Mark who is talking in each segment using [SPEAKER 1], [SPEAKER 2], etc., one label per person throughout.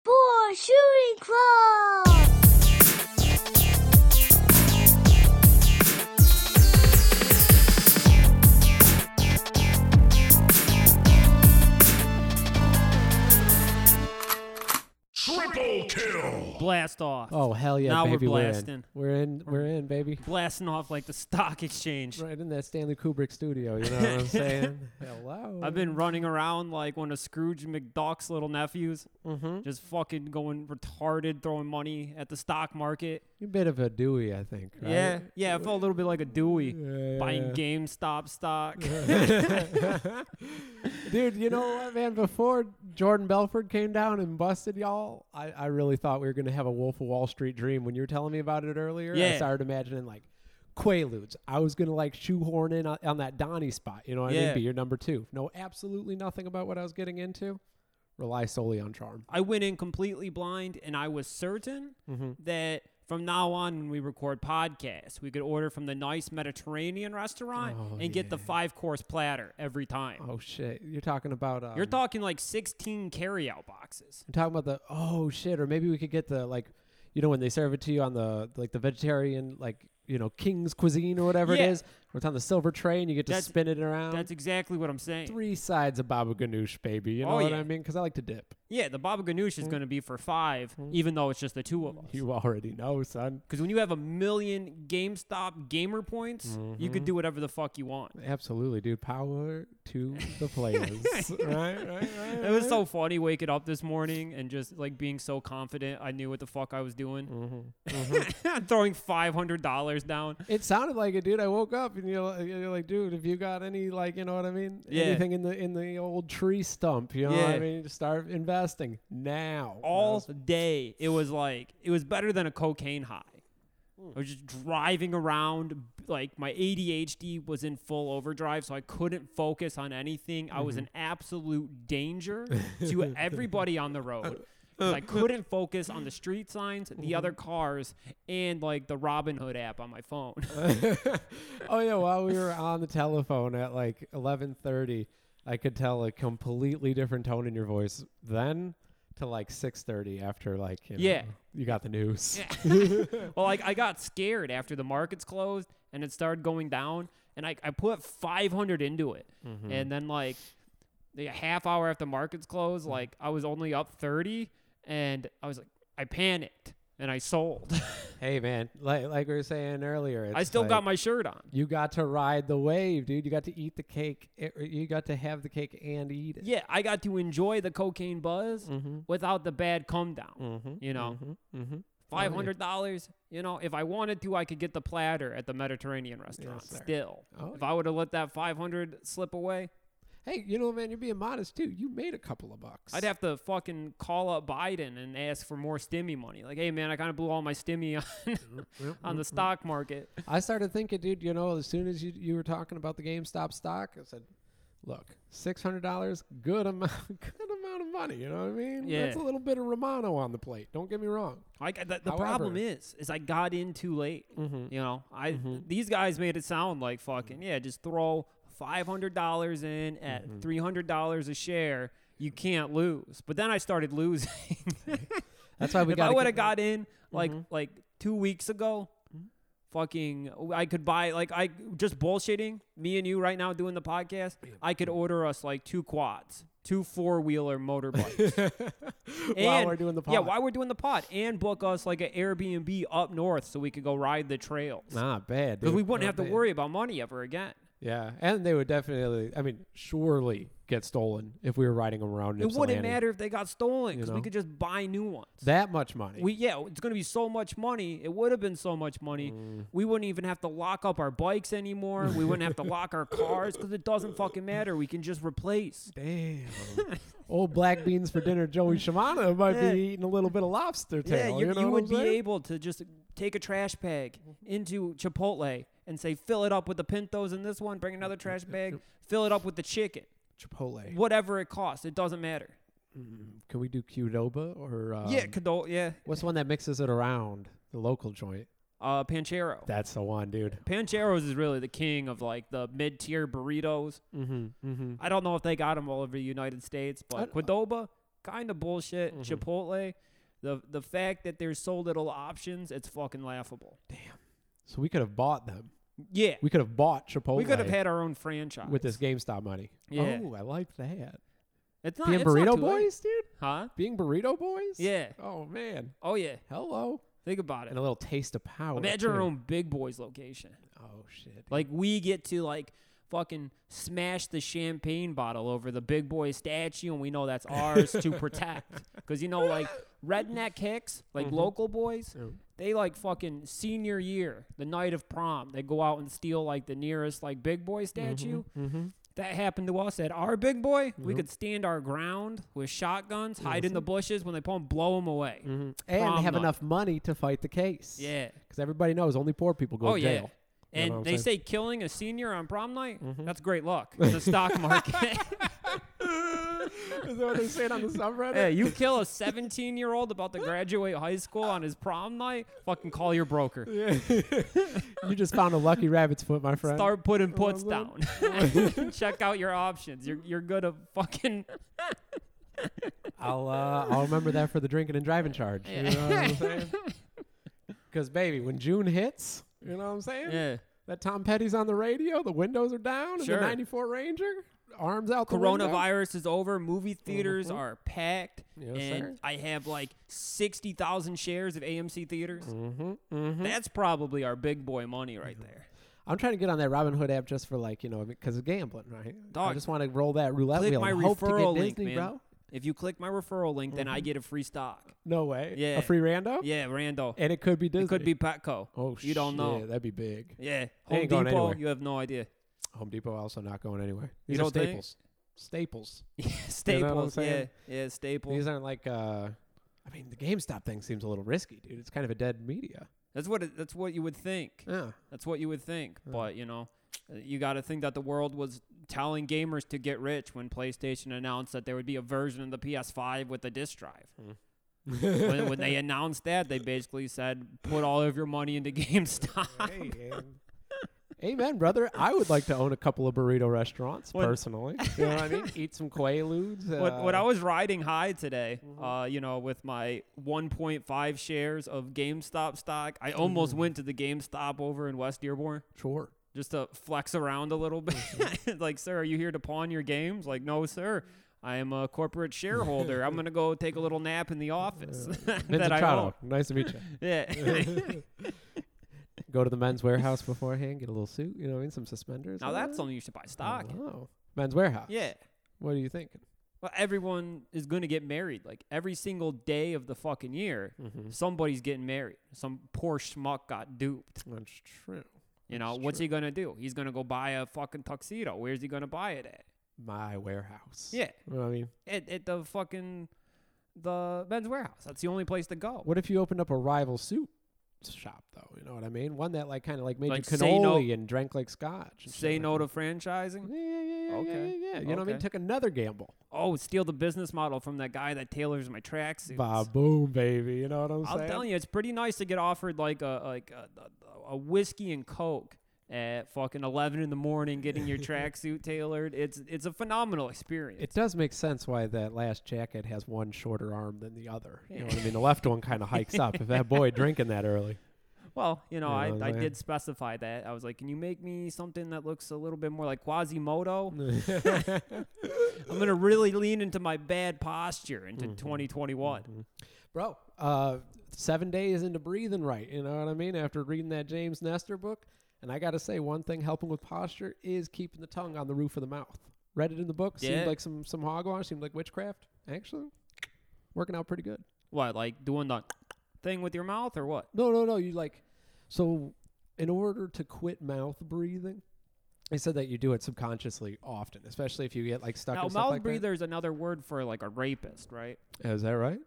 [SPEAKER 1] Star Shooting Club!
[SPEAKER 2] Triple kill.
[SPEAKER 3] Blast off.
[SPEAKER 4] Oh hell yeah,
[SPEAKER 3] Now we're
[SPEAKER 4] baby! We're, in.
[SPEAKER 3] blasting.
[SPEAKER 4] We're in. We're in, baby.
[SPEAKER 3] Blasting off like the stock exchange.
[SPEAKER 4] Right in that Stanley Kubrick studio. You know what I'm saying? Hello.
[SPEAKER 3] I've been running around like one of Scrooge McDuck's little nephews,
[SPEAKER 4] Mm-hmm.
[SPEAKER 3] just fucking going retarded, throwing money at the stock market.
[SPEAKER 4] You're a bit of a Dewey, I think. Right?
[SPEAKER 3] Yeah, yeah, I felt a little bit like a Dewey
[SPEAKER 4] Yeah,
[SPEAKER 3] buying
[SPEAKER 4] yeah.
[SPEAKER 3] GameStop stock.
[SPEAKER 4] Dude, you know what, man? Before Jordan Belford came down and busted y'all, I, I really thought we were going to have a Wolf of Wall Street dream. When you were telling me about it earlier, I
[SPEAKER 3] Yeah.
[SPEAKER 4] started imagining like Quaaludes. I was going to like shoehorn in on, on that Donnie spot. You know what I mean?
[SPEAKER 3] Yeah.
[SPEAKER 4] Be your number two. Know absolutely nothing about what I was getting into. Rely solely on charm.
[SPEAKER 3] I went in completely blind, and I was certain
[SPEAKER 4] Mm-hmm.
[SPEAKER 3] that from now on, when we record podcasts, we could order from the nice Mediterranean restaurant
[SPEAKER 4] Oh,
[SPEAKER 3] and get the
[SPEAKER 4] yeah.
[SPEAKER 3] five course platter every time.
[SPEAKER 4] Oh, shit. You're talking about. Um,
[SPEAKER 3] You're talking like 16 carryout boxes.
[SPEAKER 4] I'm talking about the oh shit, or maybe we could get the like, you know, when they serve it to you on the like the vegetarian like you know king's cuisine or whatever
[SPEAKER 3] Yeah.
[SPEAKER 4] it is. Where it's on the silver tray and you get to
[SPEAKER 3] That's-
[SPEAKER 4] spin it around.
[SPEAKER 3] That's exactly what I'm saying.
[SPEAKER 4] Three sides of baba ganoush, baby. You know
[SPEAKER 3] Oh,
[SPEAKER 4] what
[SPEAKER 3] yeah.
[SPEAKER 4] I mean? Because I like to dip.
[SPEAKER 3] Yeah, the baba ganoush is going to be for five, even though it's just the two of us.
[SPEAKER 4] You already know, son.
[SPEAKER 3] Because when you have a million GameStop gamer points, you could do whatever the fuck you want.
[SPEAKER 4] Absolutely, dude. Power to the players. right, right, right.
[SPEAKER 3] It was so funny waking up this morning and just like being so confident. I knew what the fuck I was
[SPEAKER 4] Mm-hmm.
[SPEAKER 3] doing. Throwing five hundred dollars down.
[SPEAKER 4] It sounded like it, dude. I woke up and you're, li- you're like, dude, if you got any, like, you know what I mean?
[SPEAKER 3] Yeah.
[SPEAKER 4] Anything in the in the old tree stump, you know what I
[SPEAKER 3] Yeah.
[SPEAKER 4] mean? Just start investing now.
[SPEAKER 3] All
[SPEAKER 4] That's-
[SPEAKER 3] day, it was like it was better than a cocaine high. I was just driving around, like my ADHD was in full overdrive, so I couldn't focus on anything. I was an absolute danger to everybody on the road. 'cause I couldn't focus on the street signs, the other cars, and like the Robin Hood app on my phone.
[SPEAKER 4] oh yeah, while we were on the telephone at like 11:30, I could tell a completely different tone in your voice then to like 6:30 after like you know,
[SPEAKER 3] Yeah.
[SPEAKER 4] you got the news.
[SPEAKER 3] Well, like I got scared after the markets closed and it started going down, and I, I put 500 into it,
[SPEAKER 4] Mm-hmm.
[SPEAKER 3] and then like the half hour after markets closed,
[SPEAKER 4] Mm-hmm.
[SPEAKER 3] like I was only up 30, and I was like I panicked and I sold.
[SPEAKER 4] Hey man, like like we were saying earlier,
[SPEAKER 3] I
[SPEAKER 4] it's
[SPEAKER 3] still
[SPEAKER 4] like-
[SPEAKER 3] got my shirt on.
[SPEAKER 4] You got to ride the wave, dude. You got to eat the cake. It- You got to have the cake and eat it.
[SPEAKER 3] Yeah, I got to enjoy the cocaine buzz without the bad come down. You know,
[SPEAKER 4] Mm. Mm-hmm.
[SPEAKER 3] five hundred dollars. You know, if I wanted to, I could get the platter at the Mediterranean restaurant.
[SPEAKER 4] sir.
[SPEAKER 3] still,
[SPEAKER 4] Oh,
[SPEAKER 3] if I would have let that five hundred slip away,
[SPEAKER 4] Hey, you know, man, you're being modest too. You made a couple of bucks.
[SPEAKER 3] I'd have to fucking call up Biden and ask for more stimmy money. Like, hey man, I kind of blew all my stimmy on, on the stock market.
[SPEAKER 4] I started thinking, dude. You know, as soon as you you were talking about the GameStop stock, I said, "Look, six hundred dollars, good amount, good amount of money." You know what I mean?
[SPEAKER 3] Yeah.
[SPEAKER 4] That's a little bit of Romano on the plate. Don't get me wrong.
[SPEAKER 3] Like the, the problem
[SPEAKER 4] However-
[SPEAKER 3] is, is I got in too late. You know, I these guys made it sound like fucking yeah, just throw five hundred dollars in at hundred dollars a share. You can't lose. But then I started losing.
[SPEAKER 4] That's why we
[SPEAKER 3] if I
[SPEAKER 4] got.
[SPEAKER 3] would have got in like
[SPEAKER 4] Mm-hmm.
[SPEAKER 3] like two weeks ago, fucking, I could buy like I just bullshitting me and you right now doing the podcast. I could order us like two quads, two four wheeler motorbikes.
[SPEAKER 4] while we're doing the pod.
[SPEAKER 3] yeah, while we're doing the pod, and book us like an Airbnb up north so we could go ride the trails.
[SPEAKER 4] Not bad,
[SPEAKER 3] Because
[SPEAKER 4] dude.
[SPEAKER 3] we wouldn't
[SPEAKER 4] Not
[SPEAKER 3] have to
[SPEAKER 4] bad.
[SPEAKER 3] worry about money ever again.
[SPEAKER 4] Yeah, and they would definitely. I mean, surely get stolen if we were riding them around.
[SPEAKER 3] It wouldn't
[SPEAKER 4] Ypsilanti.
[SPEAKER 3] matter if they got stolen because
[SPEAKER 4] know?
[SPEAKER 3] we could just buy new ones.
[SPEAKER 4] That much money.
[SPEAKER 3] We yeah, it's gonna be so much money. It would have been so much money.
[SPEAKER 4] Mm.
[SPEAKER 3] We wouldn't even have to lock up our bikes anymore. We wouldn't have to lock our cars because it doesn't fucking matter. We can just replace.
[SPEAKER 4] Damn. Old black beans for dinner, Joey Shimano might
[SPEAKER 3] Yeah.
[SPEAKER 4] be eating a little bit of lobster tail.
[SPEAKER 3] Yeah, you,
[SPEAKER 4] know
[SPEAKER 3] you
[SPEAKER 4] what
[SPEAKER 3] would
[SPEAKER 4] I'm
[SPEAKER 3] be
[SPEAKER 4] saying? Mm-hmm.
[SPEAKER 3] able to just take a trash bag into Chipotle and say fill it up with the pintos in this one. Bring another trash bag. Fill it up with the chicken.
[SPEAKER 4] Chipotle. Mm,
[SPEAKER 3] Whatever it costs, it doesn't matter.
[SPEAKER 4] Can we do Qdoba or um,
[SPEAKER 3] yeah, Cadol. Yeah,
[SPEAKER 4] What's the one that mixes it around the local joint?
[SPEAKER 3] uh, Panchero.
[SPEAKER 4] That's the one, dude.
[SPEAKER 3] Pancheros is really the king of like the mid tier burritos.
[SPEAKER 4] Mm-hmm. Mm-hmm.
[SPEAKER 3] I
[SPEAKER 4] Mm-hmm.
[SPEAKER 3] don't know if they got them all over the United States, but Cordoba, kind of bullshit. Chipotle, The the fact that there's so little options, it's fucking laughable.
[SPEAKER 4] So we could have bought them.
[SPEAKER 3] Yeah.
[SPEAKER 4] We could have bought Chipotle.
[SPEAKER 3] We could have had our own franchise
[SPEAKER 4] with this GameStop money.
[SPEAKER 3] Yeah.
[SPEAKER 4] Oh, I like that.
[SPEAKER 3] It's not
[SPEAKER 4] Being
[SPEAKER 3] it's not
[SPEAKER 4] burrito
[SPEAKER 3] too late.
[SPEAKER 4] boys, dude.
[SPEAKER 3] huh?
[SPEAKER 4] Being burrito boys.
[SPEAKER 3] Yeah.
[SPEAKER 4] Oh man.
[SPEAKER 3] Oh yeah.
[SPEAKER 4] Hello.
[SPEAKER 3] Think about
[SPEAKER 4] And
[SPEAKER 3] it.
[SPEAKER 4] a little taste of power.
[SPEAKER 3] Imagine our
[SPEAKER 4] too.
[SPEAKER 3] own big boys location.
[SPEAKER 4] Oh shit.
[SPEAKER 3] Like we get to like fucking smash the champagne bottle over the big boy statue, and we know that's ours to protect. Because you know, like redneck hicks, like
[SPEAKER 4] Mm-hmm.
[SPEAKER 3] local boys,
[SPEAKER 4] Oh.
[SPEAKER 3] they like fucking senior year, the night of prom, they go out and steal like the nearest like big boy
[SPEAKER 4] Mm-hmm,
[SPEAKER 3] statue. That happened to us at our big boy. We could stand our ground with shotguns, hide in the bushes when they pull 'em, blow them away.
[SPEAKER 4] Mm. And
[SPEAKER 3] Prom
[SPEAKER 4] have
[SPEAKER 3] night.
[SPEAKER 4] enough money to fight the case.
[SPEAKER 3] Yeah.
[SPEAKER 4] Because everybody knows only poor people go
[SPEAKER 3] Oh
[SPEAKER 4] to
[SPEAKER 3] yeah.
[SPEAKER 4] jail. You know
[SPEAKER 3] And
[SPEAKER 4] what I'm
[SPEAKER 3] they
[SPEAKER 4] saying? Mm-hmm.
[SPEAKER 3] say killing a senior on prom night, that's great luck. It's a stock market.
[SPEAKER 4] Is that what they say on the subreddit?
[SPEAKER 3] hey, you kill a 17 year old about to graduate high school on his prom night, fucking call your broker.
[SPEAKER 4] You just found a lucky rabbit's foot, my friend.
[SPEAKER 3] Start putting puts down.
[SPEAKER 4] Lord.
[SPEAKER 3] Check out your options. You're, you're good at fucking.
[SPEAKER 4] I'll uh, I'll remember that for the drinking and driving charge. You know what I'm saying? Because baby, when June hits, you know what I'm saying?
[SPEAKER 3] Yeah.
[SPEAKER 4] That Tom Petty's on the radio, the windows are down, and
[SPEAKER 3] Sure.
[SPEAKER 4] the '94 Ranger arms out. the window.
[SPEAKER 3] Coronavirus is over. Movie theaters are packed.
[SPEAKER 4] Mm-hmm. Yes,
[SPEAKER 3] and
[SPEAKER 4] sir.
[SPEAKER 3] I have like 60,000 shares of AMC theaters.
[SPEAKER 4] Mhm, mhm.
[SPEAKER 3] That's probably our big boy money right there.
[SPEAKER 4] I'm trying to get on that Robin Hood app just for like you know because of gambling, right? I
[SPEAKER 3] Dog,
[SPEAKER 4] just want to roll that roulette
[SPEAKER 3] click
[SPEAKER 4] wheel.
[SPEAKER 3] my
[SPEAKER 4] and hope to get
[SPEAKER 3] referral link, man.
[SPEAKER 4] Disney, bro. Mm-hmm.
[SPEAKER 3] If you click my referral link, then I get a free stock.
[SPEAKER 4] No way.
[SPEAKER 3] Yeah.
[SPEAKER 4] A free rando.
[SPEAKER 3] Yeah, Randall.
[SPEAKER 4] And it could be Disney.
[SPEAKER 3] It could be Petco.
[SPEAKER 4] Oh,
[SPEAKER 3] you don't know.
[SPEAKER 4] shit, That'd be big.
[SPEAKER 3] Yeah,
[SPEAKER 4] They
[SPEAKER 3] Home
[SPEAKER 4] ain't going
[SPEAKER 3] Depot.
[SPEAKER 4] anywhere.
[SPEAKER 3] You have no idea.
[SPEAKER 4] Home Depot also not going anywhere. These
[SPEAKER 3] You
[SPEAKER 4] are
[SPEAKER 3] don't think?
[SPEAKER 4] staples. Staples. what I'm
[SPEAKER 3] Staples. yeah,
[SPEAKER 4] saying?
[SPEAKER 3] yeah. Staples.
[SPEAKER 4] These aren't like. uh I mean, the GameStop thing seems a little risky, dude. It's kind of a dead media.
[SPEAKER 3] that's what. It, that's what you would think.
[SPEAKER 4] Yeah.
[SPEAKER 3] That's what you would think. But you know, uh, you got to think that the world was telling gamers to get rich when PlayStation announced that there would be a version of the PS5 with a disc drive.
[SPEAKER 4] Hmm.
[SPEAKER 3] when, when they announced that, they basically said, "Put all of your money into GameStop."
[SPEAKER 4] Amen, brother. I would like to own a couple of burrito restaurants
[SPEAKER 3] When-
[SPEAKER 4] personally. You know what I mean? Eat some quaaludes. Uh, Mm-hmm.
[SPEAKER 3] when, when I was riding high today, uh, you know, with my 1.5 shares of GameStop stock,
[SPEAKER 4] Mm.
[SPEAKER 3] I almost went to the GameStop over in West Dearborn
[SPEAKER 4] sure.
[SPEAKER 3] just to flex around a little bit. like, sir, are you here to pawn your games? Like, no, sir. I am a corporate shareholder. I'm gonna go take a little nap in the office that I own.
[SPEAKER 4] Vincent Trotto, nice to meet you.
[SPEAKER 3] Yeah.
[SPEAKER 4] Go to the men's warehouse beforehand, get a little suit, you know what I mean? Some suspenders.
[SPEAKER 3] now that's something you should buy stock. in.
[SPEAKER 4] Oh. Men's warehouse.
[SPEAKER 3] Yeah.
[SPEAKER 4] What are you thinking?
[SPEAKER 3] Well, everyone is going to get married. Like every single day of the fucking year,
[SPEAKER 4] Mm-hmm.
[SPEAKER 3] somebody's getting married. Some poor schmuck got duped.
[SPEAKER 4] That's true.
[SPEAKER 3] You know,
[SPEAKER 4] That's
[SPEAKER 3] what's he gonna do? He's gonna go buy a fucking tuxedo. Where's he gonna buy it at?
[SPEAKER 4] My warehouse.
[SPEAKER 3] Yeah.
[SPEAKER 4] You know what I mean?
[SPEAKER 3] At, at the fucking the men's warehouse. That's the only place to go.
[SPEAKER 4] What if you opened up a rival soup shop though? You know what I mean? One that like kind of like made
[SPEAKER 3] Like,
[SPEAKER 4] you
[SPEAKER 3] say no-
[SPEAKER 4] cannoli and drank like scotch. and shit
[SPEAKER 3] Say
[SPEAKER 4] like
[SPEAKER 3] no
[SPEAKER 4] that.
[SPEAKER 3] to franchising?
[SPEAKER 4] Yeah, yeah, yeah, yeah,
[SPEAKER 3] Okay.
[SPEAKER 4] yeah, yeah. You know what I mean?
[SPEAKER 3] Okay.
[SPEAKER 4] Took another gamble.
[SPEAKER 3] Oh, steal the business model from that guy that tailors my tracksuits.
[SPEAKER 4] Bah, boom, baby. You know what I'm
[SPEAKER 3] I'll
[SPEAKER 4] saying?
[SPEAKER 3] tell you, it's pretty nice to get offered like a like a, a- a whiskey and coke at fucking eleven in the morning, getting your tracksuit tailored. It's it's a phenomenal experience.
[SPEAKER 4] It does make sense why that last jacket has one shorter arm than the other. You know what I mean? The left one kind of hikes up. If that boy drinking that early,
[SPEAKER 3] Well, you know,
[SPEAKER 4] You
[SPEAKER 3] I,
[SPEAKER 4] know what
[SPEAKER 3] I
[SPEAKER 4] I'm saying?
[SPEAKER 3] did specify that. I was like, can you make me something that looks a little bit more like Quasimodo? I'm going to really lean into my bad posture into
[SPEAKER 4] Mm-hmm.
[SPEAKER 3] 2021.
[SPEAKER 4] bro. Uh, seven days into breathing right. You know what I mean? After reading that James Nestor book, and I gotta say, one thing helping with posture is keeping the tongue on the roof of the mouth. Read it in the book.
[SPEAKER 3] Yeah.
[SPEAKER 4] Seemed like some some hogwash. Seemed like witchcraft. Actually, working out pretty good.
[SPEAKER 3] What, like doing the thing with your mouth or what?
[SPEAKER 4] No, no, no. You like so in order to quit mouth breathing, I said that you do it subconsciously often, especially if you get like stuck
[SPEAKER 3] Now,
[SPEAKER 4] in stuff
[SPEAKER 3] mouth
[SPEAKER 4] like
[SPEAKER 3] breather is another word for like a rapist, right?
[SPEAKER 4] that. Is that right?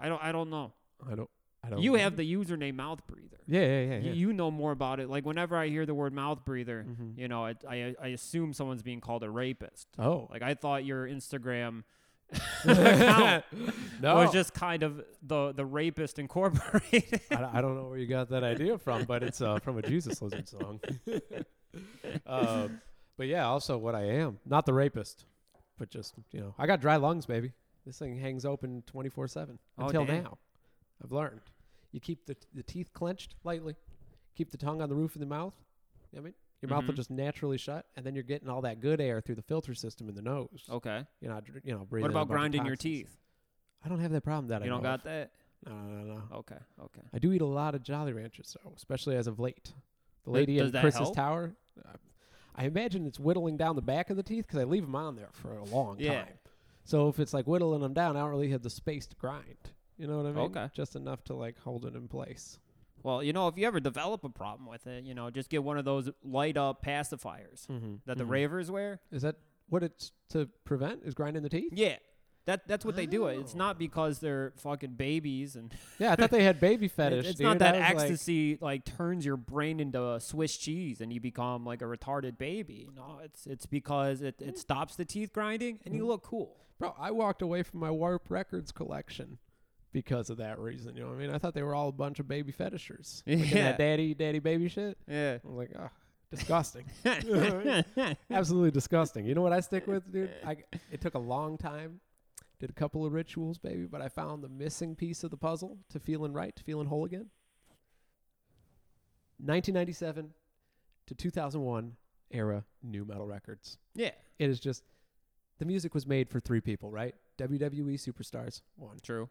[SPEAKER 3] I don't I don't know.
[SPEAKER 4] I don't. I don't.
[SPEAKER 3] You
[SPEAKER 4] know.
[SPEAKER 3] have the username mouth breather.
[SPEAKER 4] Yeah, yeah, yeah.
[SPEAKER 3] Y-
[SPEAKER 4] yeah.
[SPEAKER 3] You know more about it. Like whenever I hear the word mouth breather,
[SPEAKER 4] Mm-hmm.
[SPEAKER 3] you know, it, I I assume someone's being called a rapist.
[SPEAKER 4] oh,
[SPEAKER 3] Like I thought your Instagram account
[SPEAKER 4] no.
[SPEAKER 3] was just kind of the the rapist incorporated.
[SPEAKER 4] I, I don't know where you got that idea from, but it's uh, from a Jesus Lizard song. um, but yeah, also what I am, not the rapist, but just you know, I got dry lungs, baby. This thing hangs open twenty four seven
[SPEAKER 3] Oh,
[SPEAKER 4] until
[SPEAKER 3] damn.
[SPEAKER 4] now. I've learned. You keep the, the teeth clenched lightly, keep the tongue on the roof of the mouth. You know what I mean, your mouth
[SPEAKER 3] Mm-hmm.
[SPEAKER 4] will just naturally shut, and then you're getting all that good air through the filter system in the nose.
[SPEAKER 3] Okay.
[SPEAKER 4] You're not, dr- you know, breathing.
[SPEAKER 3] Oh. What
[SPEAKER 4] in
[SPEAKER 3] about
[SPEAKER 4] a bunch of
[SPEAKER 3] grinding your
[SPEAKER 4] toxins.
[SPEAKER 3] teeth?
[SPEAKER 4] I don't have that problem. That
[SPEAKER 3] You
[SPEAKER 4] I
[SPEAKER 3] don't
[SPEAKER 4] know of.
[SPEAKER 3] got that?
[SPEAKER 4] No, no, no, no.
[SPEAKER 3] Okay. Okay.
[SPEAKER 4] I do eat a lot of Jolly Ranchers, though, especially as of late. The
[SPEAKER 3] Th-
[SPEAKER 4] lady
[SPEAKER 3] does
[SPEAKER 4] in
[SPEAKER 3] that
[SPEAKER 4] Chris's
[SPEAKER 3] help?
[SPEAKER 4] tower. uh, I imagine it's whittling down the back of the teeth because I leave them on there for a long
[SPEAKER 3] Yeah.
[SPEAKER 4] time. So if it's like whittling them down, I don't really have the space to grind. You know what I mean?
[SPEAKER 3] Okay.
[SPEAKER 4] Just enough to like hold it in place.
[SPEAKER 3] Well, you know, if you ever develop a problem with it, you know, just get one of those light up pacifiers
[SPEAKER 4] Mm-hmm.
[SPEAKER 3] that the ravers wear.
[SPEAKER 4] Is that what it's to prevent? Is grinding the teeth?
[SPEAKER 3] Yeah. That that's what they do it. It's
[SPEAKER 4] Oh.
[SPEAKER 3] not because they're fucking babies and
[SPEAKER 4] Yeah, I thought they had baby fetish.
[SPEAKER 3] it's
[SPEAKER 4] dude.
[SPEAKER 3] not that
[SPEAKER 4] I was like-
[SPEAKER 3] ecstasy like, turns your brain into a Swiss cheese and you become like a retarded baby. No, it's it's because it, it stops the teeth grinding and you look cool.
[SPEAKER 4] Bro, I walked away from my Warp Records collection because of that reason. You know what I mean? I thought they were all a bunch of baby fetishers. Like in
[SPEAKER 3] Yeah.
[SPEAKER 4] that daddy, daddy, baby shit.
[SPEAKER 3] Yeah.
[SPEAKER 4] I was like, ah, disgusting. Absolutely disgusting. You know what I stick with, dude? I, it took a long time. Did a couple of rituals, baby, but I found the missing piece of the puzzle to feeling right, to feeling whole again. 1997 to 2001 era new metal records.
[SPEAKER 3] yeah.
[SPEAKER 4] It is just the music was made for three people, right? WWE superstars, one.
[SPEAKER 3] True.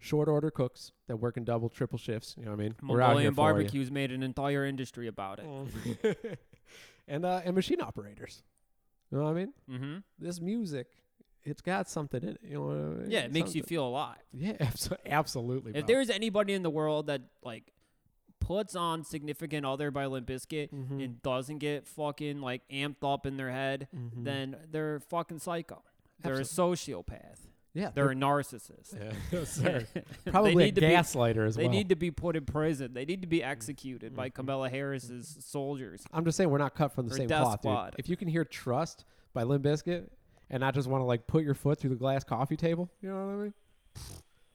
[SPEAKER 4] Short order cooks that work in double, triple shifts. You know what I mean?
[SPEAKER 3] Mongolian
[SPEAKER 4] for you.
[SPEAKER 3] barbecues made an entire industry about it.
[SPEAKER 4] Mm. and uh, and machine operators. You know what I mean?
[SPEAKER 3] Mm-hmm.
[SPEAKER 4] This music, it's got something in it. You know what I mean?
[SPEAKER 3] Yeah, it makes you
[SPEAKER 4] Something.
[SPEAKER 3] feel alive.
[SPEAKER 4] Yeah, abso- absolutely.
[SPEAKER 3] If
[SPEAKER 4] bro.
[SPEAKER 3] there's anybody in the world that like puts on significant other by Limp Bizkit
[SPEAKER 4] Mhm.
[SPEAKER 3] and doesn't get fucking like amped up in their head,
[SPEAKER 4] Mm-hmm.
[SPEAKER 3] then they're fucking psycho. They're a sociopath.
[SPEAKER 4] yeah,
[SPEAKER 3] They're a narcissist.
[SPEAKER 4] they're- yeah, sir. probably a
[SPEAKER 3] need to be-
[SPEAKER 4] gaslighter as
[SPEAKER 3] They
[SPEAKER 4] well.
[SPEAKER 3] need to be put in prison. They need to be executed by Camilla Harris's soldiers.
[SPEAKER 4] I'm just saying we're not cut from the
[SPEAKER 3] Or
[SPEAKER 4] same
[SPEAKER 3] Death
[SPEAKER 4] cloth,
[SPEAKER 3] Squad.
[SPEAKER 4] dude. If you can hear "Trust" by Limp Bizkit and not just want to like put your foot through the glass coffee table, you know what I mean?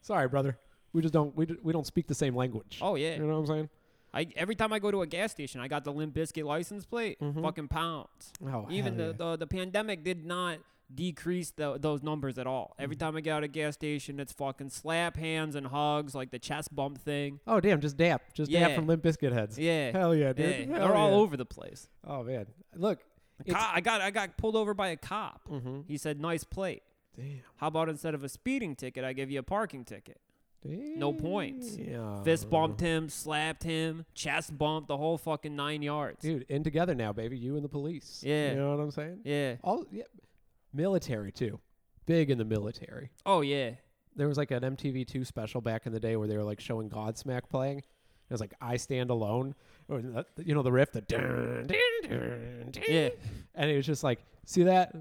[SPEAKER 4] Sorry, brother. We just don't we, d- we don't speak the same language.
[SPEAKER 3] Oh yeah.
[SPEAKER 4] You know what I'm saying?
[SPEAKER 3] I every time I go to a gas station, I got the Limp Bizkit license plate. Fucking pounds.
[SPEAKER 4] Oh,
[SPEAKER 3] Even
[SPEAKER 4] hell
[SPEAKER 3] the, the the pandemic did not decrease tho- those numbers at all. Every
[SPEAKER 4] Mm-hmm.
[SPEAKER 3] time I get out of a gas station, it's fucking slap hands and hugs, like the chest bump thing.
[SPEAKER 4] Oh damn, just dap, just dap
[SPEAKER 3] Yeah.
[SPEAKER 4] from Limp Bizkit heads.
[SPEAKER 3] Yeah,
[SPEAKER 4] hell yeah, dude.
[SPEAKER 3] Yeah,
[SPEAKER 4] Hell
[SPEAKER 3] they're all
[SPEAKER 4] yeah.
[SPEAKER 3] over the place.
[SPEAKER 4] Oh man, look,
[SPEAKER 3] Co-
[SPEAKER 4] it's, Mm-hmm.
[SPEAKER 3] I got I got pulled over by a cop. He said, "Nice plate.
[SPEAKER 4] damn,
[SPEAKER 3] How about instead of a speeding ticket, I give you a parking ticket?"
[SPEAKER 4] damn,
[SPEAKER 3] No points. Fist
[SPEAKER 4] Oh.
[SPEAKER 3] bumped him, slapped him, chest bumped the whole fucking nine yards.
[SPEAKER 4] dude. In together now, baby. You and the police.
[SPEAKER 3] Yeah.
[SPEAKER 4] you know what I'm saying.
[SPEAKER 3] Yeah.
[SPEAKER 4] All yeah, military too. Big in the military.
[SPEAKER 3] Oh yeah.
[SPEAKER 4] There was like an MTV2 special back in the day where they were like showing Godsmack playing. It was like I Stand Alone, or the- you know the riff, the dun, dun, dun, dun.
[SPEAKER 3] Yeah.
[SPEAKER 4] and it was just like, see that?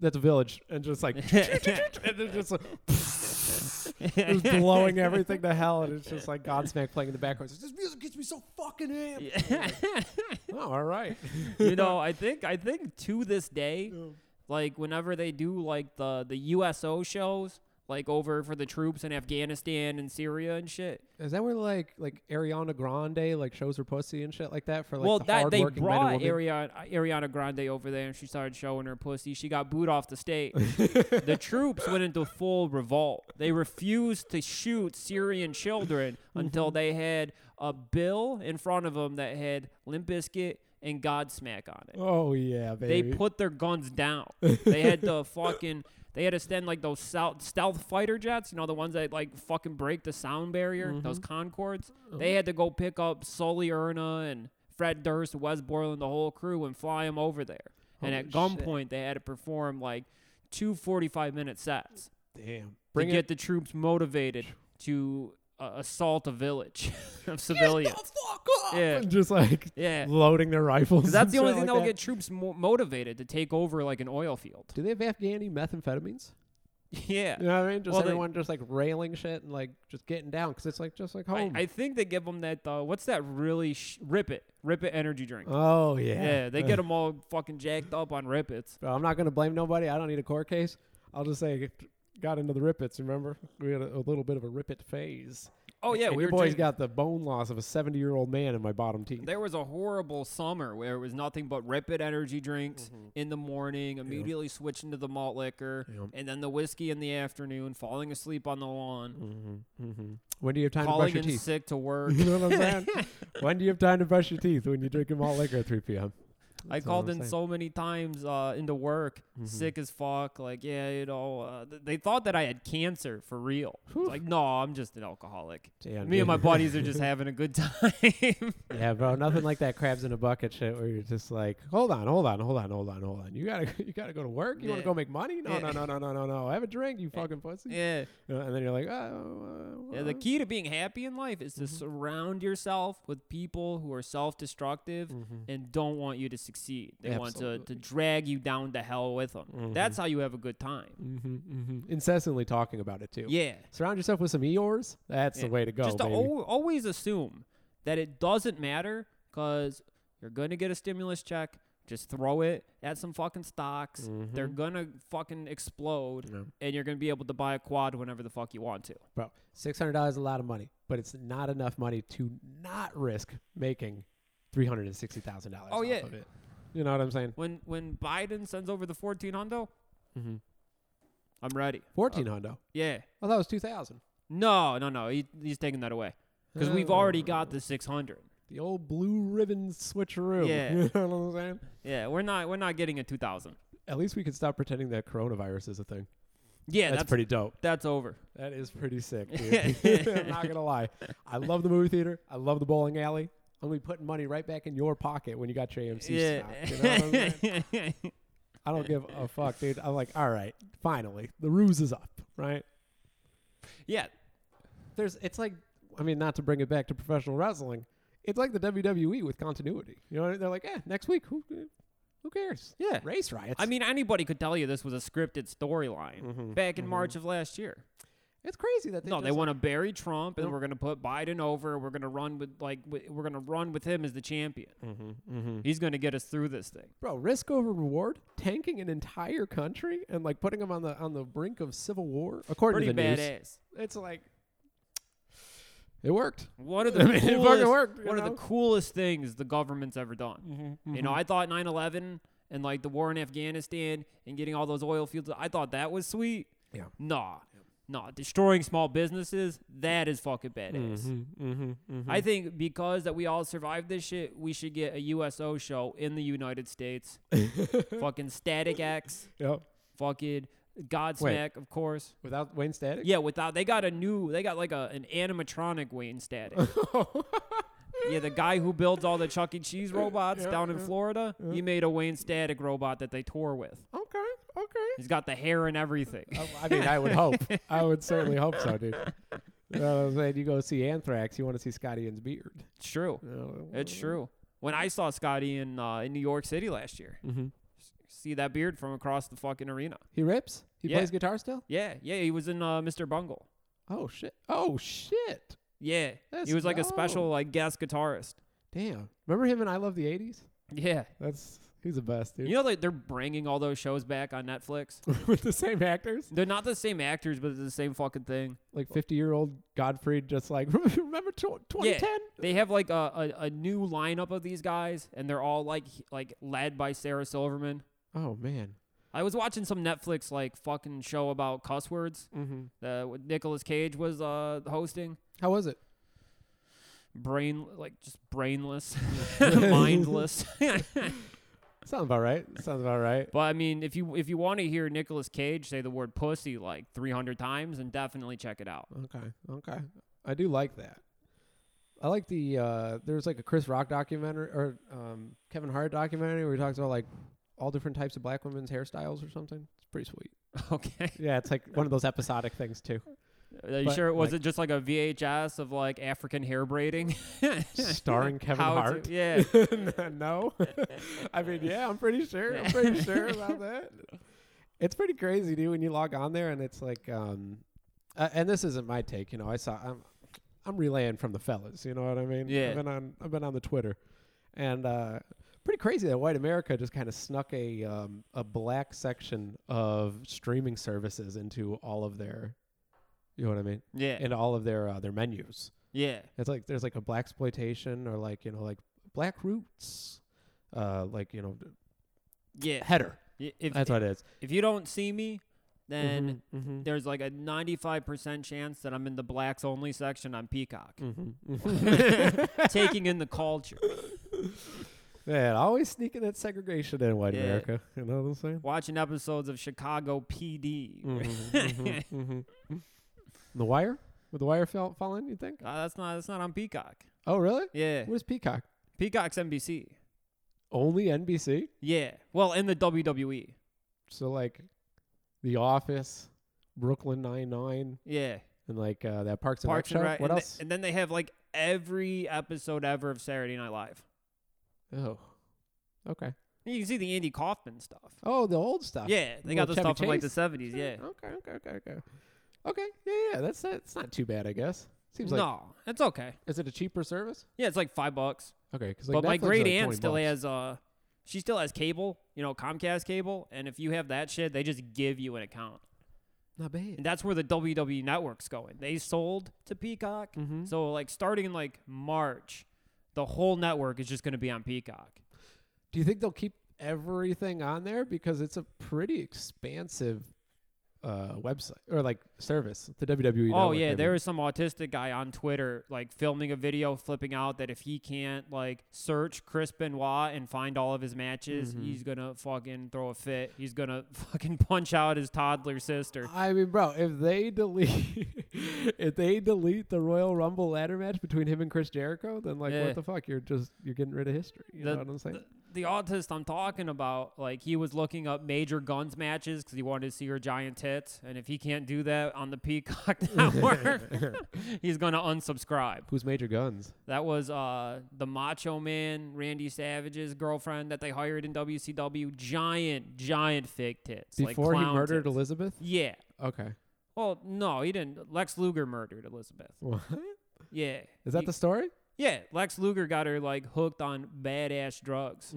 [SPEAKER 4] That's a village, and just like, and then just like, it was blowing everything to hell, and it's just like Godsmack playing in the background. It's just, this music gets me so fucking amped. Oh, all right.
[SPEAKER 3] you know, I think I think to this day, like whenever they do like the the USO shows, like over for the troops in Afghanistan and Syria and shit.
[SPEAKER 4] Is that where like like Ariana Grande like shows her pussy and shit like that for like
[SPEAKER 3] well,
[SPEAKER 4] the
[SPEAKER 3] that they
[SPEAKER 4] hardworking men
[SPEAKER 3] brought
[SPEAKER 4] and women?
[SPEAKER 3] Ariana, Ariana Grande over there, and she started showing her pussy. She got booed off the stage. the troops went into full revolt. They refused to shoot Syrian children
[SPEAKER 4] Mm-hmm.
[SPEAKER 3] until they had a bill in front of them that had Limp Bizkit and Godsmack on it.
[SPEAKER 4] Oh yeah,
[SPEAKER 3] they
[SPEAKER 4] baby.
[SPEAKER 3] put their guns down. they had to fucking. They had to send like those sou- stealth fighter jets, you know, the ones that like fucking break the sound barrier,
[SPEAKER 4] Mm-hmm.
[SPEAKER 3] those Concords.
[SPEAKER 4] Oh.
[SPEAKER 3] They had to go pick up Sully Erna and Fred Durst, Wes Borland, the whole crew, and fly them over there. and at
[SPEAKER 4] Holy shit.
[SPEAKER 3] gunpoint, they had to perform like two 45 minute sets
[SPEAKER 4] Damn.
[SPEAKER 3] to
[SPEAKER 4] Bring
[SPEAKER 3] get
[SPEAKER 4] it.
[SPEAKER 3] the troops motivated to uh, assault a village of civilians. Yeah.
[SPEAKER 4] And just like
[SPEAKER 3] Yeah.
[SPEAKER 4] loading their rifles.
[SPEAKER 3] 'Cause that's the
[SPEAKER 4] and
[SPEAKER 3] only
[SPEAKER 4] shit
[SPEAKER 3] thing that
[SPEAKER 4] like
[SPEAKER 3] will get troops mo- motivated to take over like an oil field.
[SPEAKER 4] Do they have Afghani methamphetamines?
[SPEAKER 3] Yeah.
[SPEAKER 4] You know what I mean? Just
[SPEAKER 3] Uh, Well, they-
[SPEAKER 4] everyone just like railing shit and like just getting down because it's like just like
[SPEAKER 3] I,
[SPEAKER 4] home.
[SPEAKER 3] I think they give them that. Uh, what's that really? Sh- Rip it, Rip it energy drink.
[SPEAKER 4] oh yeah.
[SPEAKER 3] yeah. they get them all fucking jacked up on Rip It's.
[SPEAKER 4] Bro, I'm not gonna blame nobody. I don't need a court case. I'll just say it got into the rippets. Remember, we had a, a little bit of a rippet phase.
[SPEAKER 3] Oh yeah,
[SPEAKER 4] and
[SPEAKER 3] we
[SPEAKER 4] your
[SPEAKER 3] were
[SPEAKER 4] boy's
[SPEAKER 3] just-
[SPEAKER 4] got the bone loss of a 70 year old man in my bottom teeth.
[SPEAKER 3] There was a horrible summer where it was nothing but Ripid energy drinks
[SPEAKER 4] Mm-hmm.
[SPEAKER 3] in the morning, immediately switching to the malt liquor,
[SPEAKER 4] Yep.
[SPEAKER 3] and then the whiskey in the afternoon, falling asleep on the lawn,
[SPEAKER 4] When do you have time to
[SPEAKER 3] Mm-hmm,
[SPEAKER 4] brush
[SPEAKER 3] calling
[SPEAKER 4] your
[SPEAKER 3] in
[SPEAKER 4] teeth?
[SPEAKER 3] sick to work.
[SPEAKER 4] You know what I'm saying? when do you have time to brush your teeth when you drink drinking malt liquor at 3 p.m.?
[SPEAKER 3] I
[SPEAKER 4] all
[SPEAKER 3] called
[SPEAKER 4] I'm
[SPEAKER 3] in
[SPEAKER 4] saying. Mm-hmm.
[SPEAKER 3] so many times uh, into work, sick as fuck. Like, yeah, you know, uh, th- they thought that I had cancer for real. It's
[SPEAKER 4] Whew.
[SPEAKER 3] like, no, I'm just an alcoholic.
[SPEAKER 4] Damn,
[SPEAKER 3] Me and my
[SPEAKER 4] dude.
[SPEAKER 3] buddies are just having a good time.
[SPEAKER 4] Yeah, bro, nothing like that crabs in a bucket shit where you're just like, hold on, hold on, hold on, hold on, hold on. You gotta, you gotta go to work. You want
[SPEAKER 3] Yeah.
[SPEAKER 4] to go make money? No,
[SPEAKER 3] Yeah.
[SPEAKER 4] no, no, no, no, no, no. Have a drink, you fucking pussy.
[SPEAKER 3] yeah.
[SPEAKER 4] You know, and then you're like, oh, uh,
[SPEAKER 3] Yeah, the
[SPEAKER 4] well." Mm-hmm.
[SPEAKER 3] key to being happy in life is to surround yourself with people who are self-destructive
[SPEAKER 4] mm-hmm.
[SPEAKER 3] and don't want you to succeed. They want to,
[SPEAKER 4] Mm. Absolutely. Mm-hmm.
[SPEAKER 3] to drag you down to hell with them. That's how you have a good time.
[SPEAKER 4] Mhm, mhm. incessantly talking about it too.
[SPEAKER 3] Mm-hmm. Yeah.
[SPEAKER 4] Surround yourself with some Eeyores. That's
[SPEAKER 3] Yeah.
[SPEAKER 4] the way to go.
[SPEAKER 3] Just to
[SPEAKER 4] baby.
[SPEAKER 3] al- always assume that it doesn't matter because you're going to get a stimulus check. Just throw it at some fucking stocks.
[SPEAKER 4] Mm-hmm.
[SPEAKER 3] They're going to fucking explode
[SPEAKER 4] Yeah.
[SPEAKER 3] and you're going to be able to buy a quad whenever the fuck you want to.
[SPEAKER 4] bro. Six hundred dollars is a lot of money, but it's not enough money to not risk making three hundred and sixty thousand dollars.
[SPEAKER 3] Oh,
[SPEAKER 4] off
[SPEAKER 3] yeah.
[SPEAKER 4] of it. you know what I'm saying?
[SPEAKER 3] When when Biden sends over the 14 Hondo, Mm-hmm.
[SPEAKER 4] Mhm.
[SPEAKER 3] I'm ready.
[SPEAKER 4] Fourteen hundo.
[SPEAKER 3] Yeah.
[SPEAKER 4] Oh, that was two thousand.
[SPEAKER 3] No, no, no. He, he's taking that away because we've already
[SPEAKER 4] Oh.
[SPEAKER 3] got the 600.
[SPEAKER 4] The old blue ribbon switcheroo.
[SPEAKER 3] Yeah.
[SPEAKER 4] you know what I'm saying?
[SPEAKER 3] Yeah, we're not we're not getting a 2000.
[SPEAKER 4] At least we could stop pretending that coronavirus is a thing.
[SPEAKER 3] Yeah,
[SPEAKER 4] that's,
[SPEAKER 3] that's
[SPEAKER 4] pretty dope.
[SPEAKER 3] That's over.
[SPEAKER 4] That is pretty sick, dude. I'm not gonna lie. I love the movie theater. I love the bowling alley. I'm gonna be putting money right back in your pocket when you got your AMC
[SPEAKER 3] yeah.
[SPEAKER 4] stock. You know what I'm saying? I don't give a fuck, dude. I'm like, all right, finally, the ruse is up, right?
[SPEAKER 3] yeah.
[SPEAKER 4] There's, it's like, I mean, not to bring it back to professional wrestling, it's like the WWE with continuity. You know, they're like, eh, next week, who, who cares?
[SPEAKER 3] Yeah.
[SPEAKER 4] race riots.
[SPEAKER 3] I mean, anybody could tell you this was a scripted storyline
[SPEAKER 4] Mhm,
[SPEAKER 3] back in March of last year.
[SPEAKER 4] it's crazy that they
[SPEAKER 3] no,
[SPEAKER 4] just,
[SPEAKER 3] they
[SPEAKER 4] like-
[SPEAKER 3] want to bury Trump, and
[SPEAKER 4] Nope.
[SPEAKER 3] we're going to put Biden over. We're going to run with like w- we're going to run with him as the champion. He's going to get us through this thing.
[SPEAKER 4] bro, risk over reward, tanking an entire country and like putting them on the on the brink of civil war. According
[SPEAKER 3] Pretty
[SPEAKER 4] to the news,
[SPEAKER 3] badass.
[SPEAKER 4] it's like, it worked.
[SPEAKER 3] One of the
[SPEAKER 4] I mean, it fucking
[SPEAKER 3] coolest,
[SPEAKER 4] worked, you
[SPEAKER 3] one of the
[SPEAKER 4] know? Mm-hmm,
[SPEAKER 3] coolest things the government's ever done. You know, I thought 9/11 and like the war in Afghanistan and getting all those oil fields, I thought that was sweet.
[SPEAKER 4] Yeah.
[SPEAKER 3] Nah, nah, destroying small businesses, that is fucking
[SPEAKER 4] mm-hmm.
[SPEAKER 3] badass. I think because that we all survived this shit, we should get a USO show in the United States. fucking Static X,
[SPEAKER 4] Yep.
[SPEAKER 3] fucking Godsmack, of course.
[SPEAKER 4] Without Wayne Static.
[SPEAKER 3] Yeah, without they got a new, they got like a an animatronic Wayne Static. yeah, the guy who builds all the Chuck E. Cheese robots down in Florida, he made a Wayne Static robot that they tour with.
[SPEAKER 4] Okay. Okay.
[SPEAKER 3] He's got the hair and everything.
[SPEAKER 4] I- I mean, I would hope. I would certainly hope so, dude. You know what I'm saying? You go see Anthrax, you want to see Scotty Ian's beard.
[SPEAKER 3] It's true.
[SPEAKER 4] You know?
[SPEAKER 3] It's true. When I saw Scotty in uh, in New York City last year, see that beard from across the fucking arena.
[SPEAKER 4] He rips. He
[SPEAKER 3] Yeah.
[SPEAKER 4] plays guitar still.
[SPEAKER 3] Yeah, yeah, he was in uh, Mr. Bungle.
[SPEAKER 4] Oh shit. Oh shit.
[SPEAKER 3] Yeah,
[SPEAKER 4] That's
[SPEAKER 3] he was like a
[SPEAKER 4] dope.
[SPEAKER 3] special like guest guitarist.
[SPEAKER 4] Damn. Remember him and I Love the '80s?
[SPEAKER 3] Yeah,
[SPEAKER 4] That's he's the best, dude.
[SPEAKER 3] you know like they're bringing all those shows back on Netflix.
[SPEAKER 4] With the same actors,
[SPEAKER 3] They're not the same actors, but it's the same fucking thing.
[SPEAKER 4] like 50 year old Godfrey, just like remember tw- 2010.
[SPEAKER 3] They have like a, a, a new lineup of these guys, and they're all like h- like led by Sarah Silverman.
[SPEAKER 4] Oh man.
[SPEAKER 3] I was watching some Netflix like fucking show about cuss words
[SPEAKER 4] Mm-hmm.
[SPEAKER 3] that Nicolas Cage was uh, hosting.
[SPEAKER 4] How was it?
[SPEAKER 3] Brain like just brainless, mindless.
[SPEAKER 4] Sounds about right. Sounds about right.
[SPEAKER 3] but I mean, if you if you want to hear Nicolas Cage say the word pussy like 300 times, then definitely check it out.
[SPEAKER 4] Okay. Okay. I do like that. I like the uh there's like a Chris Rock documentary or um Kevin Hart documentary where he talks about like all different types of black women's hairstyles or something. It's pretty sweet.
[SPEAKER 3] Okay,
[SPEAKER 4] Yeah, it's like one of those episodic things too.
[SPEAKER 3] are you
[SPEAKER 4] But,
[SPEAKER 3] sure? Was
[SPEAKER 4] like-
[SPEAKER 3] it just like a VHS of like African hair braiding?
[SPEAKER 4] Starring Kevin
[SPEAKER 3] How to-
[SPEAKER 4] Hart.
[SPEAKER 3] yeah.
[SPEAKER 4] no. I mean, yeah, I'm pretty sure. I'm pretty sure about that. It's pretty crazy, dude, when you log on there and it's like um uh, and this isn't my take, you know. I saw I'm I'm relaying from the fellas, you know what I mean?
[SPEAKER 3] Yeah.
[SPEAKER 4] I've been on I've been on the Twitter. And uh pretty crazy that white America just kind of snuck a um a black section of streaming services into all of their You know what I mean?
[SPEAKER 3] Yeah.
[SPEAKER 4] In all of their uh, their menus.
[SPEAKER 3] yeah.
[SPEAKER 4] It's like there's like a black exploitation or like you know like black roots, uh, like you know
[SPEAKER 3] Yeah.
[SPEAKER 4] header.
[SPEAKER 3] Y- If,
[SPEAKER 4] That's what it is.
[SPEAKER 3] if you don't see me, then
[SPEAKER 4] Mhm, mhm.
[SPEAKER 3] there's like a 95% chance that I'm in the blacks only section on Peacock,
[SPEAKER 4] Mm. Mm-hmm.
[SPEAKER 3] taking in the culture.
[SPEAKER 4] Man, always sneaking that segregation in white
[SPEAKER 3] Yeah.
[SPEAKER 4] America. You know what I'm saying?
[SPEAKER 3] Watching episodes of Chicago Uh, PD.
[SPEAKER 4] Mm.
[SPEAKER 3] Mm-hmm,
[SPEAKER 4] The Wire? Would The Wire fall, fall in? You think?
[SPEAKER 3] Uh, that's not that's not on Peacock.
[SPEAKER 4] Oh, really?
[SPEAKER 3] Yeah.
[SPEAKER 4] Where's Peacock?
[SPEAKER 3] Peacock's NBC.
[SPEAKER 4] Only NBC.
[SPEAKER 3] Yeah. Well, in the E. WWE.
[SPEAKER 4] So like, The Office, Brooklyn Nine Nine,
[SPEAKER 3] Yeah.
[SPEAKER 4] and like uh, that Parks and
[SPEAKER 3] Parks and
[SPEAKER 4] Rec show.
[SPEAKER 3] Rec.
[SPEAKER 4] What
[SPEAKER 3] and, the-
[SPEAKER 4] else?
[SPEAKER 3] and then they have like every episode ever of Saturday Night Live.
[SPEAKER 4] oh, okay.
[SPEAKER 3] You can see the Andy Kaufman stuff.
[SPEAKER 4] Oh, the old stuff.
[SPEAKER 3] Yeah, they got the
[SPEAKER 4] Little Chevy
[SPEAKER 3] stuff from like the
[SPEAKER 4] Chase?
[SPEAKER 3] 70s. Yeah.
[SPEAKER 4] Okay. Okay. Okay. Okay. Okay. Yeah. Yeah. That's that's not too bad, I guess. Seems like.
[SPEAKER 3] no, it's okay.
[SPEAKER 4] Is it a cheaper service?
[SPEAKER 3] Yeah, it's like five bucks.
[SPEAKER 4] Okay. Because
[SPEAKER 3] but my great aunt still has uh she still has cable, you know, Comcast cable, and if you have that shit, they just give you an account.
[SPEAKER 4] Not bad.
[SPEAKER 3] And that's where the WWE network's going. They sold to Peacock.
[SPEAKER 4] Mhm.
[SPEAKER 3] So like starting in like March, the whole network is just going to be on Peacock.
[SPEAKER 4] Do you think they'll keep everything on there because it's a pretty expansive uh, website or like service? The WWE.
[SPEAKER 3] oh
[SPEAKER 4] network, I
[SPEAKER 3] yeah,
[SPEAKER 4] mean.
[SPEAKER 3] there was some autistic guy on Twitter like filming a video flipping out that if he can't like search Chris Benoit and find all of his matches, he's going to fucking throw a fit. He's going to fucking punch out his toddler sister.
[SPEAKER 4] I mean, bro, if they delete if they delete the Royal Rumble ladder match between him and Chris Jericho, then like
[SPEAKER 3] Yeah.
[SPEAKER 4] what the fuck? You're just you're getting rid of history. You
[SPEAKER 3] The-
[SPEAKER 4] know what I'm saying?
[SPEAKER 3] the autist I'm talking about, like he was looking up major guns matches because he wanted to see her giant tits, and if he can't do that on the Peacock Network, he's gonna unsubscribe.
[SPEAKER 4] Who's Major Guns?
[SPEAKER 3] That was uh, the Macho Man, Randy Savage's girlfriend that they hired in WCW. Giant, giant fake tits.
[SPEAKER 4] Before
[SPEAKER 3] like
[SPEAKER 4] he
[SPEAKER 3] clown
[SPEAKER 4] murdered
[SPEAKER 3] tits.
[SPEAKER 4] Elizabeth?
[SPEAKER 3] Yeah.
[SPEAKER 4] Okay.
[SPEAKER 3] Well, no, he didn't. Lex Luger murdered Elizabeth.
[SPEAKER 4] What?
[SPEAKER 3] Yeah.
[SPEAKER 4] Is that
[SPEAKER 3] He-
[SPEAKER 4] the story?
[SPEAKER 3] yeah, Lex Luger got her like hooked on badass drugs.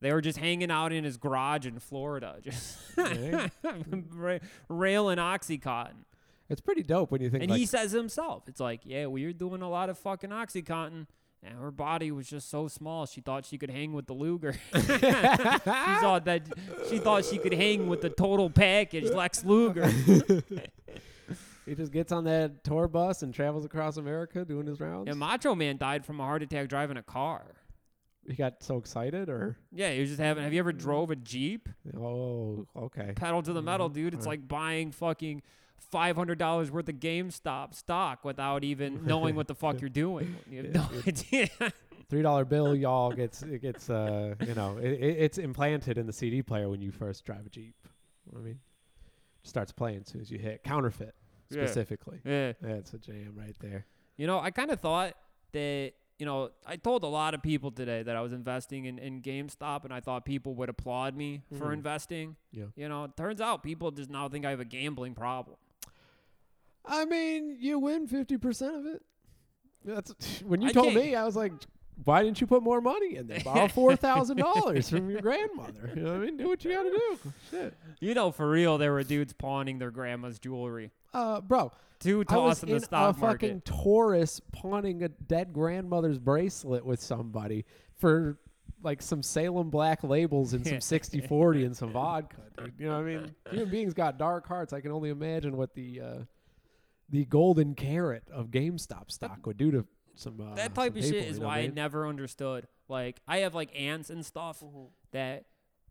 [SPEAKER 3] they were just hanging out in his garage in Florida, just
[SPEAKER 4] Yeah.
[SPEAKER 3] ra- railing OxyContin.
[SPEAKER 4] It's pretty dope when you think
[SPEAKER 3] And
[SPEAKER 4] like,
[SPEAKER 3] he says himself, it's like, yeah, we were doing a lot of fucking OxyContin. And her body was just so small, she thought she could hang with the Luger. she thought that she thought she could hang with the total package, Lex Luger.
[SPEAKER 4] he just gets on that tour bus and travels across America doing his rounds.
[SPEAKER 3] and Macho Man died from a heart attack driving a car.
[SPEAKER 4] he got so excited or
[SPEAKER 3] Yeah, he was just having. Have you ever drove a Jeep?
[SPEAKER 4] oh okay
[SPEAKER 3] pedal to the metal, dude.
[SPEAKER 4] Mm-hmm.
[SPEAKER 3] It's like buying fucking five hundred dollars worth of GameStop stock without even knowing what the fuck you're doing. You have no idea.
[SPEAKER 4] three dollar bill y'all gets it gets uh you know it, it, it's implanted in the cd player when you first drive a jeep i mean starts playing as soon as you hit counterfeit
[SPEAKER 3] Yeah.
[SPEAKER 4] specifically
[SPEAKER 3] yeah.
[SPEAKER 4] that's a jam right there
[SPEAKER 3] You know, I kind of thought that, you know, I told a lot of people today that I was investing in, in GameStop and I thought people would applaud me for investing.
[SPEAKER 4] Hmm. Yeah.
[SPEAKER 3] You know, it turns out people just now think I have a gambling problem.
[SPEAKER 4] i mean you win 50% of it that's when you
[SPEAKER 3] I
[SPEAKER 4] told
[SPEAKER 3] can't-
[SPEAKER 4] me i was like why didn't you put more money in there borrow four thousand dollars from your grandmother you know what i mean do what you gotta do shit
[SPEAKER 3] You know, for real, there were dudes pawning their grandma's jewelry
[SPEAKER 4] uh bro
[SPEAKER 3] to
[SPEAKER 4] I was
[SPEAKER 3] toss in the
[SPEAKER 4] in
[SPEAKER 3] stock
[SPEAKER 4] a
[SPEAKER 3] market.
[SPEAKER 4] fucking Taurus pawning a dead grandmother's bracelet with somebody for like some Salem black labels and some 60-40 and some vodka. Dude. You know what I mean? Human beings got dark hearts. I can only imagine what the uh, the golden carrot of GameStop stock would do to some uh,
[SPEAKER 3] that type
[SPEAKER 4] some
[SPEAKER 3] of shit
[SPEAKER 4] people,
[SPEAKER 3] is
[SPEAKER 4] you
[SPEAKER 3] why
[SPEAKER 4] know what
[SPEAKER 3] I
[SPEAKER 4] I mean?
[SPEAKER 3] never understood. Like I have like aunts and stuff
[SPEAKER 4] Mm-hmm.
[SPEAKER 3] that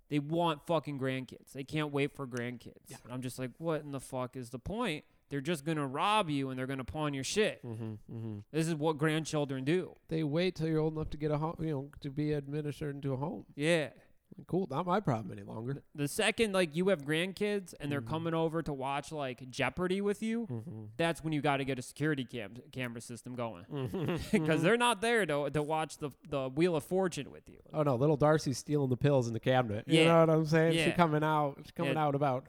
[SPEAKER 3] they want fucking grandkids. They can't wait for grandkids. And I'm just like, what in the fuck is the point? They're just gonna rob you and they're gonna pawn your shit.
[SPEAKER 4] Mm-hmm,
[SPEAKER 3] This is what grandchildren do.
[SPEAKER 4] they wait till you're old enough to get a home, you know, to be administered into a home.
[SPEAKER 3] Yeah.
[SPEAKER 4] Cool, not my problem any longer.
[SPEAKER 3] The second like you have grandkids and
[SPEAKER 4] Mm.
[SPEAKER 3] they're coming over to watch like Jeopardy with you,
[SPEAKER 4] Mm-hmm.
[SPEAKER 3] that's when you got to get a security cam- camera system going
[SPEAKER 4] Mm-hmm.
[SPEAKER 3] because they're not there to to watch the the Wheel of Fortune with you.
[SPEAKER 4] Oh no, little Darcy's stealing the pills in the cabinet. You
[SPEAKER 3] Yeah.
[SPEAKER 4] know what I'm saying? She
[SPEAKER 3] Yeah.
[SPEAKER 4] coming out. She's coming
[SPEAKER 3] Yeah.
[SPEAKER 4] out about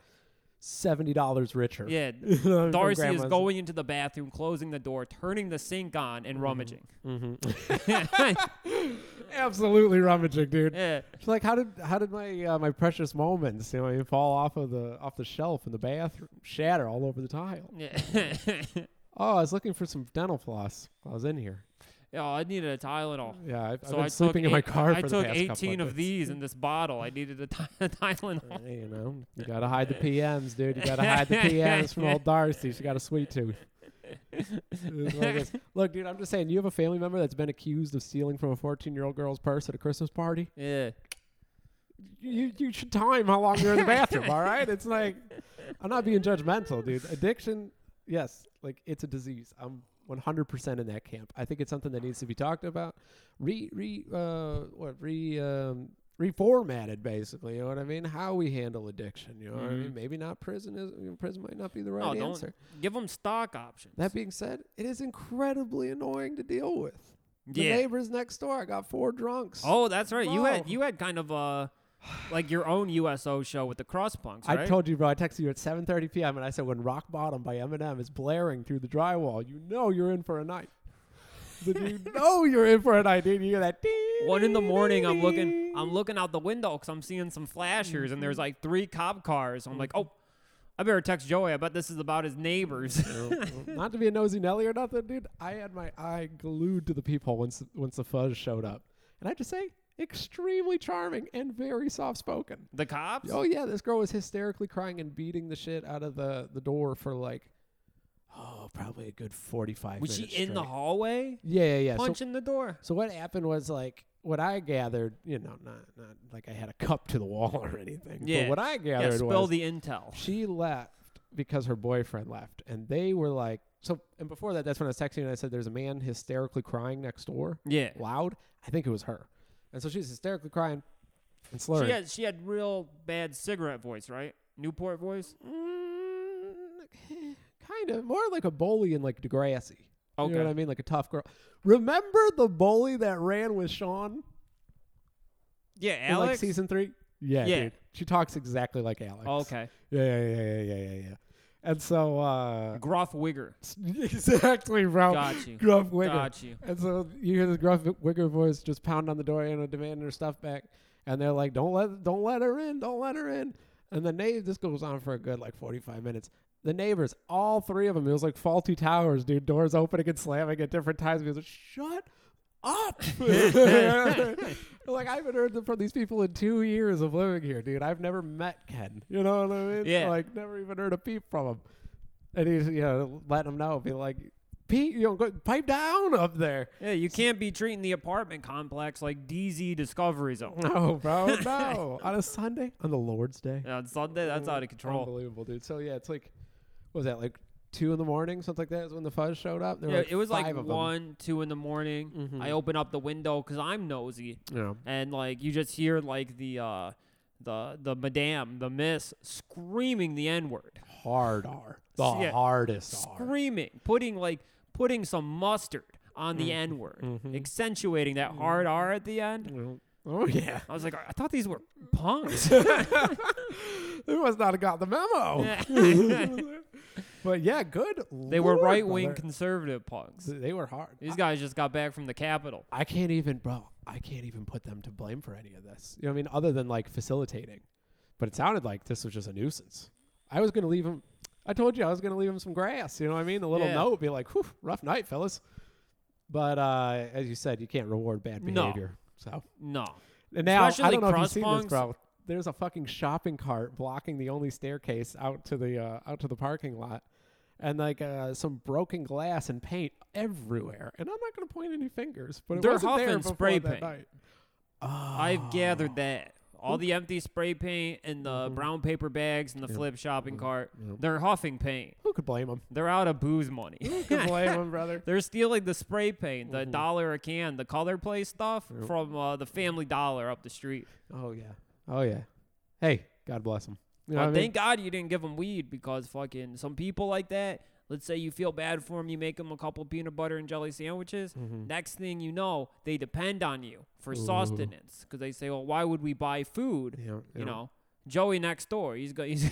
[SPEAKER 4] seventy dollars richer.
[SPEAKER 3] Yeah.
[SPEAKER 4] From
[SPEAKER 3] Darcy is
[SPEAKER 4] grandma's.
[SPEAKER 3] going into the bathroom, closing the door, turning the sink on,
[SPEAKER 4] Mm-hmm.
[SPEAKER 3] and rummaging.
[SPEAKER 4] absolutely rummaging, dude.
[SPEAKER 3] yeah.
[SPEAKER 4] She's like, how did how did my uh, my precious moments, you know, fall off of the off the shelf in the bathroom, shatter all over the tile?
[SPEAKER 3] Yeah.
[SPEAKER 4] Oh, I was looking for some dental floss while I was in here.
[SPEAKER 3] oh, I needed a Tylenol.
[SPEAKER 4] Yeah, I've, I've
[SPEAKER 3] so
[SPEAKER 4] been
[SPEAKER 3] I took
[SPEAKER 4] sleeping in my
[SPEAKER 3] eight-
[SPEAKER 4] car.
[SPEAKER 3] I
[SPEAKER 4] for
[SPEAKER 3] took
[SPEAKER 4] the past couple
[SPEAKER 3] 18 of
[SPEAKER 4] days.
[SPEAKER 3] these in this bottle. I needed a, ty- a Tylenol.
[SPEAKER 4] Hey, you know, you gotta hide the PMs, dude. You gotta hide the PMs from old Darcy. She got a sweet tooth. It's like this. Look, dude, I'm just saying. You have a family member that's been accused of stealing from a 14 year old girl's purse at a Christmas party.
[SPEAKER 3] Yeah.
[SPEAKER 4] You you should time how long you're in the bathroom. all right, it's like I'm not being judgmental, dude. Addiction, yes, like it's a disease. I'm 100% in that camp. I think it's something that needs to be talked about. Re re uh what re um reformatted basically. You know what I mean? How we handle addiction. You know what I mean? Maybe not prison is you know, prison might not be the
[SPEAKER 3] Mm-hmm. No,
[SPEAKER 4] right
[SPEAKER 3] don't
[SPEAKER 4] answer.
[SPEAKER 3] give them stock options.
[SPEAKER 4] That being said, it is incredibly annoying to deal with. The
[SPEAKER 3] yeah.
[SPEAKER 4] neighbors next door. I got four drunks.
[SPEAKER 3] Oh, that's right. You had
[SPEAKER 4] Whoa.
[SPEAKER 3] you had kind of a like your own USO show with the Cross Punks, right?
[SPEAKER 4] I told you, bro. I texted you at 7:30 p.m. and I said, "When Rock Bottom by Eminem is blaring through the drywall, you know you're in for a night. Then you know you're in for a night. Did you hear that? dee,
[SPEAKER 3] One in the
[SPEAKER 4] dee,
[SPEAKER 3] morning, I'm
[SPEAKER 4] dee,
[SPEAKER 3] looking,
[SPEAKER 4] dee.
[SPEAKER 3] I'm looking out the window because I'm seeing some flashers, and there's
[SPEAKER 4] Mm-hmm.
[SPEAKER 3] like three cop cars. I'm like, oh, I better text Joey. I bet this is about his neighbors.
[SPEAKER 4] Not to be a nosy Nelly or nothing, dude. I had my eye glued to the peephole once once the fuzz showed up, and I have to say, extremely charming and very soft spoken.
[SPEAKER 3] the cops?
[SPEAKER 4] Oh yeah, this girl was hysterically crying and beating the shit out of the the door for like, oh, probably a good 45.
[SPEAKER 3] Was she
[SPEAKER 4] minutes
[SPEAKER 3] in the
[SPEAKER 4] straight.
[SPEAKER 3] hallway
[SPEAKER 4] Yeah, yeah, yeah. So-
[SPEAKER 3] punching the door?
[SPEAKER 4] So what happened was like what I gathered, you know, not not like I had a cup to the wall or anything.
[SPEAKER 3] Yeah.
[SPEAKER 4] But what I
[SPEAKER 3] Yeah,
[SPEAKER 4] gathered
[SPEAKER 3] spill
[SPEAKER 4] was
[SPEAKER 3] the intel.
[SPEAKER 4] she left because her boyfriend left, and they were like, so. And before that, that's when I was texting you and I said, "There's a man hysterically crying next door,
[SPEAKER 3] Yeah,
[SPEAKER 4] loud." I think it was her, and so she's hysterically crying and slurring.
[SPEAKER 3] she had she had real bad cigarette voice, right? Newport voice.
[SPEAKER 4] Mm, kind of more like a bully in like Degrassi. You
[SPEAKER 3] Okay.
[SPEAKER 4] know what I mean? Like a tough girl. Remember the bully that ran with Sean?
[SPEAKER 3] Yeah,
[SPEAKER 4] in,
[SPEAKER 3] Alex.
[SPEAKER 4] like season three. Yeah,
[SPEAKER 3] Yeah.
[SPEAKER 4] dude. She talks exactly like Alex.
[SPEAKER 3] Oh, okay,
[SPEAKER 4] Yeah, yeah, yeah, yeah, yeah, yeah, yeah. And so uh
[SPEAKER 3] gruff wigger.
[SPEAKER 4] exactly, bro.
[SPEAKER 3] Got you.
[SPEAKER 4] Gruff Wigger.
[SPEAKER 3] Got you.
[SPEAKER 4] And so you hear this gruff Wigger voice just pound on the door and demanding her stuff back. And they're like, "Don't let, don't let her in, don't let her in." And the neighbor, this goes on for a good like forty-five minutes. The neighbors, all three of them, it was like faulty towers, dude. Doors opening and slamming at different times. Because shut up. like I haven't heard from these people in two years of living here, dude. I've never met Ken. You know what I mean?
[SPEAKER 3] Yeah.
[SPEAKER 4] Like never even heard a peep from him. And he's you know letting them know, be like, Pete, you know, go, pipe down up there.
[SPEAKER 3] Yeah, you can't be treating the apartment complex like DZ Discovery Zone.
[SPEAKER 4] No, bro, no. on a Sunday, on the Lord's Day.
[SPEAKER 3] Yeah, on Sunday, that's out of control.
[SPEAKER 4] Unbelievable, dude. So yeah, it's like, what was that like two in the morning, something like that? Is when the fuzz showed up. There were,
[SPEAKER 3] Yeah, it was like
[SPEAKER 4] five of Mm-hmm. them.
[SPEAKER 3] one, two in the morning. I open up the window because I'm nosy,
[SPEAKER 4] Yeah.
[SPEAKER 3] and like you just hear like the uh, the the madame, the miss screaming the n word,
[SPEAKER 4] Hard R, the
[SPEAKER 3] Yeah.
[SPEAKER 4] hardest R.
[SPEAKER 3] screaming, putting like putting some mustard on the
[SPEAKER 4] Mm-hmm.
[SPEAKER 3] n word, accentuating that hard r at the end.
[SPEAKER 4] Oh yeah.
[SPEAKER 3] I was like, I thought these were punks.
[SPEAKER 4] They must not have got the memo. but yeah, good.
[SPEAKER 3] they were
[SPEAKER 4] lord,
[SPEAKER 3] right wing
[SPEAKER 4] Oh. brother.
[SPEAKER 3] conservative punks.
[SPEAKER 4] They were hard.
[SPEAKER 3] These guys just got back from the Capitol.
[SPEAKER 4] I can't even, bro. I can't even put them to blame for any of this. You know what I mean? Other than like facilitating, but it sounded like this was just a nuisance. I was gonna leave him. I told you I was gonna leave him some grass. You know what I mean? The little
[SPEAKER 3] Yeah.
[SPEAKER 4] note, be like, "Whew, rough night, fellas." But uh, as you said, you can't reward bad
[SPEAKER 3] No.
[SPEAKER 4] behavior. So
[SPEAKER 3] No.
[SPEAKER 4] And now I
[SPEAKER 3] Especially
[SPEAKER 4] don't know if you've
[SPEAKER 3] crust
[SPEAKER 4] seen
[SPEAKER 3] bunks.
[SPEAKER 4] this, bro. There's a fucking shopping cart blocking the only staircase out to the uh, out to the parking lot, and like uh, some broken glass and paint everywhere. And I'm not gonna point any fingers, but it
[SPEAKER 3] They're
[SPEAKER 4] wasn't there
[SPEAKER 3] huffing
[SPEAKER 4] before
[SPEAKER 3] spray
[SPEAKER 4] that
[SPEAKER 3] paint.
[SPEAKER 4] night. Ah. Oh.
[SPEAKER 3] I've gathered that. All the empty spray paint and the
[SPEAKER 4] Mm-hmm.
[SPEAKER 3] brown paper bags and the flip shopping cart, they're huffing paint.
[SPEAKER 4] Who could blame him?
[SPEAKER 3] They're out of booze money.
[SPEAKER 4] Who could blame him, brother?
[SPEAKER 3] they're stealing the spray paint, the
[SPEAKER 4] Mm-hmm.
[SPEAKER 3] dollar a can, the color play stuff from uh, the Family Dollar up the street.
[SPEAKER 4] Oh yeah, oh yeah. Hey, God bless him. You know
[SPEAKER 3] But
[SPEAKER 4] what I mean?
[SPEAKER 3] Uh, thank God you didn't give them weed because fucking some people like that. Let's say you feel bad for them, you make them a couple peanut butter and jelly sandwiches.
[SPEAKER 4] Mm-hmm.
[SPEAKER 3] Next thing you know, they depend on you for sustenance because they say, "Well, why would we buy food?"
[SPEAKER 4] Yeah,
[SPEAKER 3] you
[SPEAKER 4] yeah.
[SPEAKER 3] know, Joey next door. He's go- he's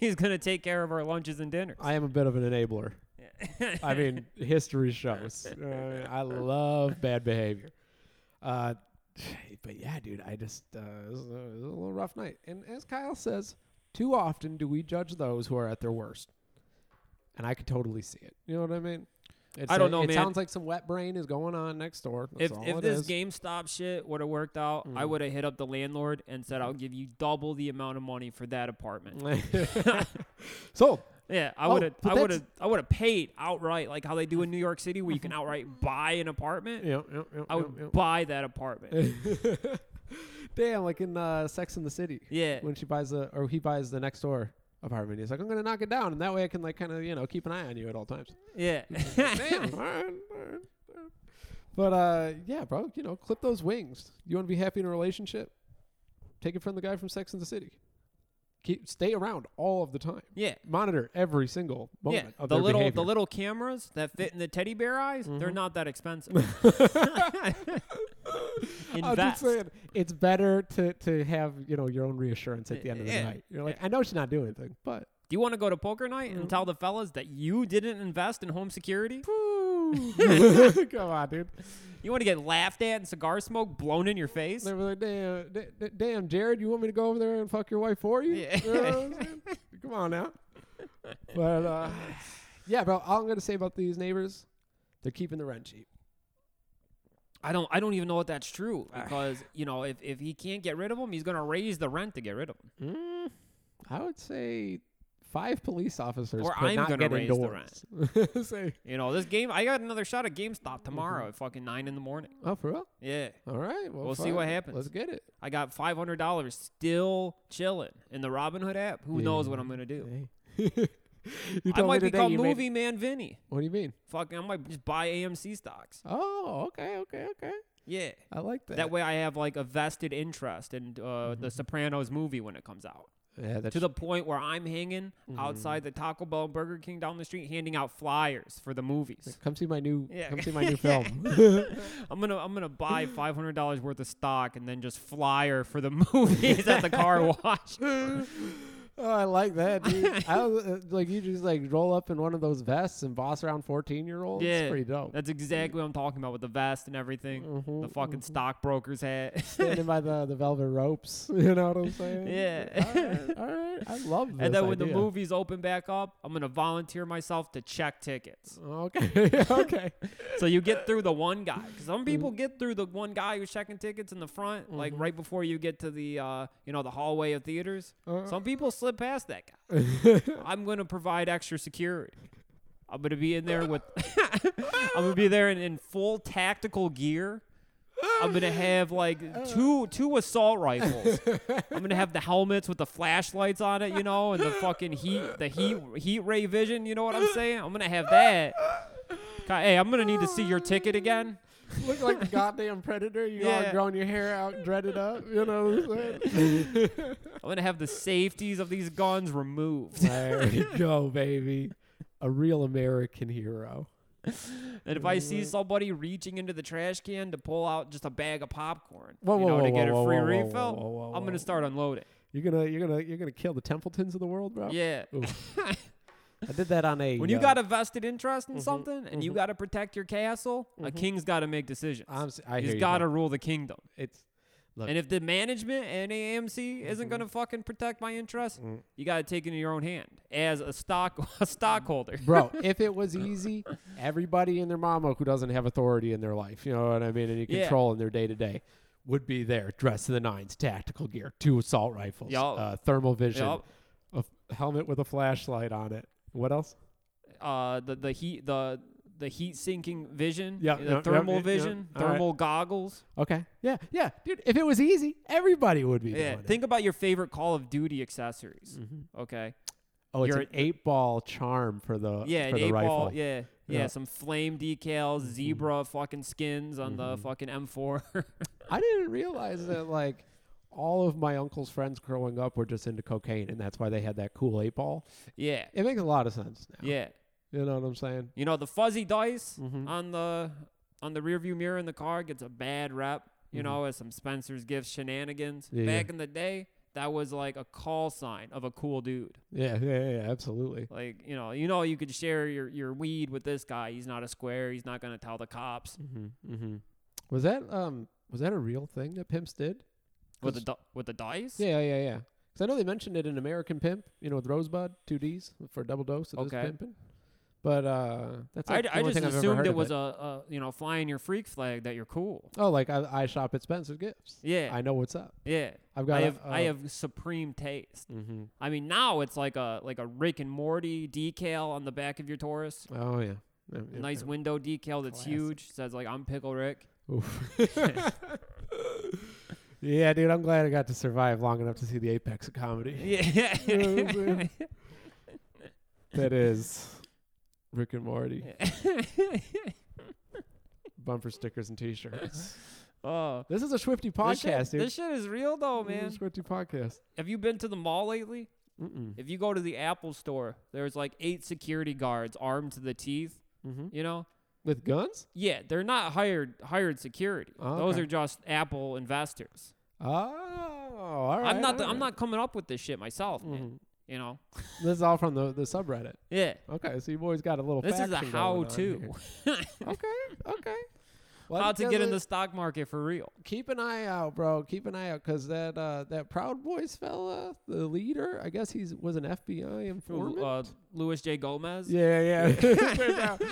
[SPEAKER 3] he's gonna take care of our lunches and dinners.
[SPEAKER 4] I am a bit of an enabler. I mean, history shows. You know what I, mean? I love bad behavior. Uh, but yeah, dude, I just uh, it, was a, it was a little rough night. And as Kyle says, too often do we judge those who are at their worst. And I could totally see it. You know what I mean? It's
[SPEAKER 3] I don't
[SPEAKER 4] a-
[SPEAKER 3] know,
[SPEAKER 4] It
[SPEAKER 3] man.
[SPEAKER 4] sounds like some wet brain is going on next door. That's
[SPEAKER 3] if
[SPEAKER 4] all
[SPEAKER 3] if
[SPEAKER 4] it
[SPEAKER 3] this
[SPEAKER 4] is. Mm.
[SPEAKER 3] GameStop shit would have worked out, I would have hit up the landlord and said, "I'll give you double the amount of money for that apartment."
[SPEAKER 4] sold.
[SPEAKER 3] Yeah, I
[SPEAKER 4] Mm. Oh,
[SPEAKER 3] would have,
[SPEAKER 4] but
[SPEAKER 3] I would
[SPEAKER 4] that's-
[SPEAKER 3] have, I would have paid outright, like how they do in New York City, where you can outright buy an apartment.
[SPEAKER 4] Yep, yep, yep,
[SPEAKER 3] I would
[SPEAKER 4] yep, yep.
[SPEAKER 3] buy that apartment.
[SPEAKER 4] Damn, like in uh, Sex in the City.
[SPEAKER 3] Yeah.
[SPEAKER 4] When she buys the, or he buys the next door apartment. He's like, I'm going to knock it down. And that way I can, like, kind of, you know, keep an eye on you at all times.
[SPEAKER 3] yeah,
[SPEAKER 4] Damn. all right, all right. But, uh, yeah, bro, you know, clip those wings. You want to be happy in a relationship? Take it from the guy from Sex in the City. Keep, stay around all of the time.
[SPEAKER 3] yeah,
[SPEAKER 4] Monitor every single
[SPEAKER 3] yeah.
[SPEAKER 4] moment of
[SPEAKER 3] The
[SPEAKER 4] their
[SPEAKER 3] little,
[SPEAKER 4] behavior. Mm-hmm.
[SPEAKER 3] the little cameras that fit in the teddy bear eyes, they're not that expensive.
[SPEAKER 4] I'm
[SPEAKER 3] Invest.
[SPEAKER 4] just saying, it's better to to have you know your own reassurance at the end of the
[SPEAKER 3] Yeah.
[SPEAKER 4] night. You're like, I know she's not doing anything, but
[SPEAKER 3] Do you want to go to poker night
[SPEAKER 4] Mm-hmm.
[SPEAKER 3] and tell the fellas that you didn't invest in home security?
[SPEAKER 4] come on, dude.
[SPEAKER 3] You want to get laughed at and cigar smoke blown in your face?
[SPEAKER 4] They were like, damn, d- d- damn, Jared, you want me to go over there and fuck your wife for you?
[SPEAKER 3] Yeah.
[SPEAKER 4] You know what I'm saying? come on now. But uh, yeah, bro, all I'm gonna say about these neighbors, they're keeping the rent cheap.
[SPEAKER 3] I don't. I don't even know if that's true
[SPEAKER 4] Ah.
[SPEAKER 3] because you know if, if he can't get rid of him, he's gonna raise the rent to get rid of him.
[SPEAKER 4] Mm, I would say five police officers
[SPEAKER 3] Or
[SPEAKER 4] could
[SPEAKER 3] I'm
[SPEAKER 4] not
[SPEAKER 3] gonna
[SPEAKER 4] get
[SPEAKER 3] raise the
[SPEAKER 4] indoors. Say,
[SPEAKER 3] You know this game. I got another shot at GameStop
[SPEAKER 4] Mm-hmm.
[SPEAKER 3] tomorrow at fucking nine in the morning.
[SPEAKER 4] oh, for real?
[SPEAKER 3] Yeah,
[SPEAKER 4] All right. Well,
[SPEAKER 3] We'll see
[SPEAKER 4] fine.
[SPEAKER 3] what happens.
[SPEAKER 4] Let's get it.
[SPEAKER 3] I got five hundred dollars still chilling in the Robinhood app. Who knows what
[SPEAKER 4] Yeah.
[SPEAKER 3] I'm gonna do?
[SPEAKER 4] Hey. you
[SPEAKER 3] I
[SPEAKER 4] told
[SPEAKER 3] might
[SPEAKER 4] me today
[SPEAKER 3] become
[SPEAKER 4] you made-
[SPEAKER 3] movie man Vinny.
[SPEAKER 4] What do you mean?
[SPEAKER 3] Fucking, I might just buy AMC stocks.
[SPEAKER 4] Oh, okay, okay, okay.
[SPEAKER 3] Yeah.
[SPEAKER 4] I like that. Mm-hmm.
[SPEAKER 3] That way, I have like a vested interest in uh, the Sopranos movie when it comes out.
[SPEAKER 4] yeah, that's
[SPEAKER 3] to the point where I'm hanging outside
[SPEAKER 4] Mm-hmm.
[SPEAKER 3] the Taco Bell and Burger King down the street, handing out flyers for the movies.
[SPEAKER 4] come see my new
[SPEAKER 3] Yeah.
[SPEAKER 4] come see my new film.
[SPEAKER 3] I'm gonna I'm gonna buy five hundred dollars worth of stock and then just flyer for the movies at the car wash.
[SPEAKER 4] Oh, I like that, dude. I was, uh, like you just like roll up in one of those vests and boss around fourteen year olds.
[SPEAKER 3] Yeah,
[SPEAKER 4] it's pretty dope.
[SPEAKER 3] That's exactly what I'm talking about with the vest and everything,
[SPEAKER 4] Mm-hmm,
[SPEAKER 3] the fucking stockbroker's hat.
[SPEAKER 4] Standing by the, the velvet ropes, you know what I'm saying?
[SPEAKER 3] Yeah.
[SPEAKER 4] All right, all right. I love this.
[SPEAKER 3] and then when the
[SPEAKER 4] idea.
[SPEAKER 3] movies open back up, I'm gonna volunteer myself to check tickets.
[SPEAKER 4] okay, okay,
[SPEAKER 3] so you get through the one guy. 'Cause some people get through the one guy who's checking tickets in the front, like right before you get to the uh, you know the hallway of theaters. some people slip past that guy. I'm gonna provide extra security. I'm gonna be in there with. I'm gonna be there in, in full tactical gear. I'm gonna have like two two assault rifles. I'm gonna have the helmets with the flashlights on it, you know, and the fucking heat the heat heat ray vision. You know what I'm saying? I'm gonna have that. Ki- Hey, I'm gonna need to see your ticket again.
[SPEAKER 4] look like the goddamn predator. You all
[SPEAKER 3] Yeah.
[SPEAKER 4] growing your hair out, dreaded up. You know what I'm saying?
[SPEAKER 3] I'm gonna have the safeties of these guns removed.
[SPEAKER 4] There you go, baby. A real American hero.
[SPEAKER 3] And if I see somebody reaching into the trash can to pull out just a bag of popcorn,
[SPEAKER 4] Whoa,
[SPEAKER 3] you
[SPEAKER 4] whoa,
[SPEAKER 3] know,
[SPEAKER 4] whoa,
[SPEAKER 3] to get
[SPEAKER 4] whoa,
[SPEAKER 3] a
[SPEAKER 4] whoa,
[SPEAKER 3] free
[SPEAKER 4] whoa, whoa,
[SPEAKER 3] refill,
[SPEAKER 4] whoa, whoa,
[SPEAKER 3] I'm
[SPEAKER 4] whoa.
[SPEAKER 3] gonna start unloading.
[SPEAKER 4] You're gonna you're gonna you're gonna kill the Templetons of the world, bro.
[SPEAKER 3] Yeah.
[SPEAKER 4] Ooh. I did that on a
[SPEAKER 3] When you
[SPEAKER 4] uh,
[SPEAKER 3] got a vested interest
[SPEAKER 4] Mm-hmm.
[SPEAKER 3] in something and you got to protect your castle, a king's got to make decisions.
[SPEAKER 4] I'm s- I hear
[SPEAKER 3] He's
[SPEAKER 4] you,
[SPEAKER 3] got
[SPEAKER 4] bro.
[SPEAKER 3] to rule the kingdom.
[SPEAKER 4] it's look Mm-hmm.
[SPEAKER 3] And if the management and AMC isn't going to fucking protect my interests,
[SPEAKER 4] Mm.
[SPEAKER 3] you got to take it in your own hand as a stock a stockholder.
[SPEAKER 4] bro. If it was easy, everybody and their mama who doesn't have authority in their life, you know what I mean, any
[SPEAKER 3] Yeah.
[SPEAKER 4] control in their day to day, would be there, dressed to the nines, tactical gear, two assault rifles,
[SPEAKER 3] Yup.
[SPEAKER 4] uh, thermal vision,
[SPEAKER 3] Yup.
[SPEAKER 4] a f- helmet with a flashlight on it. What else?
[SPEAKER 3] Uh, the the heat the the heat sinking vision,
[SPEAKER 4] Yeah,
[SPEAKER 3] the
[SPEAKER 4] yeah, yeah,
[SPEAKER 3] thermal
[SPEAKER 4] yeah, yeah.
[SPEAKER 3] vision,
[SPEAKER 4] All right.
[SPEAKER 3] thermal goggles.
[SPEAKER 4] Okay, yeah, yeah, dude. If it was easy, everybody would be
[SPEAKER 3] Yeah,
[SPEAKER 4] doing it. Mm-hmm.
[SPEAKER 3] think about your favorite Call of Duty accessories.
[SPEAKER 4] Mm.
[SPEAKER 3] Okay.
[SPEAKER 4] Oh, it's
[SPEAKER 3] You're
[SPEAKER 4] an eight ball charm for the
[SPEAKER 3] Yeah,
[SPEAKER 4] Uh, for
[SPEAKER 3] an
[SPEAKER 4] the
[SPEAKER 3] eight
[SPEAKER 4] rifle. Mm-hmm.
[SPEAKER 3] ball. Yeah, yeah,
[SPEAKER 4] Yeah.
[SPEAKER 3] some flame decals, zebra fucking skins on
[SPEAKER 4] Mm-hmm.
[SPEAKER 3] the fucking M4.
[SPEAKER 4] I didn't realize that like all of my uncle's friends growing up were just into cocaine, and that's why they had that cool eight ball.
[SPEAKER 3] yeah,
[SPEAKER 4] It makes a lot of sense now.
[SPEAKER 3] yeah.
[SPEAKER 4] you know what I'm saying.
[SPEAKER 3] You know the fuzzy dice
[SPEAKER 4] Mm-hmm.
[SPEAKER 3] on the on the rearview mirror in the car gets a bad rep. You know, as some Spencer's gift shenanigans
[SPEAKER 4] Mm-hmm. Yeah, yeah.
[SPEAKER 3] back in the day. that was like a call sign of a cool dude.
[SPEAKER 4] Yeah, yeah, yeah, yeah, absolutely.
[SPEAKER 3] Like, you know, you know you could share your, your weed with this guy. He's not a square, he's not gonna tell the cops.
[SPEAKER 4] Mm-hmm, mm-hmm. Was that um was that a real thing that pimps did?
[SPEAKER 3] With the di- with the dice?
[SPEAKER 4] Yeah, yeah, yeah. Because I know they mentioned it in American Pimp, you know, with Rosebud, two D's for a double dose of this
[SPEAKER 3] Okay.
[SPEAKER 4] pimping. But uh, that's
[SPEAKER 3] I,
[SPEAKER 4] like, the
[SPEAKER 3] I
[SPEAKER 4] only
[SPEAKER 3] just
[SPEAKER 4] thing I've ever
[SPEAKER 3] assumed
[SPEAKER 4] heard
[SPEAKER 3] it
[SPEAKER 4] of
[SPEAKER 3] was a, a you know flying your freak flag that you're cool.
[SPEAKER 4] Oh, like I, I shop at Spencer Gifts.
[SPEAKER 3] Yeah,
[SPEAKER 4] I know what's up.
[SPEAKER 3] yeah.
[SPEAKER 4] I've got.
[SPEAKER 3] I have
[SPEAKER 4] a, uh,
[SPEAKER 3] I have supreme taste.
[SPEAKER 4] Mm-hmm.
[SPEAKER 3] I mean, now it's like a like a Rick and Morty decal on the back of your Taurus.
[SPEAKER 4] Oh yeah. Yeah, yeah,
[SPEAKER 3] nice
[SPEAKER 4] yeah.
[SPEAKER 3] window decal that's
[SPEAKER 4] Classic.
[SPEAKER 3] huge. Says like I'm Pickle Rick.
[SPEAKER 4] Oof. yeah, dude. I'm glad I got to survive long enough to see the apex of comedy.
[SPEAKER 3] Yeah.
[SPEAKER 4] You know what I'm that is Rick and Morty bumper stickers and T-shirts.
[SPEAKER 3] oh.
[SPEAKER 4] This is a Swifty
[SPEAKER 3] This shit-
[SPEAKER 4] podcast, dude.
[SPEAKER 3] This shit is real though, man.
[SPEAKER 4] This is a Swifty podcast.
[SPEAKER 3] Have you been to the mall lately?
[SPEAKER 4] Mm-mm.
[SPEAKER 3] If you go to the Apple store, there's like eight security guards armed to the teeth,
[SPEAKER 4] Mm-hmm.
[SPEAKER 3] you know?
[SPEAKER 4] With guns?
[SPEAKER 3] Yeah, they're not hired hired security.
[SPEAKER 4] Oh,
[SPEAKER 3] Those
[SPEAKER 4] okay.
[SPEAKER 3] are just Apple investors.
[SPEAKER 4] Oh, all right.
[SPEAKER 3] I'm not the,
[SPEAKER 4] all
[SPEAKER 3] I'm
[SPEAKER 4] right.
[SPEAKER 3] not coming up with this shit myself, man.
[SPEAKER 4] Mhm.
[SPEAKER 3] You know?
[SPEAKER 4] This is all from the the subreddit.
[SPEAKER 3] Yeah.
[SPEAKER 4] Okay, so you boys got a little.
[SPEAKER 3] This is a
[SPEAKER 4] faction going
[SPEAKER 3] how
[SPEAKER 4] on
[SPEAKER 3] to.
[SPEAKER 4] here. okay, okay. Well,
[SPEAKER 3] How
[SPEAKER 4] that's
[SPEAKER 3] to
[SPEAKER 4] good
[SPEAKER 3] get
[SPEAKER 4] that-
[SPEAKER 3] in the stock market for real.
[SPEAKER 4] keep an eye out, bro. Keep an eye out because that uh, that Proud Boys fella, the leader, I guess he's was an FBI informant.
[SPEAKER 3] Uh, Louis J. Gomez.
[SPEAKER 4] yeah, yeah. turns, out,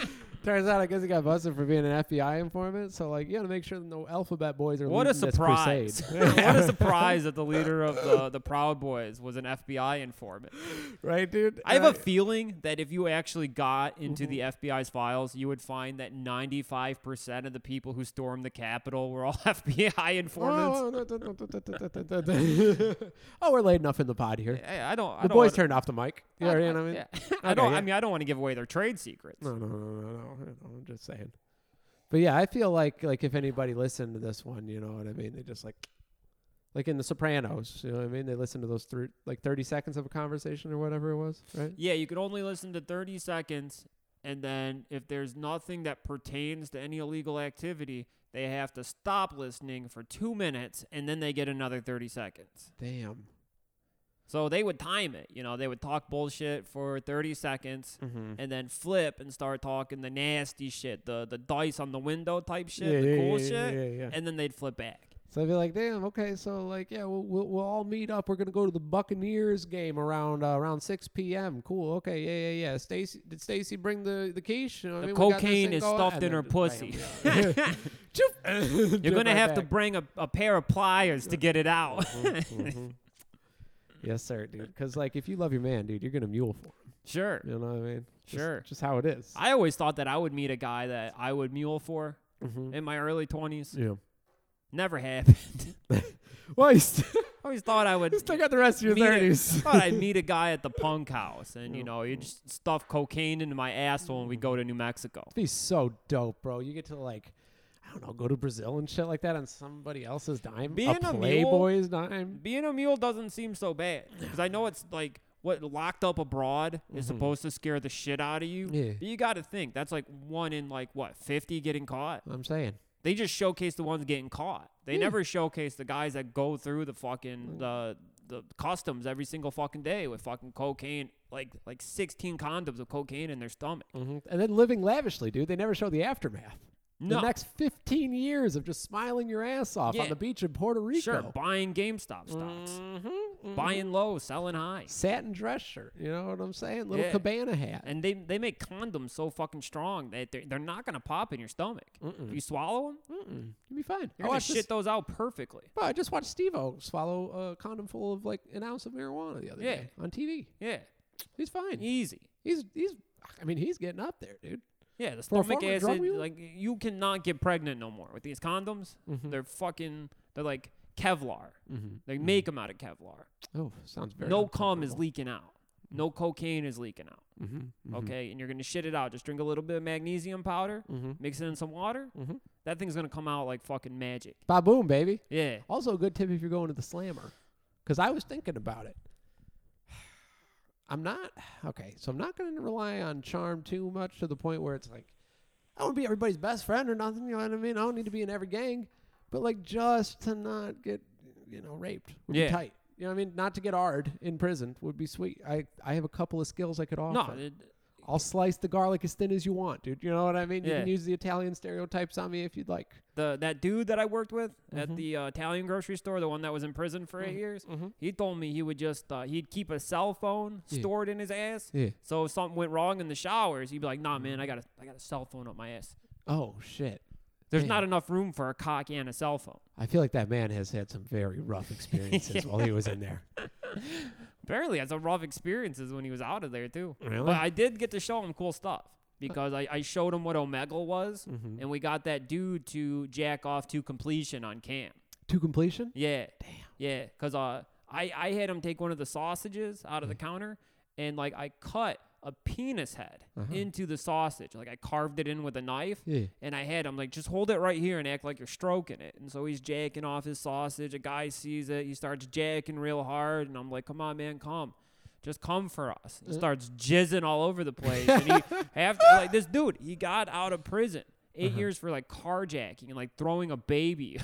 [SPEAKER 4] turns out, I guess he got busted for being an FBI informant. So like, you got to make sure that no Alphabet Boys are.
[SPEAKER 3] What a
[SPEAKER 4] leading this
[SPEAKER 3] surprise.
[SPEAKER 4] crusade.
[SPEAKER 3] what a surprise that the leader of the, the Proud Boys was an FBI informant.
[SPEAKER 4] right, dude?
[SPEAKER 3] I have a
[SPEAKER 4] Right. Mm-hmm.
[SPEAKER 3] feeling that if you actually got into the FBI's files, you would find that 95% of the people who stormed the Capitol were all FBI informants.
[SPEAKER 4] Oh, oh, no, no, no, no, no, no, no. Oh, we're late enough in the pod here.
[SPEAKER 3] Hey, I don't. I
[SPEAKER 4] The
[SPEAKER 3] don't
[SPEAKER 4] boys
[SPEAKER 3] wanna-
[SPEAKER 4] turned off the mic. You know what I mean?
[SPEAKER 3] Yeah. I
[SPEAKER 4] Okay,
[SPEAKER 3] don't.
[SPEAKER 4] yeah.
[SPEAKER 3] I mean, I don't want to give away their trade secrets.
[SPEAKER 4] No, no, no, no, no, no. I'm just saying. But yeah, I feel like like if anybody listened to this one, you know what I mean. They just like, like in The Sopranos, you know what I mean. They listened to those three like thirty seconds of a conversation or whatever it was, right?
[SPEAKER 3] Yeah, you could only listen to 30 seconds, and then if there's nothing that pertains to any illegal activity, they have to stop listening for two minutes, and then they get another 30 seconds.
[SPEAKER 4] Damn.
[SPEAKER 3] So they would time it. You know, they would talk bullshit for 30 seconds.
[SPEAKER 4] Mm-hmm.
[SPEAKER 3] and then flip and start talking the nasty shit, the the dice on the window type shit,
[SPEAKER 4] Yeah,
[SPEAKER 3] the
[SPEAKER 4] yeah,
[SPEAKER 3] cool
[SPEAKER 4] yeah, yeah,
[SPEAKER 3] shit,
[SPEAKER 4] yeah, yeah.
[SPEAKER 3] and then they'd flip back.
[SPEAKER 4] So I'd be like, damn, okay, so like, yeah, we'll, we'll, we'll all meet up. We're gonna go to the Buccaneers game around uh, around six p.m. Cool, okay, yeah, yeah, yeah. Stacy, did Stacy bring the the quiche? You know what I
[SPEAKER 3] The
[SPEAKER 4] mean? We got this
[SPEAKER 3] cocaine
[SPEAKER 4] thing
[SPEAKER 3] is
[SPEAKER 4] going.
[SPEAKER 3] stuffed
[SPEAKER 4] And
[SPEAKER 3] in
[SPEAKER 4] then
[SPEAKER 3] her
[SPEAKER 4] just bam,
[SPEAKER 3] pussy.
[SPEAKER 4] yeah. Choof.
[SPEAKER 3] You're
[SPEAKER 4] Dip
[SPEAKER 3] gonna
[SPEAKER 4] right
[SPEAKER 3] have to
[SPEAKER 4] back.
[SPEAKER 3] bring a, a pair of pliers to get it out.
[SPEAKER 4] Mm, Mm-hmm. Yes, sir, dude. Because like, if you love your man, dude, you're gonna mule for him.
[SPEAKER 3] sure.
[SPEAKER 4] You know what I mean? Just-
[SPEAKER 3] Sure.
[SPEAKER 4] Just how it is.
[SPEAKER 3] I always thought that I would meet a guy that I would mule for
[SPEAKER 4] Mhm.
[SPEAKER 3] in my early twenties.
[SPEAKER 4] Yeah.
[SPEAKER 3] Never happened.
[SPEAKER 4] Well, you still,
[SPEAKER 3] I always thought I would.
[SPEAKER 4] you still got the rest of your
[SPEAKER 3] meet a-
[SPEAKER 4] thirties.
[SPEAKER 3] thought I'd meet a guy at the punk house, and you know, you just stuff cocaine into my asshole when we go to New Mexico.
[SPEAKER 4] be so dope, bro. You get to like, I don't know, go to Brazil and shit like that on somebody else's dime,
[SPEAKER 3] Being a mule-
[SPEAKER 4] playboy's dime.
[SPEAKER 3] being a mule doesn't seem so bad because I know it's like what locked up abroad is supposed to scare the shit out of you.
[SPEAKER 4] Yeah.
[SPEAKER 3] But you got to think that's like one in like what fifty getting caught.
[SPEAKER 4] I'm saying.
[SPEAKER 3] They just showcase the ones getting caught. They never showcase the guys that go through the fucking the the customs every single fucking day with fucking cocaine, like like sixteen condoms of cocaine in their stomach.
[SPEAKER 4] And then living lavishly, dude. They never show the aftermath.
[SPEAKER 3] No,
[SPEAKER 4] The next 15 years of just smiling your ass off
[SPEAKER 3] Yeah.
[SPEAKER 4] on the beach in Puerto Rico.
[SPEAKER 3] sure, Mm-hmm. buying GameStop stocks,
[SPEAKER 4] Mm.
[SPEAKER 3] buying low, selling high.
[SPEAKER 4] Satin dress shirt. You know what I'm saying? Little
[SPEAKER 3] Yeah.
[SPEAKER 4] cabana hat.
[SPEAKER 3] And they, they make condoms so fucking strong that they're, they're not going to pop in your stomach. If you swallow them,
[SPEAKER 4] Mm-mm. You'll be fine.
[SPEAKER 3] you're
[SPEAKER 4] I
[SPEAKER 3] going
[SPEAKER 4] watched
[SPEAKER 3] to shit
[SPEAKER 4] this,
[SPEAKER 3] those out perfectly.
[SPEAKER 4] bro, I just watched Steve O swallow a condom full of like an ounce of marijuana the other
[SPEAKER 3] Yeah.
[SPEAKER 4] day on TV.
[SPEAKER 3] Yeah.
[SPEAKER 4] He's fine.
[SPEAKER 3] Easy.
[SPEAKER 4] He's he's I mean, he's getting up there, dude.
[SPEAKER 3] Yeah, the
[SPEAKER 4] For a
[SPEAKER 3] stomach
[SPEAKER 4] former drug
[SPEAKER 3] acid,
[SPEAKER 4] mule?
[SPEAKER 3] like, you cannot get pregnant no more with these condoms.
[SPEAKER 4] Mm-hmm.
[SPEAKER 3] They're fucking, they're like Kevlar. They make 'em make them out of Kevlar.
[SPEAKER 4] Oh, sounds very
[SPEAKER 3] no cum is leaking out. No
[SPEAKER 4] Mm-hmm.
[SPEAKER 3] cocaine is leaking out. Okay, and you're gonna shit it out. Just drink a little bit of magnesium powder,
[SPEAKER 4] Mm-hmm.
[SPEAKER 3] mix it in some water. That thing's gonna come out like fucking magic.
[SPEAKER 4] Ba boom, baby.
[SPEAKER 3] Yeah.
[SPEAKER 4] Also a good tip if you're going to the slammer. Cuz I was thinking about it. I'm not okay, so I'm not going to rely on charm too much to the point where it's like I want to be everybody's best friend or nothing, you know what I mean? I don't need to be in every gang, but like just to not get you know raped would
[SPEAKER 3] Yeah.
[SPEAKER 4] be tight. You You know what I mean? Not to get hard in prison would be sweet. I, I have a couple of skills I could offer.
[SPEAKER 3] No, it,
[SPEAKER 4] I'll slice the garlic as thin as you want, dude. You know what I mean? You
[SPEAKER 3] Yeah.
[SPEAKER 4] can use the Italian stereotypes on me if you'd like.
[SPEAKER 3] the that dude that I worked with
[SPEAKER 4] Mm-hmm.
[SPEAKER 3] at the uh, Italian grocery store, the one that was in prison for
[SPEAKER 4] Mm.
[SPEAKER 3] eight years, he told me he would just uh, he'd keep a cell phone
[SPEAKER 4] Yeah.
[SPEAKER 3] stored in his ass.
[SPEAKER 4] Yeah.
[SPEAKER 3] So if something went wrong in the showers, he'd be like, "Nah, man, I got a I got a cell phone up my ass.
[SPEAKER 4] Oh shit.
[SPEAKER 3] There's
[SPEAKER 4] Damn.
[SPEAKER 3] not enough room for a cock and a cell phone."
[SPEAKER 4] I feel like that man has had some very rough experiences while he was in there.
[SPEAKER 3] Apparently, had some rough experiences when he was out of there too.
[SPEAKER 4] Really?
[SPEAKER 3] But I did get to show him cool stuff because I, I showed him what Omegle was,
[SPEAKER 4] Mm-hmm.
[SPEAKER 3] and we got that dude to jack off to completion on cam.
[SPEAKER 4] To completion?
[SPEAKER 3] Yeah. Damn. Yeah, because uh, I, I had him take one of the sausages out of the counter and like I cut a penis head into the sausage. Like I carved it in with a knife.
[SPEAKER 4] Yeah.
[SPEAKER 3] And I had him like, just hold it right here and act like you're stroking it. And so he's jacking off his sausage. A guy sees it. He starts jacking real hard. And I'm like, come on, man, come. Just come for us. And starts jizzing all over the place. and he, after, like, this dude, he got out of prison. 8 years for like carjacking and like throwing a baby.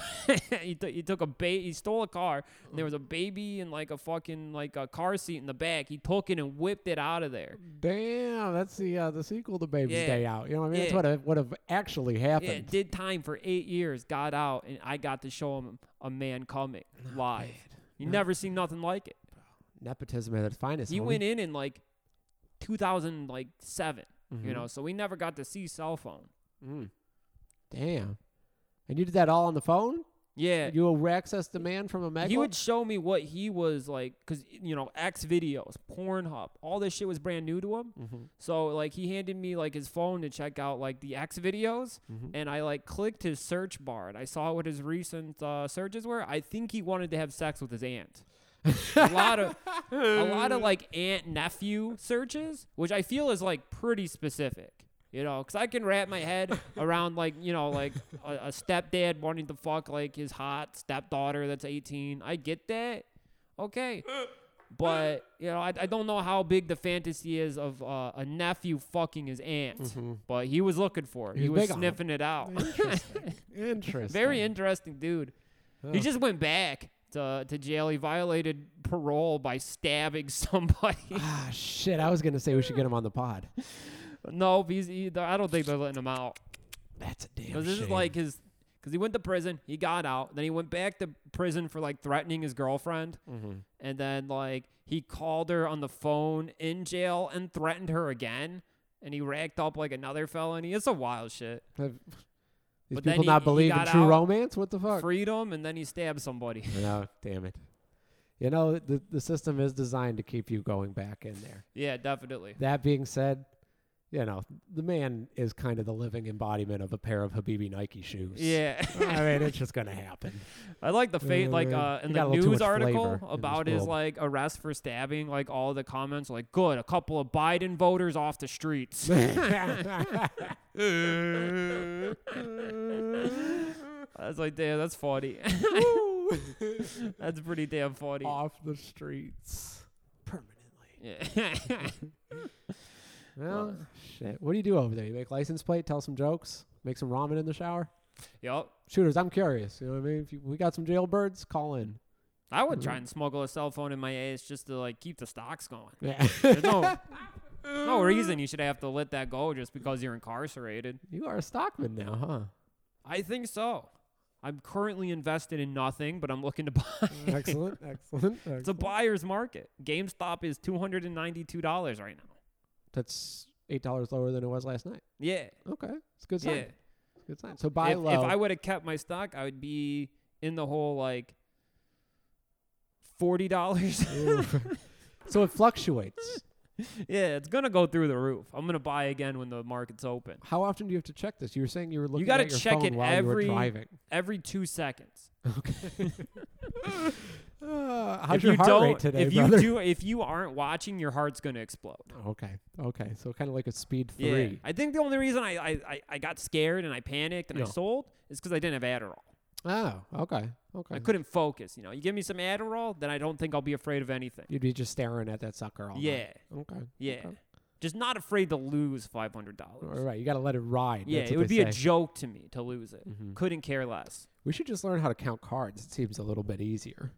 [SPEAKER 3] he, t- he took a baby, he stole a car. And there was a baby in like a fucking like a car seat in the back. He took it and whipped it out of there.
[SPEAKER 4] Damn, that's the uh, the sequel to Baby's
[SPEAKER 3] Yeah.
[SPEAKER 4] Day Out. You know what I mean? That's
[SPEAKER 3] Yeah.
[SPEAKER 4] what have- would have actually
[SPEAKER 3] Yeah,
[SPEAKER 4] happened.
[SPEAKER 3] did time for eight years, got out, and I got to show him a man coming live. You never seen nothing like it.
[SPEAKER 4] Nepotism at its finest.
[SPEAKER 3] He
[SPEAKER 4] homie.
[SPEAKER 3] went in in like 2000, like 7
[SPEAKER 4] Mm-hmm.
[SPEAKER 3] you know, so we never got to see cell phone.
[SPEAKER 4] Mm. Damn. And you did that all on the phone?
[SPEAKER 3] Yeah,
[SPEAKER 4] You accessed the man from a mega?
[SPEAKER 3] he would show me what he was like, cause you know X videos, Pornhub, all this shit was brand new to him.
[SPEAKER 4] Mm-hmm.
[SPEAKER 3] So like he handed me like his phone to check out like the X videos, and I like clicked his search bar and I saw what his recent uh, searches were. I think he wanted to have sex with his aunt. a lot of a lot of like aunt nephew searches, which I feel is like pretty specific. You know, because I can wrap my head around like you know like a, a stepdad wanting to fuck like his hot stepdaughter that's 18. I get that, okay, but you know I, I don't know how big the fantasy is of uh, a nephew fucking his aunt, but he was looking for it.
[SPEAKER 4] Mm-hmm. He
[SPEAKER 3] He
[SPEAKER 4] was
[SPEAKER 3] was
[SPEAKER 4] big on it.
[SPEAKER 3] sniffing it out.
[SPEAKER 4] Interesting. Interesting.
[SPEAKER 3] Very interesting dude. He just went back to, to jail. He violated parole by stabbing somebody.
[SPEAKER 4] Ah, shit. I was going to say we should get him on the pod.
[SPEAKER 3] no, he's, he, I don't think they're letting him out.
[SPEAKER 4] That's a damn
[SPEAKER 3] Because this is
[SPEAKER 4] shame.
[SPEAKER 3] like his. Because he went to prison, he got out, then he went back to prison for like threatening his girlfriend.
[SPEAKER 4] Mm-hmm.
[SPEAKER 3] And then like he called her on the phone in jail and threatened her again. And he racked up like another felony. It's a wild shit.
[SPEAKER 4] Have- These
[SPEAKER 3] But then
[SPEAKER 4] people
[SPEAKER 3] he-
[SPEAKER 4] not
[SPEAKER 3] he
[SPEAKER 4] believe in
[SPEAKER 3] got
[SPEAKER 4] true
[SPEAKER 3] out.
[SPEAKER 4] romance? What the fuck?
[SPEAKER 3] Freedom, and then he stabbed somebody.
[SPEAKER 4] No, damn it. You know, the, the system is designed to keep you going back in there.
[SPEAKER 3] yeah, definitely.
[SPEAKER 4] That being said, you know, the man is kind of the living embodiment of a pair of Habibi Nike shoes.
[SPEAKER 3] Yeah.
[SPEAKER 4] I mean, it's just going to happen.
[SPEAKER 3] I like the fate, like
[SPEAKER 4] Uh,
[SPEAKER 3] uh,
[SPEAKER 4] you
[SPEAKER 3] in
[SPEAKER 4] got
[SPEAKER 3] the
[SPEAKER 4] a little too
[SPEAKER 3] news
[SPEAKER 4] much
[SPEAKER 3] article
[SPEAKER 4] flavor in
[SPEAKER 3] about
[SPEAKER 4] this
[SPEAKER 3] his
[SPEAKER 4] world.
[SPEAKER 3] like arrest for stabbing. Like all the comments, were like good, a couple of Biden voters off the streets. I was like, damn, that's funny. that's pretty damn funny.
[SPEAKER 4] Off the streets permanently.
[SPEAKER 3] Yeah.
[SPEAKER 4] Well, shit. What do you do over there? You make license plate, tell some jokes, make some ramen in the shower?
[SPEAKER 3] yup.
[SPEAKER 4] Shooters, I'm curious. You know what I mean? If you, we got some jailbirds, call in.
[SPEAKER 3] I would try and smuggle a cell phone in my ass just to like keep the stocks going.
[SPEAKER 4] Yeah.
[SPEAKER 3] There's no, no reason you should have to let that go just because you're incarcerated.
[SPEAKER 4] you are a stockman now, huh?
[SPEAKER 3] I think so. I'm currently invested in nothing, but I'm looking to buy.
[SPEAKER 4] excellent, excellent. excellent.
[SPEAKER 3] It's a buyer's market. GameStop is two hundred and ninety-two dollars right now.
[SPEAKER 4] That's eight dollars lower than it was last night.
[SPEAKER 3] Yeah,
[SPEAKER 4] Okay, it's a good sign.
[SPEAKER 3] yeah.
[SPEAKER 4] It's a good sign. So buy
[SPEAKER 3] if,
[SPEAKER 4] low.
[SPEAKER 3] if I would have kept my stock, I would be in the whole like forty dollars.
[SPEAKER 4] so it fluctuates.
[SPEAKER 3] yeah, it's gonna go through the roof. I'm gonna buy again when the market's open.
[SPEAKER 4] How often do you have to check this? You were saying you were looking.
[SPEAKER 3] gotta
[SPEAKER 4] at your
[SPEAKER 3] check
[SPEAKER 4] phone
[SPEAKER 3] it
[SPEAKER 4] while
[SPEAKER 3] every-
[SPEAKER 4] you were driving.
[SPEAKER 3] Every two seconds.
[SPEAKER 4] Uh, how's
[SPEAKER 3] if
[SPEAKER 4] your
[SPEAKER 3] you
[SPEAKER 4] heart
[SPEAKER 3] don't,
[SPEAKER 4] rate today,
[SPEAKER 3] if
[SPEAKER 4] brother?
[SPEAKER 3] you do, if you aren't watching, your heart's gonna explode.
[SPEAKER 4] okay, okay. So kind of like a speed
[SPEAKER 3] Yeah.
[SPEAKER 4] three.
[SPEAKER 3] I think the only reason I I, I, I got scared and I panicked and
[SPEAKER 4] No.
[SPEAKER 3] I sold is because I didn't have Adderall.
[SPEAKER 4] Oh, okay, okay.
[SPEAKER 3] I couldn't focus. You know, you give me some Adderall, then I don't think I'll be afraid of anything.
[SPEAKER 4] You'd be just staring at that sucker all
[SPEAKER 3] yeah,
[SPEAKER 4] night. Okay.
[SPEAKER 3] yeah.
[SPEAKER 4] Oh, Okay.
[SPEAKER 3] Just not afraid to lose five hundred
[SPEAKER 4] All
[SPEAKER 3] dollars.
[SPEAKER 4] right, you got to let it ride.
[SPEAKER 3] Yeah,
[SPEAKER 4] That's
[SPEAKER 3] it
[SPEAKER 4] what
[SPEAKER 3] would
[SPEAKER 4] they
[SPEAKER 3] be a
[SPEAKER 4] say. Mm-hmm.
[SPEAKER 3] joke to me to lose it. Couldn't care less. Hmm.
[SPEAKER 4] We should just learn how to count cards. It seems a little bit easier.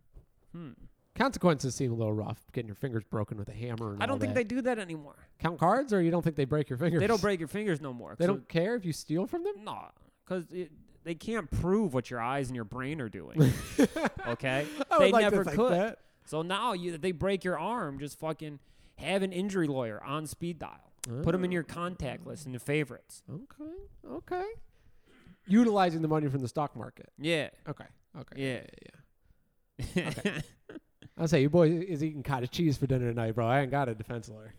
[SPEAKER 4] Consequences seem a little rough. Getting your fingers broken with a hammer. And
[SPEAKER 3] I don't think
[SPEAKER 4] that.
[SPEAKER 3] they do that anymore.
[SPEAKER 4] they count cards, or you don't think they break your fingers.
[SPEAKER 3] They don't break your fingers no more.
[SPEAKER 4] They
[SPEAKER 3] 'cause
[SPEAKER 4] don't care if you steal from them.
[SPEAKER 3] it- No, because they can't prove what your eyes and your brain are doing. okay,
[SPEAKER 4] I would
[SPEAKER 3] they
[SPEAKER 4] like to
[SPEAKER 3] never
[SPEAKER 4] think
[SPEAKER 3] could.
[SPEAKER 4] that.
[SPEAKER 3] So now you, they break your arm, just fucking have an injury lawyer on speed dial. Put them in
[SPEAKER 4] Oh.
[SPEAKER 3] your contact list and your favorites.
[SPEAKER 4] Okay. Oh, Okay. Utilizing the money from the stock market.
[SPEAKER 3] Yeah,
[SPEAKER 4] Okay. Okay.
[SPEAKER 3] yeah, yeah.
[SPEAKER 4] I'll say your boy is eating cottage cheese for dinner tonight, bro. I ain't got a defense lawyer.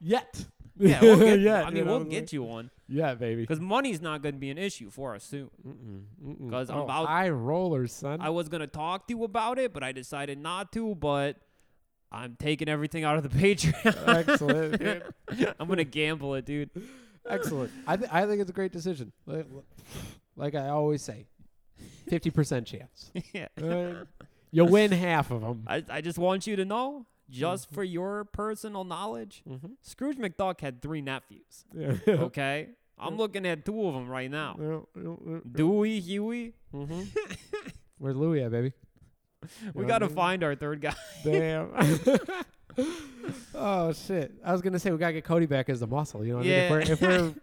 [SPEAKER 4] Yet.
[SPEAKER 3] yeah, we'll get,
[SPEAKER 4] Yet,
[SPEAKER 3] I
[SPEAKER 4] you
[SPEAKER 3] mean,
[SPEAKER 4] know
[SPEAKER 3] we'll
[SPEAKER 4] what I'm
[SPEAKER 3] get you one
[SPEAKER 4] saying? Yeah, baby.
[SPEAKER 3] because money's not going to be an issue for us soon. Because I'm
[SPEAKER 4] Oh,
[SPEAKER 3] about,
[SPEAKER 4] high rollers, son.
[SPEAKER 3] I was going to talk to you about it, but I decided not to. But I'm taking everything out of the Patreon.
[SPEAKER 4] Excellent. dude.
[SPEAKER 3] I'm going to gamble it, dude.
[SPEAKER 4] Excellent. I, th- I think it's a great decision. Like, like I always say, 50% chance.
[SPEAKER 3] yeah.
[SPEAKER 4] Right? You win half of them.
[SPEAKER 3] I, I just want you to know, just for your personal knowledge,
[SPEAKER 4] Mm-hmm.
[SPEAKER 3] Scrooge McDuck had three nephews.
[SPEAKER 4] Yeah.
[SPEAKER 3] Okay, I'm looking at two of them right now.
[SPEAKER 4] Where's
[SPEAKER 3] Dewey, Huey.
[SPEAKER 4] Louis Mm-hmm. at, baby?
[SPEAKER 3] We
[SPEAKER 4] Yeah,
[SPEAKER 3] gotta
[SPEAKER 4] man.
[SPEAKER 3] find our third guy.
[SPEAKER 4] Damn. oh shit! I was gonna say we gotta get Cody back as the muscle. You know, what
[SPEAKER 3] Yeah.
[SPEAKER 4] I mean? if we're if we're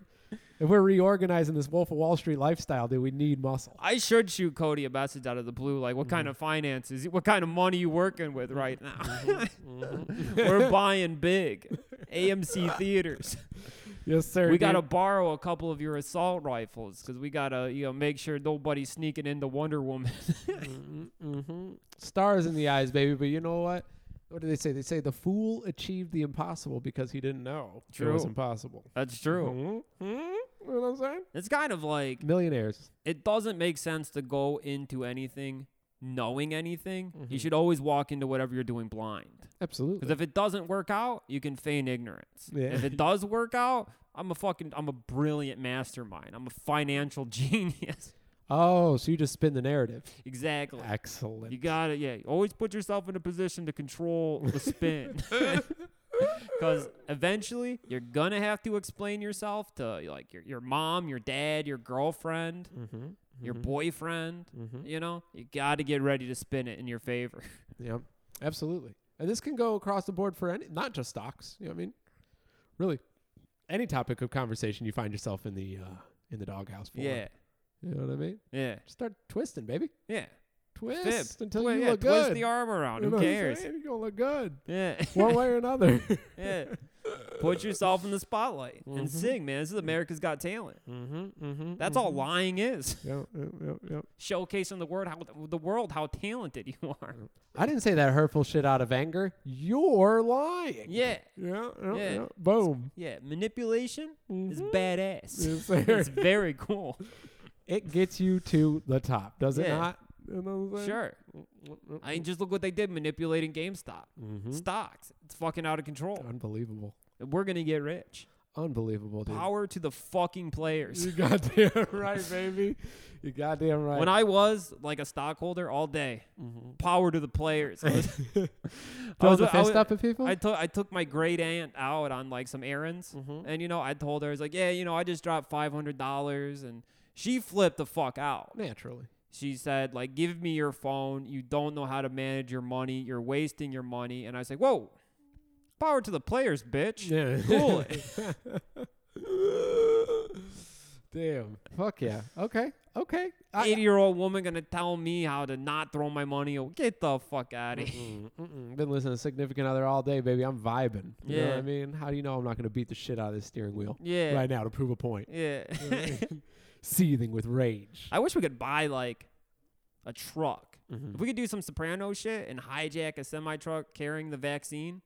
[SPEAKER 4] if we're reorganizing this Wolf of Wall Street lifestyle, dude, we need muscle.
[SPEAKER 3] I should shoot Cody a message out of the blue, like, "What kind of finances? What kind of money you working with right now? We're buying big, AMC theaters.
[SPEAKER 4] Yes, sir.
[SPEAKER 3] We
[SPEAKER 4] dude.
[SPEAKER 3] gotta borrow a couple of your assault rifles because we gotta, you know, make sure nobody's sneaking into Wonder Woman.
[SPEAKER 4] hmm stars in the eyes, baby. But you know what? What do they say? They say the fool achieved the impossible because he didn't know it was
[SPEAKER 3] True.
[SPEAKER 4] impossible.
[SPEAKER 3] That's true.
[SPEAKER 4] hmm You know what I'm saying?
[SPEAKER 3] It's kind of like
[SPEAKER 4] Millionaires.
[SPEAKER 3] it doesn't make sense to go into anything knowing anything. You should always walk into whatever you're doing blind. Because
[SPEAKER 4] Absolutely.
[SPEAKER 3] if it doesn't work out, you can feign ignorance.
[SPEAKER 4] Yeah.
[SPEAKER 3] If it does work out, I'm a fucking I'm a brilliant mastermind. I'm a financial genius.
[SPEAKER 4] Oh, so you just spin the narrative.
[SPEAKER 3] exactly.
[SPEAKER 4] Excellent.
[SPEAKER 3] You got to Yeah. Always put yourself in a position to control the spin. Because eventually you're gonna have to explain yourself to like your, your mom, your dad, your girlfriend,
[SPEAKER 4] Mm-hmm.
[SPEAKER 3] your boyfriend. You know, you got to get ready to spin it in your favor.
[SPEAKER 4] Yeah, absolutely. And this can go across the board for any, not just stocks. You know what I mean? Really, any topic of conversation you find yourself in the uh, in the doghouse for.
[SPEAKER 3] Yeah,
[SPEAKER 4] you know what I mean.
[SPEAKER 3] yeah,
[SPEAKER 4] Just Start twisting, baby.
[SPEAKER 3] yeah.
[SPEAKER 4] Twist until
[SPEAKER 3] Twi-
[SPEAKER 4] you
[SPEAKER 3] yeah,
[SPEAKER 4] look
[SPEAKER 3] twist
[SPEAKER 4] good.
[SPEAKER 3] the arm around.
[SPEAKER 4] You know
[SPEAKER 3] Who
[SPEAKER 4] what I'm
[SPEAKER 3] cares?
[SPEAKER 4] saying? You're gonna look good
[SPEAKER 3] Yeah.
[SPEAKER 4] one way or another.
[SPEAKER 3] yeah. Put yourself in the spotlight and sing, man. This is America's Got Talent.
[SPEAKER 4] mm-hmm, mm-hmm.
[SPEAKER 3] That's all lying is.
[SPEAKER 4] Yep, yep, yep, yep.
[SPEAKER 3] Showcasing the world how the world how talented you are.
[SPEAKER 4] I didn't say that hurtful shit out of anger. You're lying.
[SPEAKER 3] Yeah.
[SPEAKER 4] Yeah. yeah,
[SPEAKER 3] Yeah.
[SPEAKER 4] yeah. Boom.
[SPEAKER 3] Yeah, manipulation is
[SPEAKER 4] Mhm.
[SPEAKER 3] badass.
[SPEAKER 4] Yes, sir.
[SPEAKER 3] Mm-hmm. it's very cool.
[SPEAKER 4] It gets you to the top, does it
[SPEAKER 3] Yeah.
[SPEAKER 4] not? Mm-hmm. You know what I'm saying?
[SPEAKER 3] Sure. I mean, just look what they did manipulating GameStop stocks. It's fucking out of control.
[SPEAKER 4] Mm-hmm. Unbelievable.
[SPEAKER 3] We're gonna get rich.
[SPEAKER 4] Unbelievable, dude.
[SPEAKER 3] Power to the fucking players.
[SPEAKER 4] You goddamn right, baby. You goddamn right. Mm-hmm.
[SPEAKER 3] When I was like a stockholder all day, power to the players. I was- I
[SPEAKER 4] throw
[SPEAKER 3] was-
[SPEAKER 4] the
[SPEAKER 3] I was-
[SPEAKER 4] fist up at people,
[SPEAKER 3] I took I took my great aunt out on like some errands,
[SPEAKER 4] Mm-hmm.
[SPEAKER 3] and you know I told her I was like, yeah, you know I just dropped five hundred dollars, and she flipped the fuck out.
[SPEAKER 4] naturally.
[SPEAKER 3] She said like, give me your phone. You don't know how to manage your money. You're wasting your money. And I was like, whoa, power to the players, bitch.
[SPEAKER 4] Yeah.
[SPEAKER 3] Cool. it.
[SPEAKER 4] Damn. Fuck yeah. Okay. Okay. I-
[SPEAKER 3] Eighty year old woman gonna tell me how to not throw my money. away. Get the fuck out of here.
[SPEAKER 4] Mm, mm-mm. Been listening to Significant Other all day, baby. I'm vibing. You know what
[SPEAKER 3] Yeah.
[SPEAKER 4] I mean? How do you know I'm not going to beat the shit out of this steering wheel
[SPEAKER 3] Yeah.
[SPEAKER 4] right now to prove a point?
[SPEAKER 3] Yeah.
[SPEAKER 4] Seething with rage.
[SPEAKER 3] I wish we could buy like a truck.
[SPEAKER 4] Mm-hmm.
[SPEAKER 3] If we could do some Soprano shit and hijack a semi truck carrying the vaccine,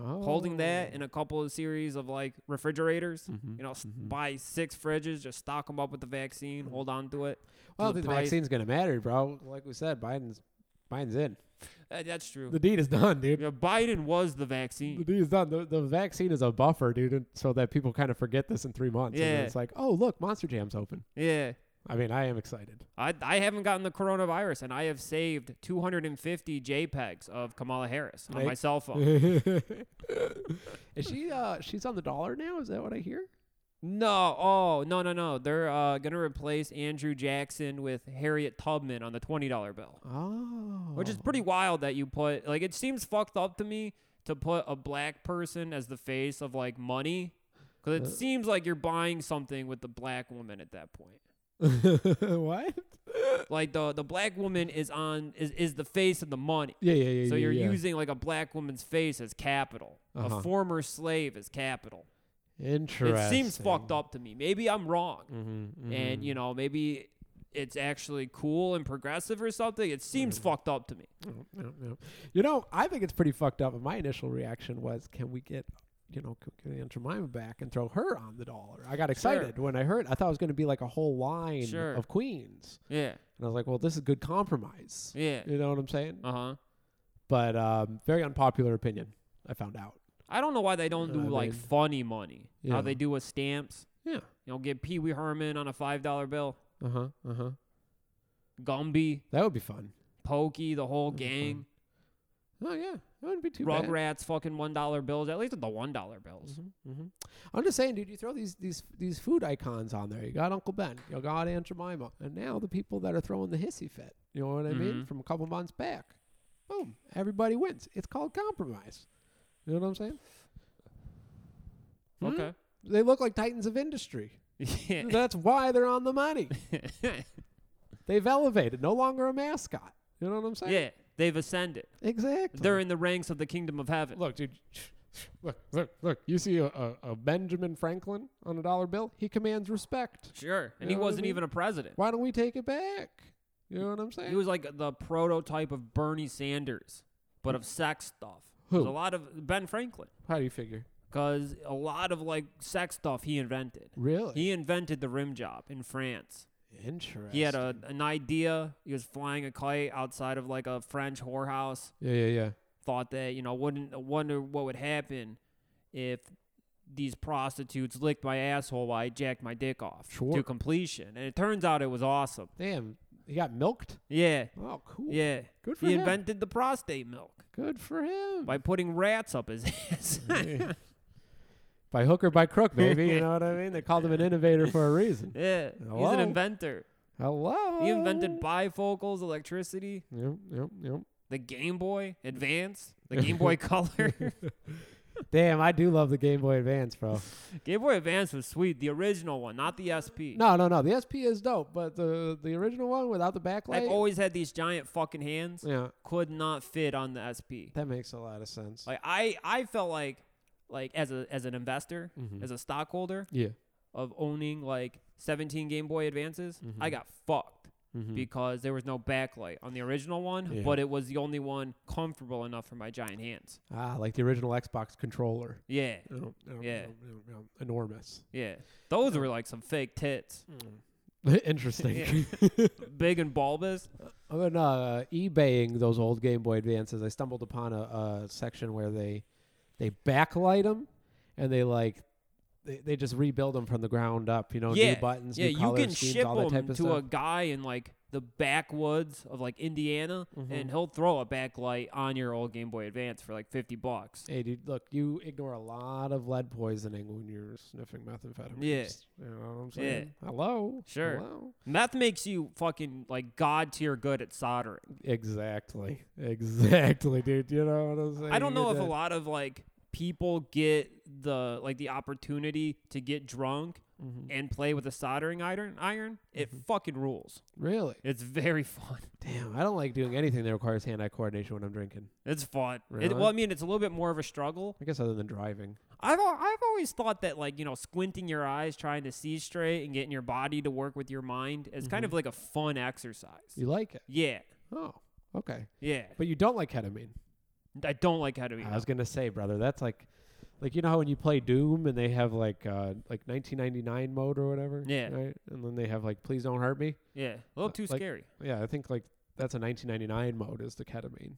[SPEAKER 3] holding
[SPEAKER 4] Oh.
[SPEAKER 3] that in a couple of series of like refrigerators,
[SPEAKER 4] Mm-hmm.
[SPEAKER 3] you know, s buy six fridges, just stock them up with the vaccine,
[SPEAKER 4] Mm-hmm.
[SPEAKER 3] hold on to it. to
[SPEAKER 4] Well,
[SPEAKER 3] the
[SPEAKER 4] the
[SPEAKER 3] price.
[SPEAKER 4] vaccine's going to matter, bro. Like we said, Biden's Biden's in.
[SPEAKER 3] Uh, that's true.
[SPEAKER 4] The deed is done, dude.
[SPEAKER 3] Yeah, Biden was the
[SPEAKER 4] The
[SPEAKER 3] vaccine.
[SPEAKER 4] dude's done. The, the vaccine is a buffer, dude, and- so that people kind of forget this in three months. And then
[SPEAKER 3] Yeah.
[SPEAKER 4] it's like, oh, look, Monster Jam's open.
[SPEAKER 3] Yeah.
[SPEAKER 4] I mean, I am excited.
[SPEAKER 3] I, I haven't gotten the coronavirus, and I have saved 250 JPEGs of Kamala Harris on
[SPEAKER 4] Right.
[SPEAKER 3] my cell phone.
[SPEAKER 4] is she? Uh, she's on the dollar now. Is that what I hear?
[SPEAKER 3] No, oh no, no, no. They're uh, gonna replace Andrew Jackson with Harriet Tubman on the twenty dollar bill,
[SPEAKER 4] Oh.
[SPEAKER 3] which is pretty wild that you put. Like, it seems fucked up to me to put a black person as the face of like money,
[SPEAKER 4] Uh.
[SPEAKER 3] because it seems like you're buying something with the black woman at that point.
[SPEAKER 4] what?
[SPEAKER 3] Like the the black woman is on is is the face of the money.
[SPEAKER 4] Yeah, yeah, yeah.
[SPEAKER 3] So
[SPEAKER 4] yeah,
[SPEAKER 3] you're
[SPEAKER 4] yeah.
[SPEAKER 3] using like a black woman's face as capital,
[SPEAKER 4] Uh-huh.
[SPEAKER 3] a former slave as capital.
[SPEAKER 4] Interesting.
[SPEAKER 3] It seems fucked up to me. Maybe I'm wrong.
[SPEAKER 4] Mm-hmm,
[SPEAKER 3] and you know maybe it's actually cool and progressive or something. It seems
[SPEAKER 4] Mm.
[SPEAKER 3] fucked up to me.
[SPEAKER 4] You know, I think it's pretty fucked up. And my initial reaction was, can we get, you know, c- can we get Jemima back and throw her on the dollar? I got excited when I heard. I thought it was going to be like a whole line
[SPEAKER 3] Sure.
[SPEAKER 4] of queens,
[SPEAKER 3] Yeah,
[SPEAKER 4] and I was like, well, this is good compromise.
[SPEAKER 3] yeah,
[SPEAKER 4] You know what I'm saying?
[SPEAKER 3] uh huh.
[SPEAKER 4] But um, very unpopular opinion. I found out.
[SPEAKER 3] I don't know why they don't do
[SPEAKER 4] I
[SPEAKER 3] like
[SPEAKER 4] mean-
[SPEAKER 3] funny money.
[SPEAKER 4] Yeah.
[SPEAKER 3] How they do with stamps.
[SPEAKER 4] Yeah.
[SPEAKER 3] You know, get Pee Wee Herman on a five dollar bill.
[SPEAKER 4] Uh huh. Uh
[SPEAKER 3] uh-huh.
[SPEAKER 4] huh.
[SPEAKER 3] Gumby,
[SPEAKER 4] That would be fun.
[SPEAKER 3] Pokey, the whole
[SPEAKER 4] That'd be
[SPEAKER 3] gang.
[SPEAKER 4] Oh yeah, that wouldn't be too bad.
[SPEAKER 3] Rugrats, fucking one dollar bills. At least with the one dollar bills.
[SPEAKER 4] Mm-hmm. I'm just saying, dude. You throw these these these food icons on there. You got Uncle Ben. You got Aunt Jemima, and now the people that are throwing the hissy fit. You know what I mean?
[SPEAKER 3] Mhm.
[SPEAKER 4] From a couple months back, boom, everybody wins. It's called compromise. You know what I'm saying? Hmm?
[SPEAKER 3] Okay.
[SPEAKER 4] They look like titans of industry.
[SPEAKER 3] Yeah.
[SPEAKER 4] That's why they're on the money. They've elevated. No longer a mascot. You know what I'm saying?
[SPEAKER 3] yeah. They've ascended.
[SPEAKER 4] Exactly.
[SPEAKER 3] They're in the ranks of the kingdom of heaven.
[SPEAKER 4] look, dude. Look, look, look. You see a, a, a Benjamin Franklin on a dollar bill? He commands respect.
[SPEAKER 3] Sure. And he
[SPEAKER 4] You know what I
[SPEAKER 3] wasn't
[SPEAKER 4] mean?
[SPEAKER 3] even a president.
[SPEAKER 4] Why don't we take it back? You know what I'm saying?
[SPEAKER 3] He was like the prototype of Bernie Sanders, but of sex stuff. There's
[SPEAKER 4] Who?
[SPEAKER 3] a lot of Ben Franklin,
[SPEAKER 4] How do you figure?
[SPEAKER 3] because a lot of like sex stuff he invented.
[SPEAKER 4] Really?
[SPEAKER 3] He invented the rim job in France.
[SPEAKER 4] Interesting.
[SPEAKER 3] He had a, an idea. He was flying a kite outside of like a French whorehouse.
[SPEAKER 4] Yeah, yeah, yeah.
[SPEAKER 3] Thought that you know wouldn't wonder what would happen if these prostitutes licked my asshole while I jacked my dick off
[SPEAKER 4] Sure.
[SPEAKER 3] to completion. And it turns out it was awesome.
[SPEAKER 4] Damn. He got milked?
[SPEAKER 3] Yeah,
[SPEAKER 4] Oh, cool.
[SPEAKER 3] yeah.
[SPEAKER 4] Good for
[SPEAKER 3] He
[SPEAKER 4] him.
[SPEAKER 3] invented the prostate milk.
[SPEAKER 4] Good for him.
[SPEAKER 3] by putting rats up his ass.
[SPEAKER 4] Yeah. by hook or by crook, baby. You know what I mean? They called him an innovator for a reason.
[SPEAKER 3] yeah, he's
[SPEAKER 4] Hello?
[SPEAKER 3] an inventor.
[SPEAKER 4] Hello.
[SPEAKER 3] He invented bifocals, electricity,
[SPEAKER 4] Yep, yep, yep.
[SPEAKER 3] the Game Boy Advance, the Game Boy Color.
[SPEAKER 4] Damn, I do love the Game Boy Advance, bro.
[SPEAKER 3] Game Boy Advance was sweet, the original one, not the SP.
[SPEAKER 4] No, no, no. The SP is dope, but the the original one without the backlight.
[SPEAKER 3] I've always had these giant fucking hands.
[SPEAKER 4] yeah,
[SPEAKER 3] Could not fit on the SP.
[SPEAKER 4] that makes a lot of sense.
[SPEAKER 3] Like I, I felt like, like as a as an investor, as a stockholder
[SPEAKER 4] Mm-hmm. yeah.
[SPEAKER 3] of owning like 17 Game Boy Advances, I got fucked.
[SPEAKER 4] Mm-hmm.
[SPEAKER 3] because there was no backlight on the original one,
[SPEAKER 4] Mm. Yeah.
[SPEAKER 3] but it was the only one comfortable enough for my giant hands.
[SPEAKER 4] Ah, like the original Xbox controller.
[SPEAKER 3] Yeah,
[SPEAKER 4] Um, um,
[SPEAKER 3] Yeah.
[SPEAKER 4] um, um, um, enormous.
[SPEAKER 3] yeah. Those were like some fake tits,
[SPEAKER 4] Mm. Interesting.
[SPEAKER 3] big and bulbous.
[SPEAKER 4] I've been uh, eBaying those old Game Boy Advances. I stumbled upon a, a section where they they backlight them and they like they, they just rebuild them from the ground up. You know,
[SPEAKER 3] yeah,
[SPEAKER 4] new buttons,
[SPEAKER 3] yeah.
[SPEAKER 4] new
[SPEAKER 3] you
[SPEAKER 4] color
[SPEAKER 3] can
[SPEAKER 4] schemes,
[SPEAKER 3] ship
[SPEAKER 4] all that type
[SPEAKER 3] them
[SPEAKER 4] of
[SPEAKER 3] to a
[SPEAKER 4] stuff.
[SPEAKER 3] guy in like the backwoods of like Indiana, and
[SPEAKER 4] Mm-hmm.
[SPEAKER 3] he'll throw a backlight on your old Game Boy Advance for like fifty bucks.
[SPEAKER 4] Hey, dude, look, you ignore a lot of lead poisoning when you're sniffing methamphetamines.
[SPEAKER 3] Yeah.
[SPEAKER 4] You know what I'm saying? Hello?
[SPEAKER 3] Sure.
[SPEAKER 4] Hello?
[SPEAKER 3] Meth makes you fucking like god tier good at soldering.
[SPEAKER 4] Exactly. Exactly, dude. You know what I'm saying?
[SPEAKER 3] I don't know
[SPEAKER 4] You
[SPEAKER 3] if a
[SPEAKER 4] did-
[SPEAKER 3] lot of like people get the like the opportunity to get drunk
[SPEAKER 4] Mm-hmm.
[SPEAKER 3] and play with a soldering iron. Iron, it fucking rules.
[SPEAKER 4] Really?
[SPEAKER 3] It's very fun.
[SPEAKER 4] Damn, I don't like doing anything that requires hand-eye coordination when I'm drinking.
[SPEAKER 3] It's fun. It,
[SPEAKER 4] Really?
[SPEAKER 3] well, I mean, it's a little bit more of a struggle.
[SPEAKER 4] I guess other than driving.
[SPEAKER 3] I've al- I've always thought that like you know squinting your eyes, trying to see straight, and getting your body to work with your mind is kind of like a fun exercise.
[SPEAKER 4] Mm-hmm. You like it?
[SPEAKER 3] Yeah,
[SPEAKER 4] Oh, okay.
[SPEAKER 3] yeah.
[SPEAKER 4] But you don't like ketamine.
[SPEAKER 3] I don't like how to.
[SPEAKER 4] I was gonna say, brother, that's like, like you know how when you play Doom and they have like uh like 1999 mode or whatever.
[SPEAKER 3] Yeah.
[SPEAKER 4] Right. And then they have like, please don't hurt me.
[SPEAKER 3] Yeah, a little too
[SPEAKER 4] like-
[SPEAKER 3] scary.
[SPEAKER 4] Yeah, I think like that's a 1999 mode is the ketamine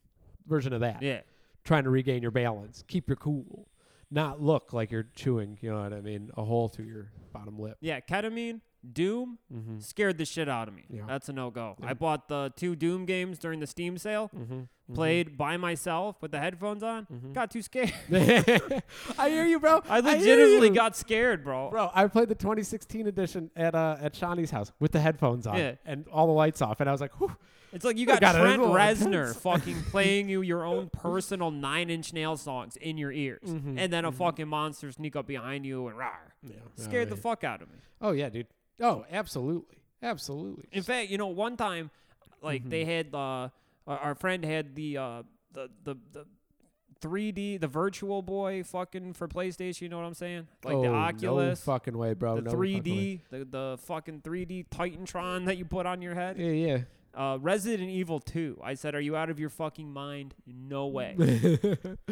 [SPEAKER 4] version of that.
[SPEAKER 3] Yeah,
[SPEAKER 4] Trying to regain your balance, keep your cool, not look like you're chewing. You know what I mean? A hole through your bottom lip.
[SPEAKER 3] yeah. Ketamine, Doom,
[SPEAKER 4] Mm-hmm.
[SPEAKER 3] scared the shit out of me.
[SPEAKER 4] Yeah.
[SPEAKER 3] That's a no go.
[SPEAKER 4] Yeah.
[SPEAKER 3] I bought the two Doom games during the Steam sale.
[SPEAKER 4] Mm-hmm.
[SPEAKER 3] played by myself with the headphones on. Got too scared.
[SPEAKER 4] I hear you, bro.
[SPEAKER 3] I
[SPEAKER 4] hear
[SPEAKER 3] legitimately
[SPEAKER 4] you.
[SPEAKER 3] got scared, bro.
[SPEAKER 4] Bro, I played the 2016 edition at uh, at Shawnee's house with the headphones on
[SPEAKER 3] Yeah.
[SPEAKER 4] and all the lights off, and I was like, Whew,
[SPEAKER 3] It's like you
[SPEAKER 4] I
[SPEAKER 3] got,
[SPEAKER 4] got it.
[SPEAKER 3] Trent
[SPEAKER 4] It's a little
[SPEAKER 3] Reznor
[SPEAKER 4] intense.
[SPEAKER 3] fucking playing you your own personal Nine Inch Nail songs in your ears,
[SPEAKER 4] Mm-hmm,
[SPEAKER 3] and then a fucking monster sneak up behind you and rawr. Scared the
[SPEAKER 4] Alright.
[SPEAKER 3] fuck out of me.
[SPEAKER 4] "Oh yeah, dude. Oh, absolutely, absolutely."
[SPEAKER 3] In fact, you know, one time, like they
[SPEAKER 4] Mm-hmm.
[SPEAKER 3] had uh, our- our friend had the uh, the the the. 3D, the Virtual Boy, fucking for PlayStation. You know what I'm saying? Like
[SPEAKER 4] Oh,
[SPEAKER 3] the
[SPEAKER 4] no
[SPEAKER 3] Oculus,
[SPEAKER 4] fucking way, bro.
[SPEAKER 3] the
[SPEAKER 4] No fucking way.
[SPEAKER 3] 3D, the, the fucking 3D Titantron that you put on your head.
[SPEAKER 4] Yeah, yeah.
[SPEAKER 3] Uh, Resident Evil 2. I said, Are you out of your fucking mind? No way.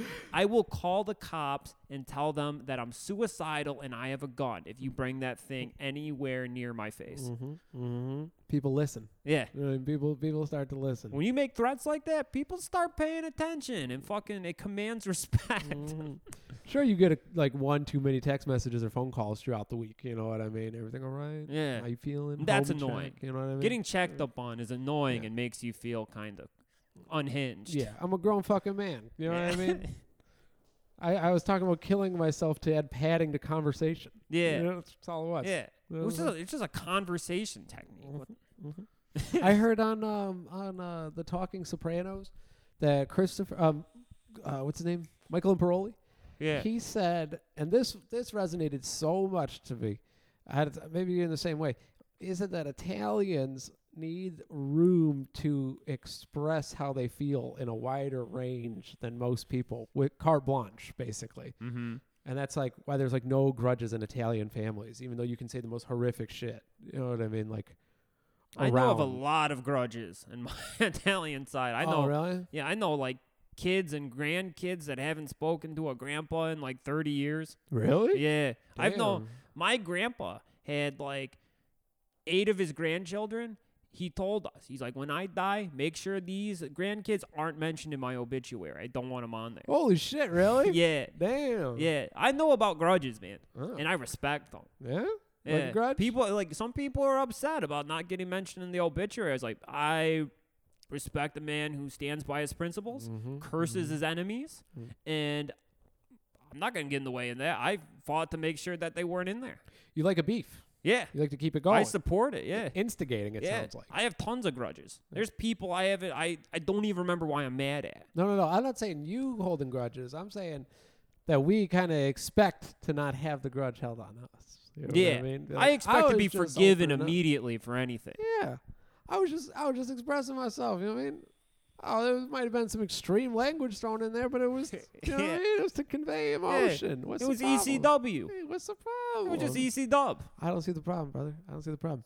[SPEAKER 3] I will call the cops and tell them that I'm suicidal and I have a gun if you bring that thing anywhere near my face.
[SPEAKER 4] Mm-hmm, People listen.
[SPEAKER 3] Yeah.
[SPEAKER 4] You know what I mean? People people start to listen.
[SPEAKER 3] When you make threats like that, people start paying attention and fucking it commands respect.
[SPEAKER 4] Sure, you get a, like one too many text messages or phone calls throughout the week. You know what I mean? Everything all right?
[SPEAKER 3] Yeah.
[SPEAKER 4] How you feeling?
[SPEAKER 3] That's
[SPEAKER 4] Home
[SPEAKER 3] annoying.
[SPEAKER 4] check, you know what I mean?
[SPEAKER 3] Getting checked up on is annoying and makes you feel kind of unhinged.
[SPEAKER 4] yeah, I'm a grown fucking man. You know what I mean? I, I was talking about killing myself to add padding to conversation.
[SPEAKER 3] Yeah.
[SPEAKER 4] You know, that's Mhm. all it was.
[SPEAKER 3] Yeah.
[SPEAKER 4] Yeah,
[SPEAKER 3] It's
[SPEAKER 4] yeah.
[SPEAKER 3] just, a, it's just a conversation technique. What-
[SPEAKER 4] I heard on um on uh, the Talking Sopranos that Christopher um uh, what's his name Michael Imperoli
[SPEAKER 3] Yeah.
[SPEAKER 4] he said and this this resonated so much to me I had maybe you're in the same way is it that Italians need room to express how they feel in a wider range than most people with carte blanche basically
[SPEAKER 3] mm-hmm.
[SPEAKER 4] and that's like why there's like no grudges in Italian families even though you can say the most horrific shit you know what I mean like
[SPEAKER 3] I know of a
[SPEAKER 4] around.
[SPEAKER 3] lot of grudges in my Italian side. I know
[SPEAKER 4] oh really
[SPEAKER 3] Yeah, I know like kids and grandkids that haven't spoken to a grandpa in like 30 years.
[SPEAKER 4] Really?
[SPEAKER 3] Yeah. I've known
[SPEAKER 4] Damn.
[SPEAKER 3] my grandpa had like eight of his grandchildren. He told us, he's like, when I die, make sure these grandkids aren't mentioned in my obituary. I don't want them on there.
[SPEAKER 4] Holy shit, really?
[SPEAKER 3] Yeah.
[SPEAKER 4] Damn.
[SPEAKER 3] Yeah. I know about grudges, man.
[SPEAKER 4] Oh.
[SPEAKER 3] And I respect them.
[SPEAKER 4] Yeah? Like
[SPEAKER 3] Yeah.
[SPEAKER 4] a grudge?
[SPEAKER 3] People like some people are upset about not getting mentioned in the obituary. I was like, I respect a man who stands by his principles,
[SPEAKER 4] Mm-hmm.
[SPEAKER 3] curses his enemies, and I'm not gonna get in the way of that. I fought to make sure that they weren't in there.
[SPEAKER 4] you like a beef.
[SPEAKER 3] Yeah.
[SPEAKER 4] You like to keep it
[SPEAKER 3] I
[SPEAKER 4] going.
[SPEAKER 3] support it. Yeah.
[SPEAKER 4] Instigating, it
[SPEAKER 3] yeah.
[SPEAKER 4] sounds like.
[SPEAKER 3] I have tons of grudges. There's people I haven't I, I don't even remember why I'm mad at.
[SPEAKER 4] no, no, no. I'm not saying you holding grudges. I'm saying that we kind of expect to not have the grudge held on us. You know what
[SPEAKER 3] yeah.
[SPEAKER 4] I, mean? Be
[SPEAKER 3] I
[SPEAKER 4] like,
[SPEAKER 3] expect to
[SPEAKER 4] was
[SPEAKER 3] be
[SPEAKER 4] just
[SPEAKER 3] forgiven
[SPEAKER 4] opening up."
[SPEAKER 3] immediately for anything.
[SPEAKER 4] Yeah. I was just I was just expressing myself, you know what I mean? Oh, there might have been some extreme language thrown in there, but it was you know what
[SPEAKER 3] Yeah.
[SPEAKER 4] I mean? It was to convey
[SPEAKER 3] Yeah.
[SPEAKER 4] emotion. What's
[SPEAKER 3] It
[SPEAKER 4] the
[SPEAKER 3] was
[SPEAKER 4] problem?
[SPEAKER 3] ECW.
[SPEAKER 4] Hey, what's the
[SPEAKER 3] It
[SPEAKER 4] problem?
[SPEAKER 3] was just E EC dub.
[SPEAKER 4] I don't see the problem, brother. I don't see the problem.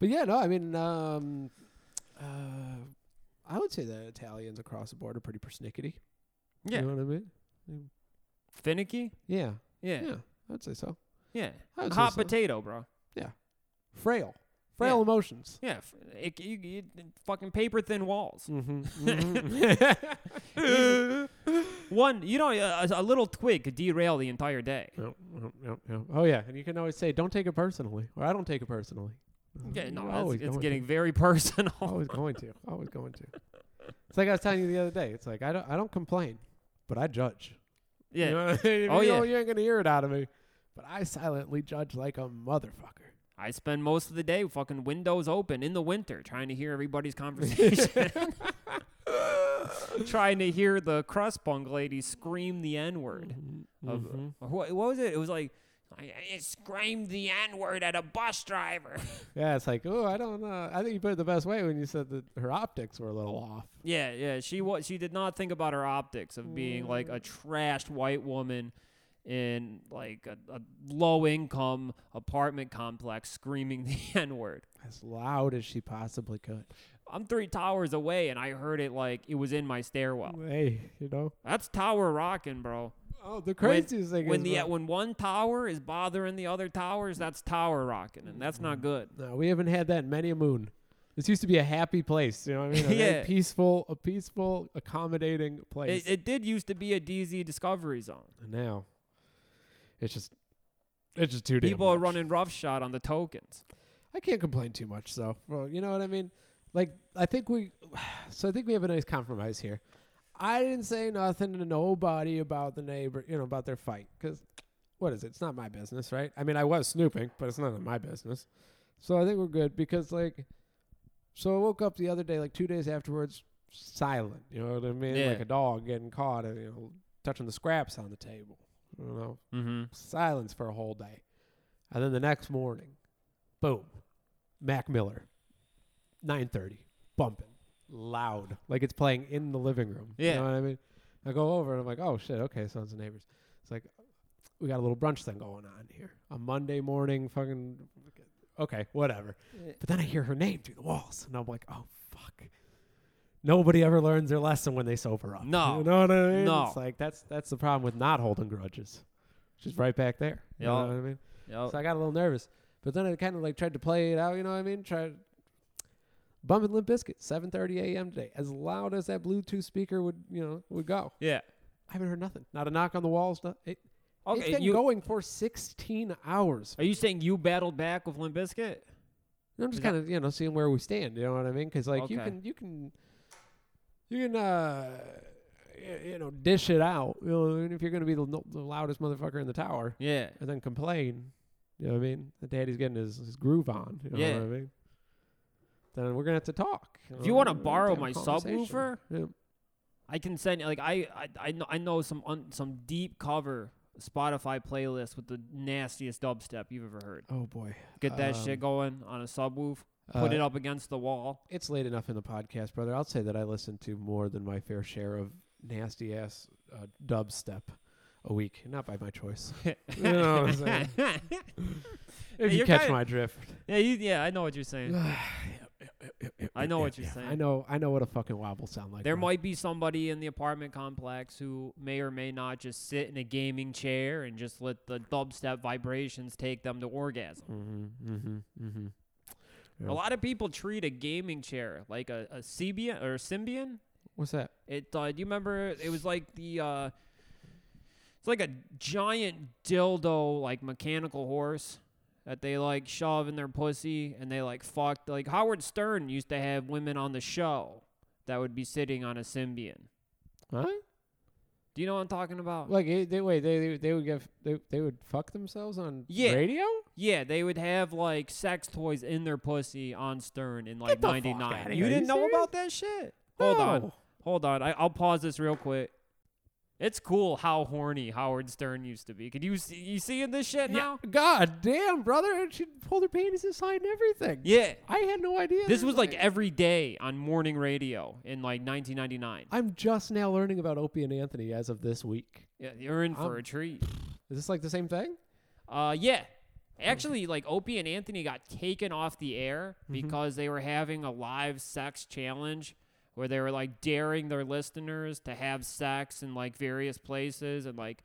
[SPEAKER 4] but yeah, no, I mean, um, uh, I would say that Italians across the board are pretty persnickety.
[SPEAKER 3] Yeah.
[SPEAKER 4] You know what I mean?
[SPEAKER 3] Finicky?
[SPEAKER 4] Yeah.
[SPEAKER 3] Yeah.
[SPEAKER 4] Yeah. I'd say so.
[SPEAKER 3] Yeah.
[SPEAKER 4] I uh, would say
[SPEAKER 3] Hot
[SPEAKER 4] so.
[SPEAKER 3] potato, bro.
[SPEAKER 4] Frail. Frail
[SPEAKER 3] Yeah.
[SPEAKER 4] emotions.
[SPEAKER 3] Yeah. f- It, you, you, fucking paper thin walls.
[SPEAKER 4] Mm-hmm.
[SPEAKER 3] One, you know, a, a little twig could derail the entire day.
[SPEAKER 4] Yep, yep, yep, yep. Oh, yeah. And you can always say, don't take it personally. Or I don't take it personally.
[SPEAKER 3] Yeah,
[SPEAKER 4] You're
[SPEAKER 3] no,
[SPEAKER 4] always
[SPEAKER 3] it's, it's
[SPEAKER 4] going
[SPEAKER 3] getting very personal.
[SPEAKER 4] to. Always going to. Always going to. It's like I was telling you the other day. It's like, I don't, I don't complain, but I judge.
[SPEAKER 3] yeah.
[SPEAKER 4] You know what I mean? If
[SPEAKER 3] Oh,
[SPEAKER 4] you
[SPEAKER 3] yeah.
[SPEAKER 4] don't- You ain't gonna hear it out of me. But I silently judge like a motherfucker.
[SPEAKER 3] I spend most of the day fucking windows open in the winter trying to hear everybody's conversation. trying to hear the crust punk lady scream the N word.
[SPEAKER 4] Mm-hmm.
[SPEAKER 3] uh, What, what was it? It was like, I, I screamed the N word at a bus driver.
[SPEAKER 4] Yeah, it's like, oh, I don't know. I think you put it the best way when you said that her optics were a little off.
[SPEAKER 3] Yeah, yeah. She was. She did not think about her optics of being like a
[SPEAKER 4] Mm.
[SPEAKER 3] trashed white woman in like a, a low income apartment complex screaming the n word.
[SPEAKER 4] As loud as she possibly could.
[SPEAKER 3] I'm three towers away, and I heard it like it was in my stairwell.
[SPEAKER 4] Hey, you know.
[SPEAKER 3] That's tower rocking, bro.
[SPEAKER 4] Oh, the
[SPEAKER 3] When-
[SPEAKER 4] craziest thing
[SPEAKER 3] when
[SPEAKER 4] is
[SPEAKER 3] the
[SPEAKER 4] when-
[SPEAKER 3] when one tower is bothering the other towers, that's tower rocking, and that's not good.
[SPEAKER 4] no, we haven't had that in many a moon. This used to be a happy place, you know what I mean? A very
[SPEAKER 3] Yeah.
[SPEAKER 4] peaceful, a peaceful, accommodating place.
[SPEAKER 3] It, it did used to be a DZ Discovery Zone.
[SPEAKER 4] and now, it's just, it's just too damn
[SPEAKER 3] People are
[SPEAKER 4] much.
[SPEAKER 3] running roughshod on the tokens.
[SPEAKER 4] I can't complain too much, though. Well, you know what I mean. Like I think we, so I think we have a nice compromise here. I didn't say nothing to nobody about the neighbor, you know, about their fight, because what is it? It's not my business, right? I mean, I was snooping, but it's none of my business. So I think we're good because, like, so I woke up the other day, like two days afterwards, silent. You know what I mean?
[SPEAKER 3] Yeah.
[SPEAKER 4] Like a dog getting caught and you know touching the scraps on the table. I don't know,
[SPEAKER 3] Mm-hmm.
[SPEAKER 4] silence for a whole day. And then the next morning, boom, Mac Miller, 9:30, bumping loud, like it's playing in the living room.
[SPEAKER 3] Yeah.
[SPEAKER 4] You know what I mean? I go over and I'm like, "Oh shit, okay, sons and neighbors." It's like we got a little brunch thing going on here. A Monday morning fucking okay, whatever. But then I hear her name through the walls and I'm like, "Oh fuck." Nobody ever learns their lesson when they sober up.
[SPEAKER 3] No.
[SPEAKER 4] You know what I mean?
[SPEAKER 3] No.
[SPEAKER 4] It's like that's that's the problem with not holding grudges. She's right back there. You know
[SPEAKER 3] Yeah.
[SPEAKER 4] what I mean?
[SPEAKER 3] Oh.
[SPEAKER 4] So I got a little nervous. But then I kind of like tried to play it out, you know what I mean? Tried bumping Limp Biscuit, 7:30 a.m. today, as loud as that Bluetooth speaker would, you know, would go.
[SPEAKER 3] yeah.
[SPEAKER 4] I haven't heard nothing. Not a knock on the walls. No, it, it's
[SPEAKER 3] Okay.
[SPEAKER 4] been
[SPEAKER 3] You,
[SPEAKER 4] going for 16 hours.
[SPEAKER 3] are you saying you battled back with Limp Bizkit?
[SPEAKER 4] I'm just
[SPEAKER 3] Is that-
[SPEAKER 4] kind of you know seeing where we stand. You know what I mean? Because like you
[SPEAKER 3] Okay.
[SPEAKER 4] can you can you can uh y- you know dish it out. You know what I mean? if you're gonna be the, no- the loudest motherfucker in the tower
[SPEAKER 3] Yeah.
[SPEAKER 4] and then complain. You know what I mean? The daddy's getting his, his groove on. You know
[SPEAKER 3] Yeah.
[SPEAKER 4] what I mean? Then we're gonna have to talk.
[SPEAKER 3] If you wanna
[SPEAKER 4] know,
[SPEAKER 3] borrow
[SPEAKER 4] have a
[SPEAKER 3] my
[SPEAKER 4] conversation.
[SPEAKER 3] subwoofer,
[SPEAKER 4] yeah.
[SPEAKER 3] I can send like I I I know, I know some un, some deep cover Spotify playlist with the nastiest dubstep you've ever heard.
[SPEAKER 4] oh boy,
[SPEAKER 3] Get that
[SPEAKER 4] Um,
[SPEAKER 3] shit going on a subwoof. Put
[SPEAKER 4] uh,
[SPEAKER 3] it up against the wall.
[SPEAKER 4] It's late enough in the podcast, brother. I'll say that I listen to more than my fair share of nasty ass uh, dubstep a week, not by my choice. You know what I'm saying? If you
[SPEAKER 3] You're
[SPEAKER 4] catch
[SPEAKER 3] kinda-
[SPEAKER 4] my drift,
[SPEAKER 3] yeah, you, yeah, I know what you're saying. I know what you're saying.
[SPEAKER 4] I know, I know what a fucking wobble sound like.
[SPEAKER 3] There
[SPEAKER 4] bro.
[SPEAKER 3] might be somebody in the apartment complex who may or may not just sit in a gaming chair and just let the dubstep vibrations take them to orgasm.
[SPEAKER 4] Mhm, mhm, mhm. Yeah.
[SPEAKER 3] A lot of people treat a gaming chair like a, a Cebian or a Symbian.
[SPEAKER 4] What's that?
[SPEAKER 3] It uh, do you remember? It was like the uh, it's like a giant dildo, like mechanical horse that they like shove in their pussy and they like fucked. Like Howard Stern used to have women on the show that would be sitting on a Symbian.
[SPEAKER 4] Huh?
[SPEAKER 3] Do you know what I'm talking about?
[SPEAKER 4] Like eh, they wait, they they, they would give they, they would fuck themselves on
[SPEAKER 3] Yeah.
[SPEAKER 4] radio?
[SPEAKER 3] Yeah, they would have like sex toys in their pussy on Stern in like
[SPEAKER 4] the fuck outta
[SPEAKER 3] '99.
[SPEAKER 4] here.
[SPEAKER 3] You
[SPEAKER 4] Are
[SPEAKER 3] didn't
[SPEAKER 4] you
[SPEAKER 3] know
[SPEAKER 4] serious?
[SPEAKER 3] about that shit? Hold on,
[SPEAKER 4] No.
[SPEAKER 3] hold on. I, I'll pause this real quick. It's cool how horny Howard Stern used to be. Could you see you seeing this shit now?
[SPEAKER 4] God damn, brother! And she pulled her panties aside and everything.
[SPEAKER 3] Yeah.
[SPEAKER 4] I had no idea.
[SPEAKER 3] This
[SPEAKER 4] that-
[SPEAKER 3] was like every day on morning radio in like 1999.
[SPEAKER 4] I'm just now learning about Opie and Anthony as of this week.
[SPEAKER 3] Yeah, you're in for
[SPEAKER 4] I'm-
[SPEAKER 3] a treat.
[SPEAKER 4] Is this like the same thing?
[SPEAKER 3] Uh, yeah. Actually, like Opie and Anthony got taken off the air because they were having a live sex challenge where they were like daring their listeners to have sex in like various places. And like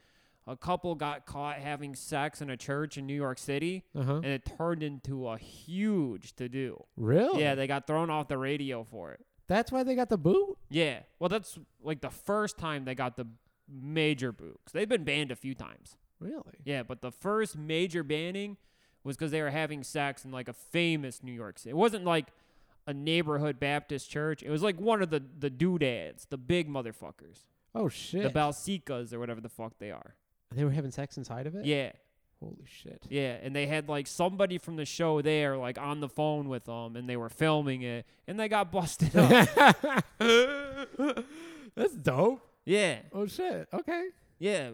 [SPEAKER 3] a couple got caught having sex in a church in New York City
[SPEAKER 4] Uh huh.
[SPEAKER 3] and it turned into a huge to do.
[SPEAKER 4] Really?
[SPEAKER 3] Yeah, they got thrown off the radio for it.
[SPEAKER 4] That's why they got the boot.
[SPEAKER 3] Yeah. Well, that's like the first time they got the major boot. 'Cause They've been banned a few times.
[SPEAKER 4] Really?
[SPEAKER 3] Yeah, but the first major banning was because they were having sex in like a famous New York City. It wasn't like a neighborhood Baptist church. It was like one of the the doodads, the big motherfuckers,
[SPEAKER 4] Oh shit!
[SPEAKER 3] the Balsicas or whatever the fuck they are.
[SPEAKER 4] they were having sex inside of it.
[SPEAKER 3] Yeah,
[SPEAKER 4] Holy shit!
[SPEAKER 3] yeah, and they had like somebody from the show there, like on the phone with them, and they were filming it, and they got busted up.
[SPEAKER 4] That's dope.
[SPEAKER 3] yeah,
[SPEAKER 4] Oh shit. Okay.
[SPEAKER 3] yeah.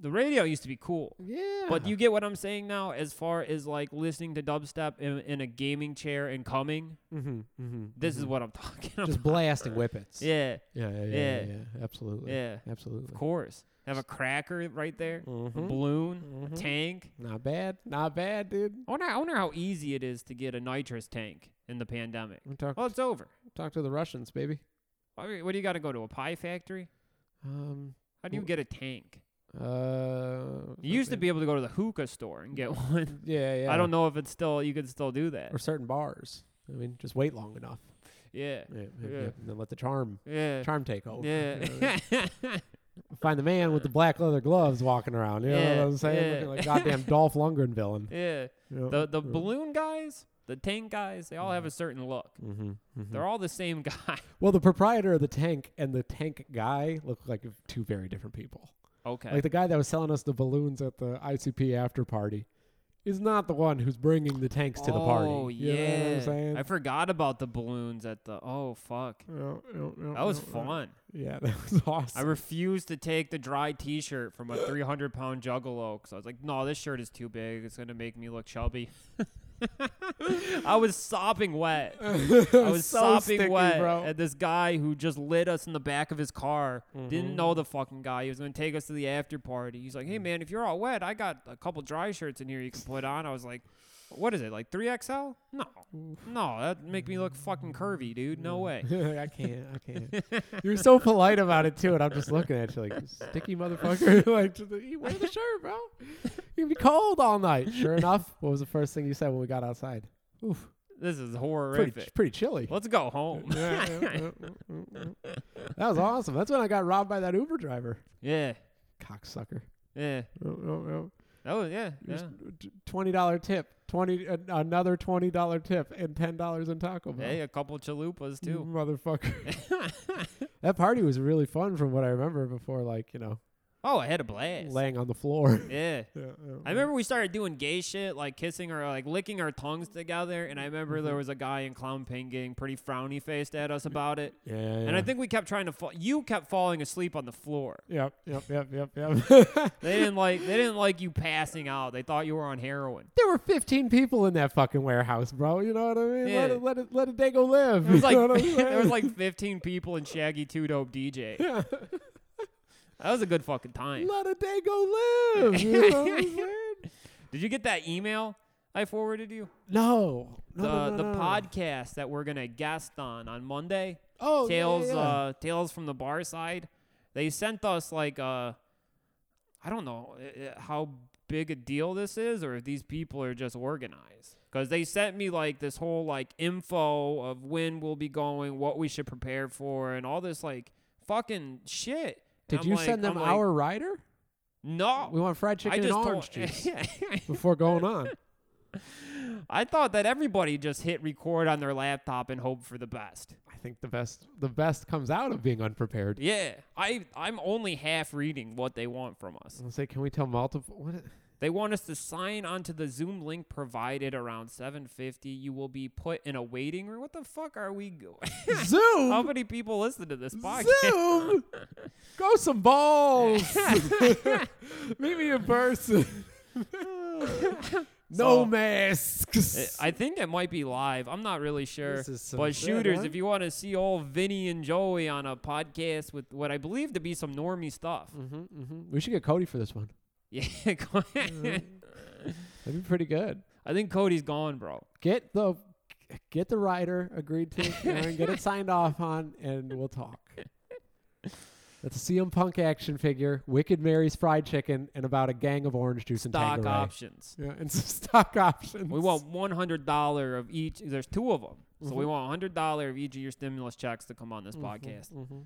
[SPEAKER 3] The radio used to be cool.
[SPEAKER 4] Yeah.
[SPEAKER 3] But do you get what I'm saying now as far as like listening to dubstep in, in a gaming chair and coming?
[SPEAKER 4] mm-hmm, mm-hmm,
[SPEAKER 3] This is what I'm talking about.
[SPEAKER 4] just blasting whippets.
[SPEAKER 3] yeah,
[SPEAKER 4] Yeah. Yeah. Yeah.
[SPEAKER 3] Yeah.
[SPEAKER 4] yeah, yeah, Absolutely.
[SPEAKER 3] yeah.
[SPEAKER 4] Absolutely.
[SPEAKER 3] Of course. Have a cracker right there, a
[SPEAKER 4] Mhm.
[SPEAKER 3] balloon, a
[SPEAKER 4] Mhm.
[SPEAKER 3] tank.
[SPEAKER 4] Not bad. Not bad, dude.
[SPEAKER 3] I wonder, I wonder how easy it is to get a nitrous tank in the pandemic.
[SPEAKER 4] We talk
[SPEAKER 3] Well, it's over.
[SPEAKER 4] talk to the Russians, baby.
[SPEAKER 3] I mean, What do you got to go to a pie factory?
[SPEAKER 4] Um.
[SPEAKER 3] How do you
[SPEAKER 4] Well,
[SPEAKER 3] get a tank?
[SPEAKER 4] Uh.
[SPEAKER 3] You used to
[SPEAKER 4] fucking-
[SPEAKER 3] be able to go to the hookah store and get one.
[SPEAKER 4] Yeah. Yeah.
[SPEAKER 3] I don't know if it's still you can still do that.
[SPEAKER 4] Or certain bars. I mean, just wait long enough.
[SPEAKER 3] Yeah.
[SPEAKER 4] Yeah, yeah,
[SPEAKER 3] Yeah.
[SPEAKER 4] yeah. And then let the charm
[SPEAKER 3] Yeah.
[SPEAKER 4] charm take over.
[SPEAKER 3] Yeah.
[SPEAKER 4] find the man with the black leather gloves walking around. You know
[SPEAKER 3] Yeah,
[SPEAKER 4] what I'm saying?
[SPEAKER 3] yeah.
[SPEAKER 4] Looking like goddamn Dolph Lundgren villain.
[SPEAKER 3] Yeah.
[SPEAKER 4] You know?
[SPEAKER 3] The the
[SPEAKER 4] Yeah.
[SPEAKER 3] balloon guys, the tank guys, they all have a certain look.
[SPEAKER 4] Mm-hmm.
[SPEAKER 3] They're all the same guy.
[SPEAKER 4] Well, the proprietor of the tank and the tank guy look like two very different people.
[SPEAKER 3] okay.
[SPEAKER 4] Like the guy that was selling us the balloons at the ICP after party is not the one who's bringing the tanks to the party.
[SPEAKER 3] Oh
[SPEAKER 4] You know what
[SPEAKER 3] yeah.
[SPEAKER 4] I'm saying?
[SPEAKER 3] I forgot about the balloons at the oh fuck.
[SPEAKER 4] No, no, no,
[SPEAKER 3] That was
[SPEAKER 4] no, no.
[SPEAKER 3] fun.
[SPEAKER 4] Yeah, that was
[SPEAKER 3] I
[SPEAKER 4] awesome.
[SPEAKER 3] refused to take the dry T-shirt from a 300 pound juggalo because I was like, no, this shirt is too big. It's gonna make me look chubby. I was sopping wet. I was
[SPEAKER 4] so
[SPEAKER 3] sopping
[SPEAKER 4] sticky,
[SPEAKER 3] wet
[SPEAKER 4] bro.
[SPEAKER 3] at this guy who just lit us in the back of his car.
[SPEAKER 4] Mm-hmm.
[SPEAKER 3] Didn't know the fucking guy. He was gonna take us to the after party. He's like, "Hey man, if you're all wet, I got a couple dry shirts in here you can put on." I was like, "What is it? Like 3XL? No, no, that would make me look fucking curvy, dude.
[SPEAKER 4] Mm.
[SPEAKER 3] No way."
[SPEAKER 4] I can't. I can't. You're so polite about it too, and I'm just looking at you like sticky motherfucker. like, just, you wear the shirt, bro. You'd be cold all night. Sure enough, what was the first thing you said when we got outside? Oof,
[SPEAKER 3] This is
[SPEAKER 4] pretty,
[SPEAKER 3] horrific.
[SPEAKER 4] pretty chilly.
[SPEAKER 3] Let's go home.
[SPEAKER 4] Yeah, yeah, yeah, yeah, yeah. that was awesome. That's when I got robbed by that Uber driver.
[SPEAKER 3] yeah,
[SPEAKER 4] Cocksucker.
[SPEAKER 3] yeah.
[SPEAKER 4] Oh, oh, oh.
[SPEAKER 3] That was yeah, yeah.
[SPEAKER 4] Just t- Twenty dollar tip. Twenty an- another twenty dollar tip and ten dollars in Taco Bell.
[SPEAKER 3] Hey, a couple chalupas
[SPEAKER 4] You
[SPEAKER 3] too.
[SPEAKER 4] motherfucker. that party was really fun from what I remember before, like, you know,
[SPEAKER 3] Oh, I had a blast.
[SPEAKER 4] laying on the floor.
[SPEAKER 3] Yeah.
[SPEAKER 4] Yeah, yeah.
[SPEAKER 3] I remember we started doing gay shit, like kissing or like licking our tongues together. And I remember there
[SPEAKER 4] Mm-hmm.
[SPEAKER 3] was a guy in clown paint getting pretty frowny faced at us about it.
[SPEAKER 4] Yeah,
[SPEAKER 3] And I think we kept trying to fall. You kept falling asleep on the floor.
[SPEAKER 4] Yep, yep, yep, yep, yep.
[SPEAKER 3] They didn't like. They didn't like you passing out. They thought you were on heroin.
[SPEAKER 4] there were 15 people in that fucking warehouse, bro. You know what I mean? Let
[SPEAKER 3] Yeah.
[SPEAKER 4] it, let it, let it Dago live.
[SPEAKER 3] There was
[SPEAKER 4] You know what
[SPEAKER 3] like
[SPEAKER 4] I'm
[SPEAKER 3] there was
[SPEAKER 4] saying?
[SPEAKER 3] like 15 people in Shaggy Two Dope DJ.
[SPEAKER 4] Yeah.
[SPEAKER 3] That was a good fucking time.
[SPEAKER 4] let it Dago live. You know what I'm saying?
[SPEAKER 3] Did you get that email I forwarded you?
[SPEAKER 4] No,
[SPEAKER 3] The
[SPEAKER 4] no, no, no,
[SPEAKER 3] the
[SPEAKER 4] no, no.
[SPEAKER 3] podcast that we're gonna guest on on Monday.
[SPEAKER 4] Oh, yeah,
[SPEAKER 3] tales
[SPEAKER 4] yeah, yeah.
[SPEAKER 3] uh tales from the bar side they sent us like uh i don't know uh, uh, how big a deal this is or if these people are just organized because they sent me like this whole like info of when we'll be going what we should prepare for and all this like fucking shit And
[SPEAKER 4] Did
[SPEAKER 3] I'm
[SPEAKER 4] you
[SPEAKER 3] like-
[SPEAKER 4] send them
[SPEAKER 3] I'm like,
[SPEAKER 4] our rider? We
[SPEAKER 3] no
[SPEAKER 4] want fried
[SPEAKER 3] i
[SPEAKER 4] chicken
[SPEAKER 3] just
[SPEAKER 4] and
[SPEAKER 3] told-
[SPEAKER 4] orange juice before going on.
[SPEAKER 3] i thought that everybody just hit record on their laptop and hope for the best
[SPEAKER 4] I think the best the best comes out of being unprepared.
[SPEAKER 3] yeah i i'm only half reading what they want from us
[SPEAKER 4] I'll say, can we tell multiple? What? i-
[SPEAKER 3] They want us to sign onto the Zoom link provided around 750. You will be put in a waiting room. What the fuck are we going? How
[SPEAKER 4] Zoom,
[SPEAKER 3] many people listen to this podcast?
[SPEAKER 4] Zoom, go some balls. Meet me in person. no
[SPEAKER 3] So-
[SPEAKER 4] masks.
[SPEAKER 3] I think it might be live. I'm not really sure.
[SPEAKER 4] This is some
[SPEAKER 3] but
[SPEAKER 4] shit,
[SPEAKER 3] shooters,
[SPEAKER 4] huh?
[SPEAKER 3] if you want to see old Vinny and Joey on a podcast with what I believe to be some normie stuff.
[SPEAKER 4] Mhm. We should get Cody for this one.
[SPEAKER 3] Yeah. go-
[SPEAKER 4] Mm-hmm. That'd be pretty good.
[SPEAKER 3] I think Cody's gone, bro.
[SPEAKER 4] Get the get the rider agreed to Aaron, get it signed off on, and we'll talk. That's a CM Punk action figure, Wicked Mary's fried chicken, and about a gang of orange juice
[SPEAKER 3] Stock
[SPEAKER 4] and Tanqueray.
[SPEAKER 3] options.
[SPEAKER 4] Yeah, and some stock options.
[SPEAKER 3] We want one hundred dollar of each. There's two of them, so
[SPEAKER 4] Mm-hmm.
[SPEAKER 3] we want hundred dollar of each of your stimulus checks to come on this podcast.
[SPEAKER 4] mm-hmm.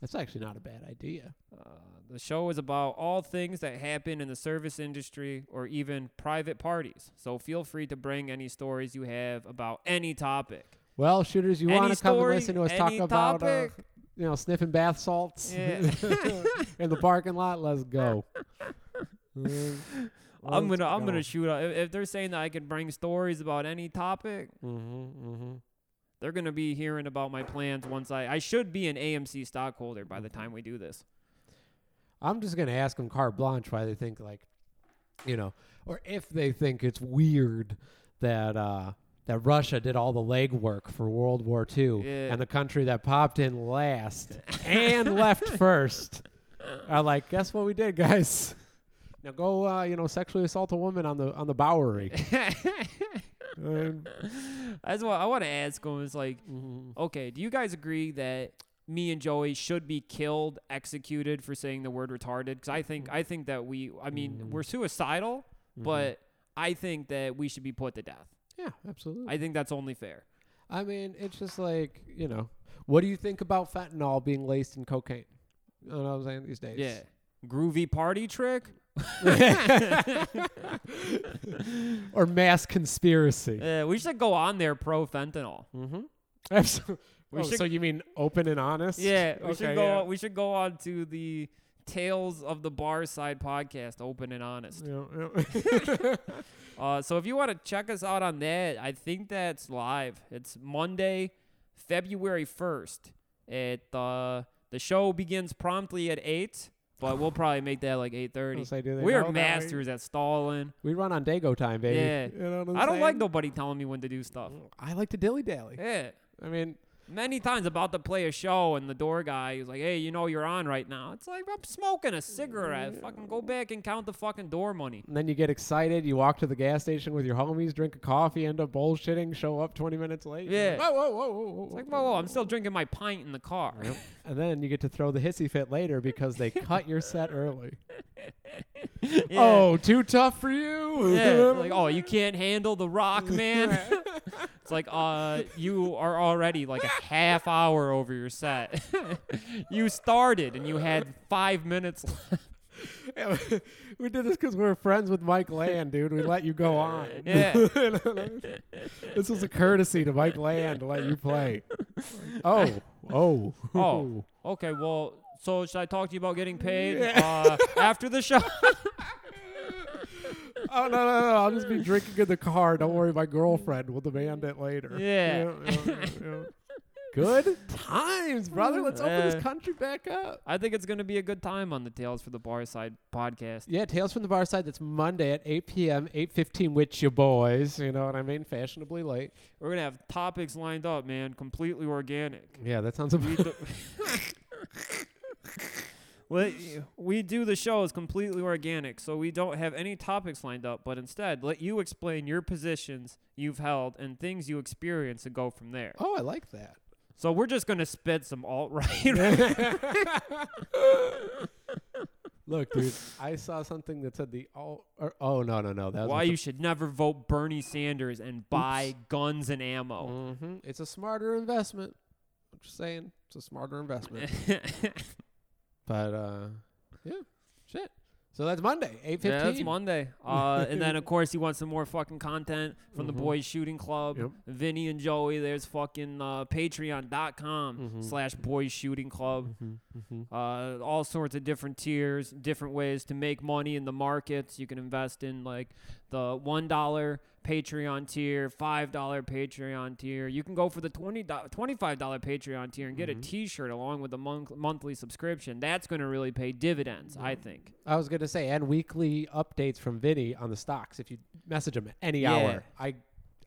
[SPEAKER 4] That's actually not a bad idea.
[SPEAKER 3] Uh, the show is about all things that happen in the service industry or even private parties. So feel free to bring any stories you have about any topic.
[SPEAKER 4] Well, shooters, you
[SPEAKER 3] Any
[SPEAKER 4] want to come and
[SPEAKER 3] story,
[SPEAKER 4] listen to us talk
[SPEAKER 3] any
[SPEAKER 4] about, uh,
[SPEAKER 3] topic?
[SPEAKER 4] you know, sniffing bath salts
[SPEAKER 3] Yeah.
[SPEAKER 4] in the parking lot? Let's go. Uh,
[SPEAKER 3] I'm gonna I'm gonna shoot. out- If, if they're saying that I can bring stories about any topic,
[SPEAKER 4] Mm-hmm,
[SPEAKER 3] they're gonna be hearing about my plans once I I should be an AMC stockholder by the time we do this.
[SPEAKER 4] I'm just gonna ask them carte blanche why they think like, you know, or if they think it's weird that uh, that Russia did all the legwork for World War II
[SPEAKER 3] Yeah.
[SPEAKER 4] and the country that popped in last and left first are like, guess what we did, guys? Now go, uh, you know, sexually assault a woman on the on the Bowery. Um,
[SPEAKER 3] That's what I want to ask him. Is like,
[SPEAKER 4] mm-hmm.
[SPEAKER 3] okay, do you guys agree that me and Joey should be killed, executed for saying the word retarded? Because I think I think that we, I mean,
[SPEAKER 4] Mm.
[SPEAKER 3] we're suicidal,
[SPEAKER 4] Mm-hmm.
[SPEAKER 3] but I think that we should be put to death.
[SPEAKER 4] yeah, absolutely.
[SPEAKER 3] I think that's only fair.
[SPEAKER 4] I mean, it's just like you know, what do you think about fentanyl being laced in cocaine? You know what I'm saying these days?
[SPEAKER 3] Yeah. groovy party trick.
[SPEAKER 4] or mass conspiracy.
[SPEAKER 3] Yeah, we should go on there pro fentanyl.
[SPEAKER 4] Absolutely.
[SPEAKER 3] We
[SPEAKER 4] Oh,
[SPEAKER 3] should-
[SPEAKER 4] so you mean open and honest?
[SPEAKER 3] Yeah, we
[SPEAKER 4] Okay,
[SPEAKER 3] should go.
[SPEAKER 4] yeah.
[SPEAKER 3] We should go on to the Tales of the Bar Side podcast, open and honest.
[SPEAKER 4] Yeah, yeah.
[SPEAKER 3] Uh, so if you want to check us out on that, I think that's live. It's Monday, February first. At uh, the show begins promptly at eight, but we'll probably make that like eight thirty.
[SPEAKER 4] Unless I do that
[SPEAKER 3] We
[SPEAKER 4] all
[SPEAKER 3] are
[SPEAKER 4] night.
[SPEAKER 3] masters at stalling.
[SPEAKER 4] we run on Dago time, baby.
[SPEAKER 3] Yeah,
[SPEAKER 4] You know what I'm
[SPEAKER 3] I don't like
[SPEAKER 4] saying? Mm.
[SPEAKER 3] nobody telling me when to do stuff.
[SPEAKER 4] I like to dilly dally.
[SPEAKER 3] Yeah.
[SPEAKER 4] I mean,
[SPEAKER 3] many times about to play a show and the door guy is like, "Hey, you know you're on right now." It's like I'm smoking a cigarette. Fucking go back and count the fucking door money.
[SPEAKER 4] and then you get excited. You walk to the gas station with your homies, drink a coffee, end up bullshitting, show up 20 minutes late. you're like,
[SPEAKER 3] Yeah.
[SPEAKER 4] Whoa, whoa, whoa, whoa, whoa.
[SPEAKER 3] It's like, whoa, whoa, I'm still drinking my pint in the car.
[SPEAKER 4] And then you get to throw the hissy fit later because they cut your set early.
[SPEAKER 3] Yeah.
[SPEAKER 4] Oh, too tough for you.
[SPEAKER 3] Yeah, like oh, you can't handle the rock, man. it's like uh, you are already like a half hour over your set. you started and you had five minutes left.
[SPEAKER 4] we did this because we were friends with Mike Land, dude. We let you go on.
[SPEAKER 3] Yeah.
[SPEAKER 4] this was a courtesy to Mike Land to let you play. Oh, oh,
[SPEAKER 3] Oh, okay. Well, so should I talk to you about getting paid uh, after the show?
[SPEAKER 4] oh no, no, no! I'll just be drinking in the car. Don't worry, my girlfriend will demand it later.
[SPEAKER 3] Yeah.
[SPEAKER 4] yeah. Good times, brother. Let's open
[SPEAKER 3] Yeah.
[SPEAKER 4] this country back up.
[SPEAKER 3] I think it's going to be a good time on the Tales for the Bar Side podcast.
[SPEAKER 4] Yeah, Tales from the Bar Side. That's Monday at 8 p.m., 8.15 with you boys. You know what I mean? Fashionably late.
[SPEAKER 3] We're going to have topics lined up, man, completely organic.
[SPEAKER 4] Yeah, that sounds about
[SPEAKER 3] We do, Let you- we do the shows completely organic, so we don't have any topics lined up, but instead let you explain your positions you've held and things you experience and go from there.
[SPEAKER 4] Oh, I like that.
[SPEAKER 3] So we're just going to spit some alt right.
[SPEAKER 4] Look, dude, I saw something that said the all. Or, oh no, no, no! That was
[SPEAKER 3] Why you should never vote Bernie Sanders and buy guns and ammo.
[SPEAKER 4] hmm It's a smarter investment. I'm just saying, it's a smarter investment. but uh, yeah, shit. So that's Monday, eight fifteen.
[SPEAKER 3] Yeah, that's Monday. Uh, and then of course you want some more fucking content from
[SPEAKER 4] Mm-hmm.
[SPEAKER 3] the boys shooting club.
[SPEAKER 4] Yep.
[SPEAKER 3] Vinny and Joey, there's fucking uh, patreon.com slash boys shooting club.
[SPEAKER 4] Mm-hmm,
[SPEAKER 3] Uh, all sorts of different tiers, different ways to make money in the markets. You can invest in like the one dollar Patreon tier, five dollar Patreon tier. You can go for the twenty twenty-five dollar Patreon tier and get a T-shirt along with a month- monthly subscription. That's going to really pay dividends, I think.
[SPEAKER 4] I was gonna say, and weekly updates from Vinny on the stocks. If you message him at any
[SPEAKER 3] Yeah.
[SPEAKER 4] hour, I,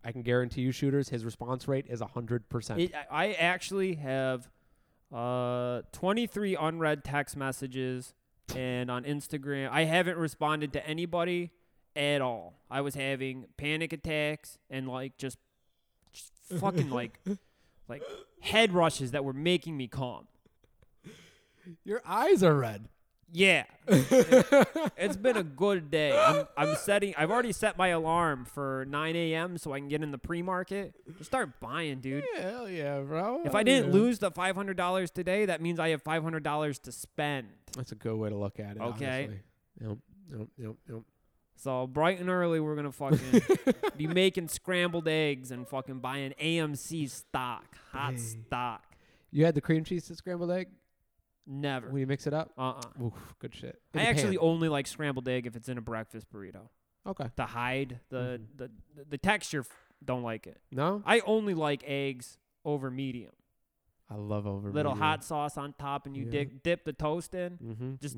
[SPEAKER 4] I can guarantee you, shooters, his response rate is hundred percent.
[SPEAKER 3] It, I I actually have uh, 23 unread text messages, and on Instagram, I haven't responded to anybody at all. I was having panic attacks and like just, just fucking like like head rushes that were making me calm.
[SPEAKER 4] Your eyes are red.
[SPEAKER 3] Yeah. it's been a good day. I'm, I'm setting, I've already set my alarm for 9 a.m. so I can get in the pre market. Just start buying, dude.
[SPEAKER 4] Hell yeah, bro!
[SPEAKER 3] If I didn't lose the five hundred dollars today, that means I have five hundred dollars to spend.
[SPEAKER 4] That's a good way to look at it.
[SPEAKER 3] Okay.
[SPEAKER 4] honestly. Yep. Yep. Yep. Yep.
[SPEAKER 3] So bright and early, we're gonna fucking be making scrambled eggs and fucking buying AMC stock, hot
[SPEAKER 4] Hey.
[SPEAKER 3] stock.
[SPEAKER 4] You had the cream cheese to scrambled egg
[SPEAKER 3] Never.
[SPEAKER 4] when you mix it up.
[SPEAKER 3] Uh. uh
[SPEAKER 4] Oof, good shit. In
[SPEAKER 3] I
[SPEAKER 4] a
[SPEAKER 3] actually
[SPEAKER 4] pan.
[SPEAKER 3] only like scrambled egg if it's in a breakfast burrito
[SPEAKER 4] okay.
[SPEAKER 3] to hide the
[SPEAKER 4] Mm-hmm.
[SPEAKER 3] the the, the texture. F- don't like it.
[SPEAKER 4] No,
[SPEAKER 3] I only like eggs over medium.
[SPEAKER 4] I love over
[SPEAKER 3] Little hot sauce on top, and you
[SPEAKER 4] Yeah.
[SPEAKER 3] dip dip the toast in.
[SPEAKER 4] Mm-hmm,
[SPEAKER 3] Just-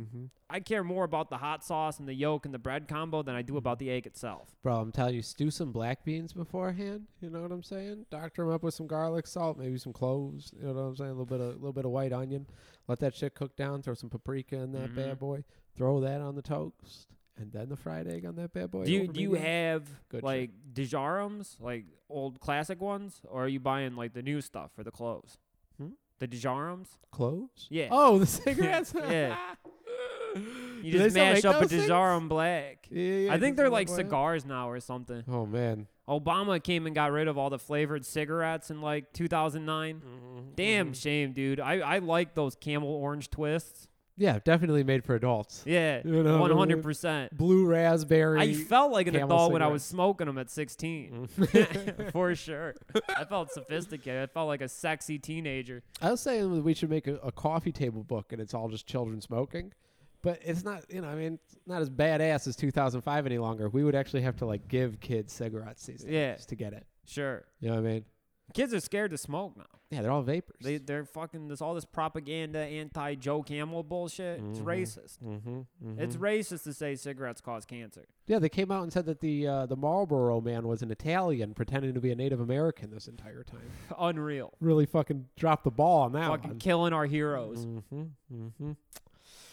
[SPEAKER 3] I care more about the hot sauce and the yolk and the bread combo than I do about the egg itself.
[SPEAKER 4] bro, I'm telling you, stew some black beans beforehand. You know what I'm saying? Doctor them up with some garlic salt, maybe some cloves. You know what I'm saying? A little bit of little bit of white onion. Let that shit cook down. Throw some paprika in that
[SPEAKER 3] Mhm.
[SPEAKER 4] bad boy. Throw that on the toast, and then the fried egg on that bad boy.
[SPEAKER 3] Do you,
[SPEAKER 4] over
[SPEAKER 3] do you
[SPEAKER 4] medium.
[SPEAKER 3] have
[SPEAKER 4] Good shit.
[SPEAKER 3] like Dijarums, like old classic ones, or are you buying like the new stuff for the clothes?
[SPEAKER 4] Hmm?
[SPEAKER 3] The Dijarums?
[SPEAKER 4] cloves?
[SPEAKER 3] Yeah.
[SPEAKER 4] Oh, the cigarettes.
[SPEAKER 3] Yeah. You
[SPEAKER 4] Do they
[SPEAKER 3] just
[SPEAKER 4] still
[SPEAKER 3] mash
[SPEAKER 4] make
[SPEAKER 3] up a
[SPEAKER 4] those things?
[SPEAKER 3] Dijarum black.
[SPEAKER 4] Yeah, yeah,
[SPEAKER 3] I think
[SPEAKER 4] just
[SPEAKER 3] they're
[SPEAKER 4] on the
[SPEAKER 3] like
[SPEAKER 4] boil.
[SPEAKER 3] cigars now or something.
[SPEAKER 4] Oh man.
[SPEAKER 3] Obama came and got rid of all the flavored cigarettes in Mm-hmm.
[SPEAKER 4] Mm-hmm.
[SPEAKER 3] like 2009. Damn shame, dude. I, I like those Camel Orange Twists.
[SPEAKER 4] Yeah, definitely made for adults.
[SPEAKER 3] Yeah,
[SPEAKER 4] You know,
[SPEAKER 3] one hundred percent.
[SPEAKER 4] Blue raspberry.
[SPEAKER 3] I felt like an
[SPEAKER 4] camel Mm.
[SPEAKER 3] adult when I was
[SPEAKER 4] cigarettes.
[SPEAKER 3] smoking them at 16. For sure. I felt sophisticated. I felt like a sexy teenager.
[SPEAKER 4] I was saying that we should make a, a coffee table book and it's all just children smoking. But it's not, you know, I mean, it's not as badass as 2005 any longer. We would actually have to like give kids cigarettes these days
[SPEAKER 3] Yeah.
[SPEAKER 4] to get it.
[SPEAKER 3] Sure.
[SPEAKER 4] You know what I mean?
[SPEAKER 3] Kids are scared to smoke now.
[SPEAKER 4] Yeah, they're all vapors.
[SPEAKER 3] They they're fucking this all this propaganda anti Joe Camel bullshit. It's racist.
[SPEAKER 4] mm-hmm,
[SPEAKER 3] It's racist to say cigarettes cause cancer.
[SPEAKER 4] Yeah, they came out and said that the uh, the Marlboro man was an Italian pretending to be a Native American this entire time.
[SPEAKER 3] Unreal.
[SPEAKER 4] Really fucking dropped the ball on that
[SPEAKER 3] Fucking
[SPEAKER 4] one.
[SPEAKER 3] killing our heroes.
[SPEAKER 4] mm-hmm, mm-hmm.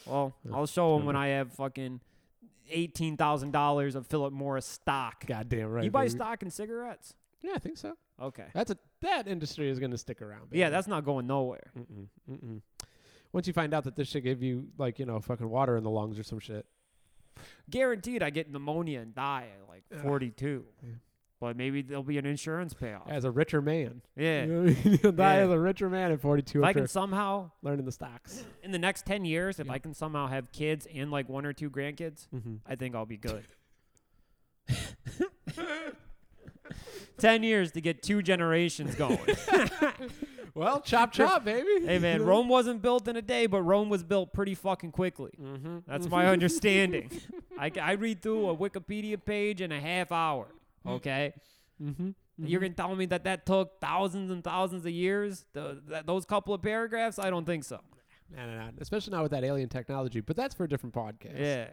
[SPEAKER 3] Well, I'll show them when I have fucking eighteen thousand dollars of Philip Morris stock.
[SPEAKER 4] Goddamn right.
[SPEAKER 3] you buy
[SPEAKER 4] baby.
[SPEAKER 3] stock in cigarettes?
[SPEAKER 4] Yeah, I think so.
[SPEAKER 3] Okay.
[SPEAKER 4] That's a that industry is going to stick around. Baby.
[SPEAKER 3] Yeah, that's not going nowhere.
[SPEAKER 4] Mm-mm, mm-mm. Once you find out that this shit gave you like you know fucking water in the lungs or some shit.
[SPEAKER 3] guaranteed I get pneumonia and die at like 42. But maybe there'll be an insurance payoff.
[SPEAKER 4] As a richer man,
[SPEAKER 3] yeah.
[SPEAKER 4] You know, you'll die
[SPEAKER 3] Yeah.
[SPEAKER 4] as a richer man at 42
[SPEAKER 3] If I
[SPEAKER 4] after
[SPEAKER 3] can somehow,
[SPEAKER 4] learning the stocks.
[SPEAKER 3] in the next 10 years, if I can somehow have kids and like one or two grandkids,
[SPEAKER 4] Mm-hmm.
[SPEAKER 3] I think I'll be good. 10 years to get two generations going.
[SPEAKER 4] Well, chop chop, baby.
[SPEAKER 3] hey, man, Rome wasn't built in a day, but Rome was built pretty fucking quickly.
[SPEAKER 4] Mm-hmm.
[SPEAKER 3] That's my understanding. I, I read through a Wikipedia page in a half hour, okay?
[SPEAKER 4] Mm-hmm.
[SPEAKER 3] You're gonna tell me that that took thousands and thousands of years? The, that, those couple of paragraphs? I don't think so.
[SPEAKER 4] No, no, no. Especially not with that alien technology. But that's for a different podcast.
[SPEAKER 3] Yeah,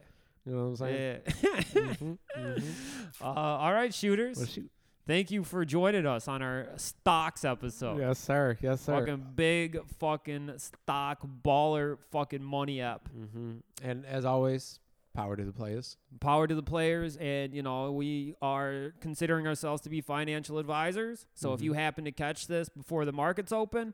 [SPEAKER 4] You know what I'm saying? Mm-hmm,
[SPEAKER 3] yeah. uh, all right, shooters.
[SPEAKER 4] Well, shoot.
[SPEAKER 3] Thank you for joining us on our stocks episode.
[SPEAKER 4] Yes, sir. Yes, sir.
[SPEAKER 3] Fucking big fucking stock baller fucking money up.
[SPEAKER 4] Mm-hmm. And as always, power to the players.
[SPEAKER 3] Power to the players, and you know we are considering ourselves to be financial advisors. So
[SPEAKER 4] Mm-hmm.
[SPEAKER 3] if you happen to catch this before the markets open,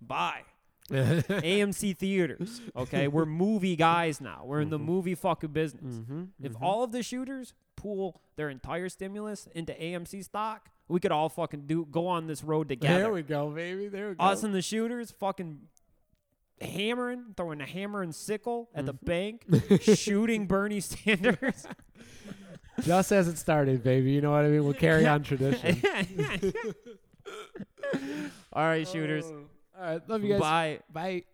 [SPEAKER 3] buy. Mm-hmm, AMC theaters. Okay, we're movie guys now. We're in the
[SPEAKER 4] Mm-hmm.
[SPEAKER 3] movie fucking business. If all of the shooters pool their entire stimulus into AMC stock, we could all fucking do go on this road together.
[SPEAKER 4] There we go, baby. There we go.
[SPEAKER 3] Us and the shooters fucking hammering, throwing a hammer and sickle at the
[SPEAKER 4] Mm-hmm.
[SPEAKER 3] bank, shooting Bernie Sanders.
[SPEAKER 4] Just as it started, baby. You know what I mean? We'll carry on tradition.
[SPEAKER 3] all right, shooters.
[SPEAKER 4] Oh. All right. Love you guys.
[SPEAKER 3] Bye.
[SPEAKER 4] Bye.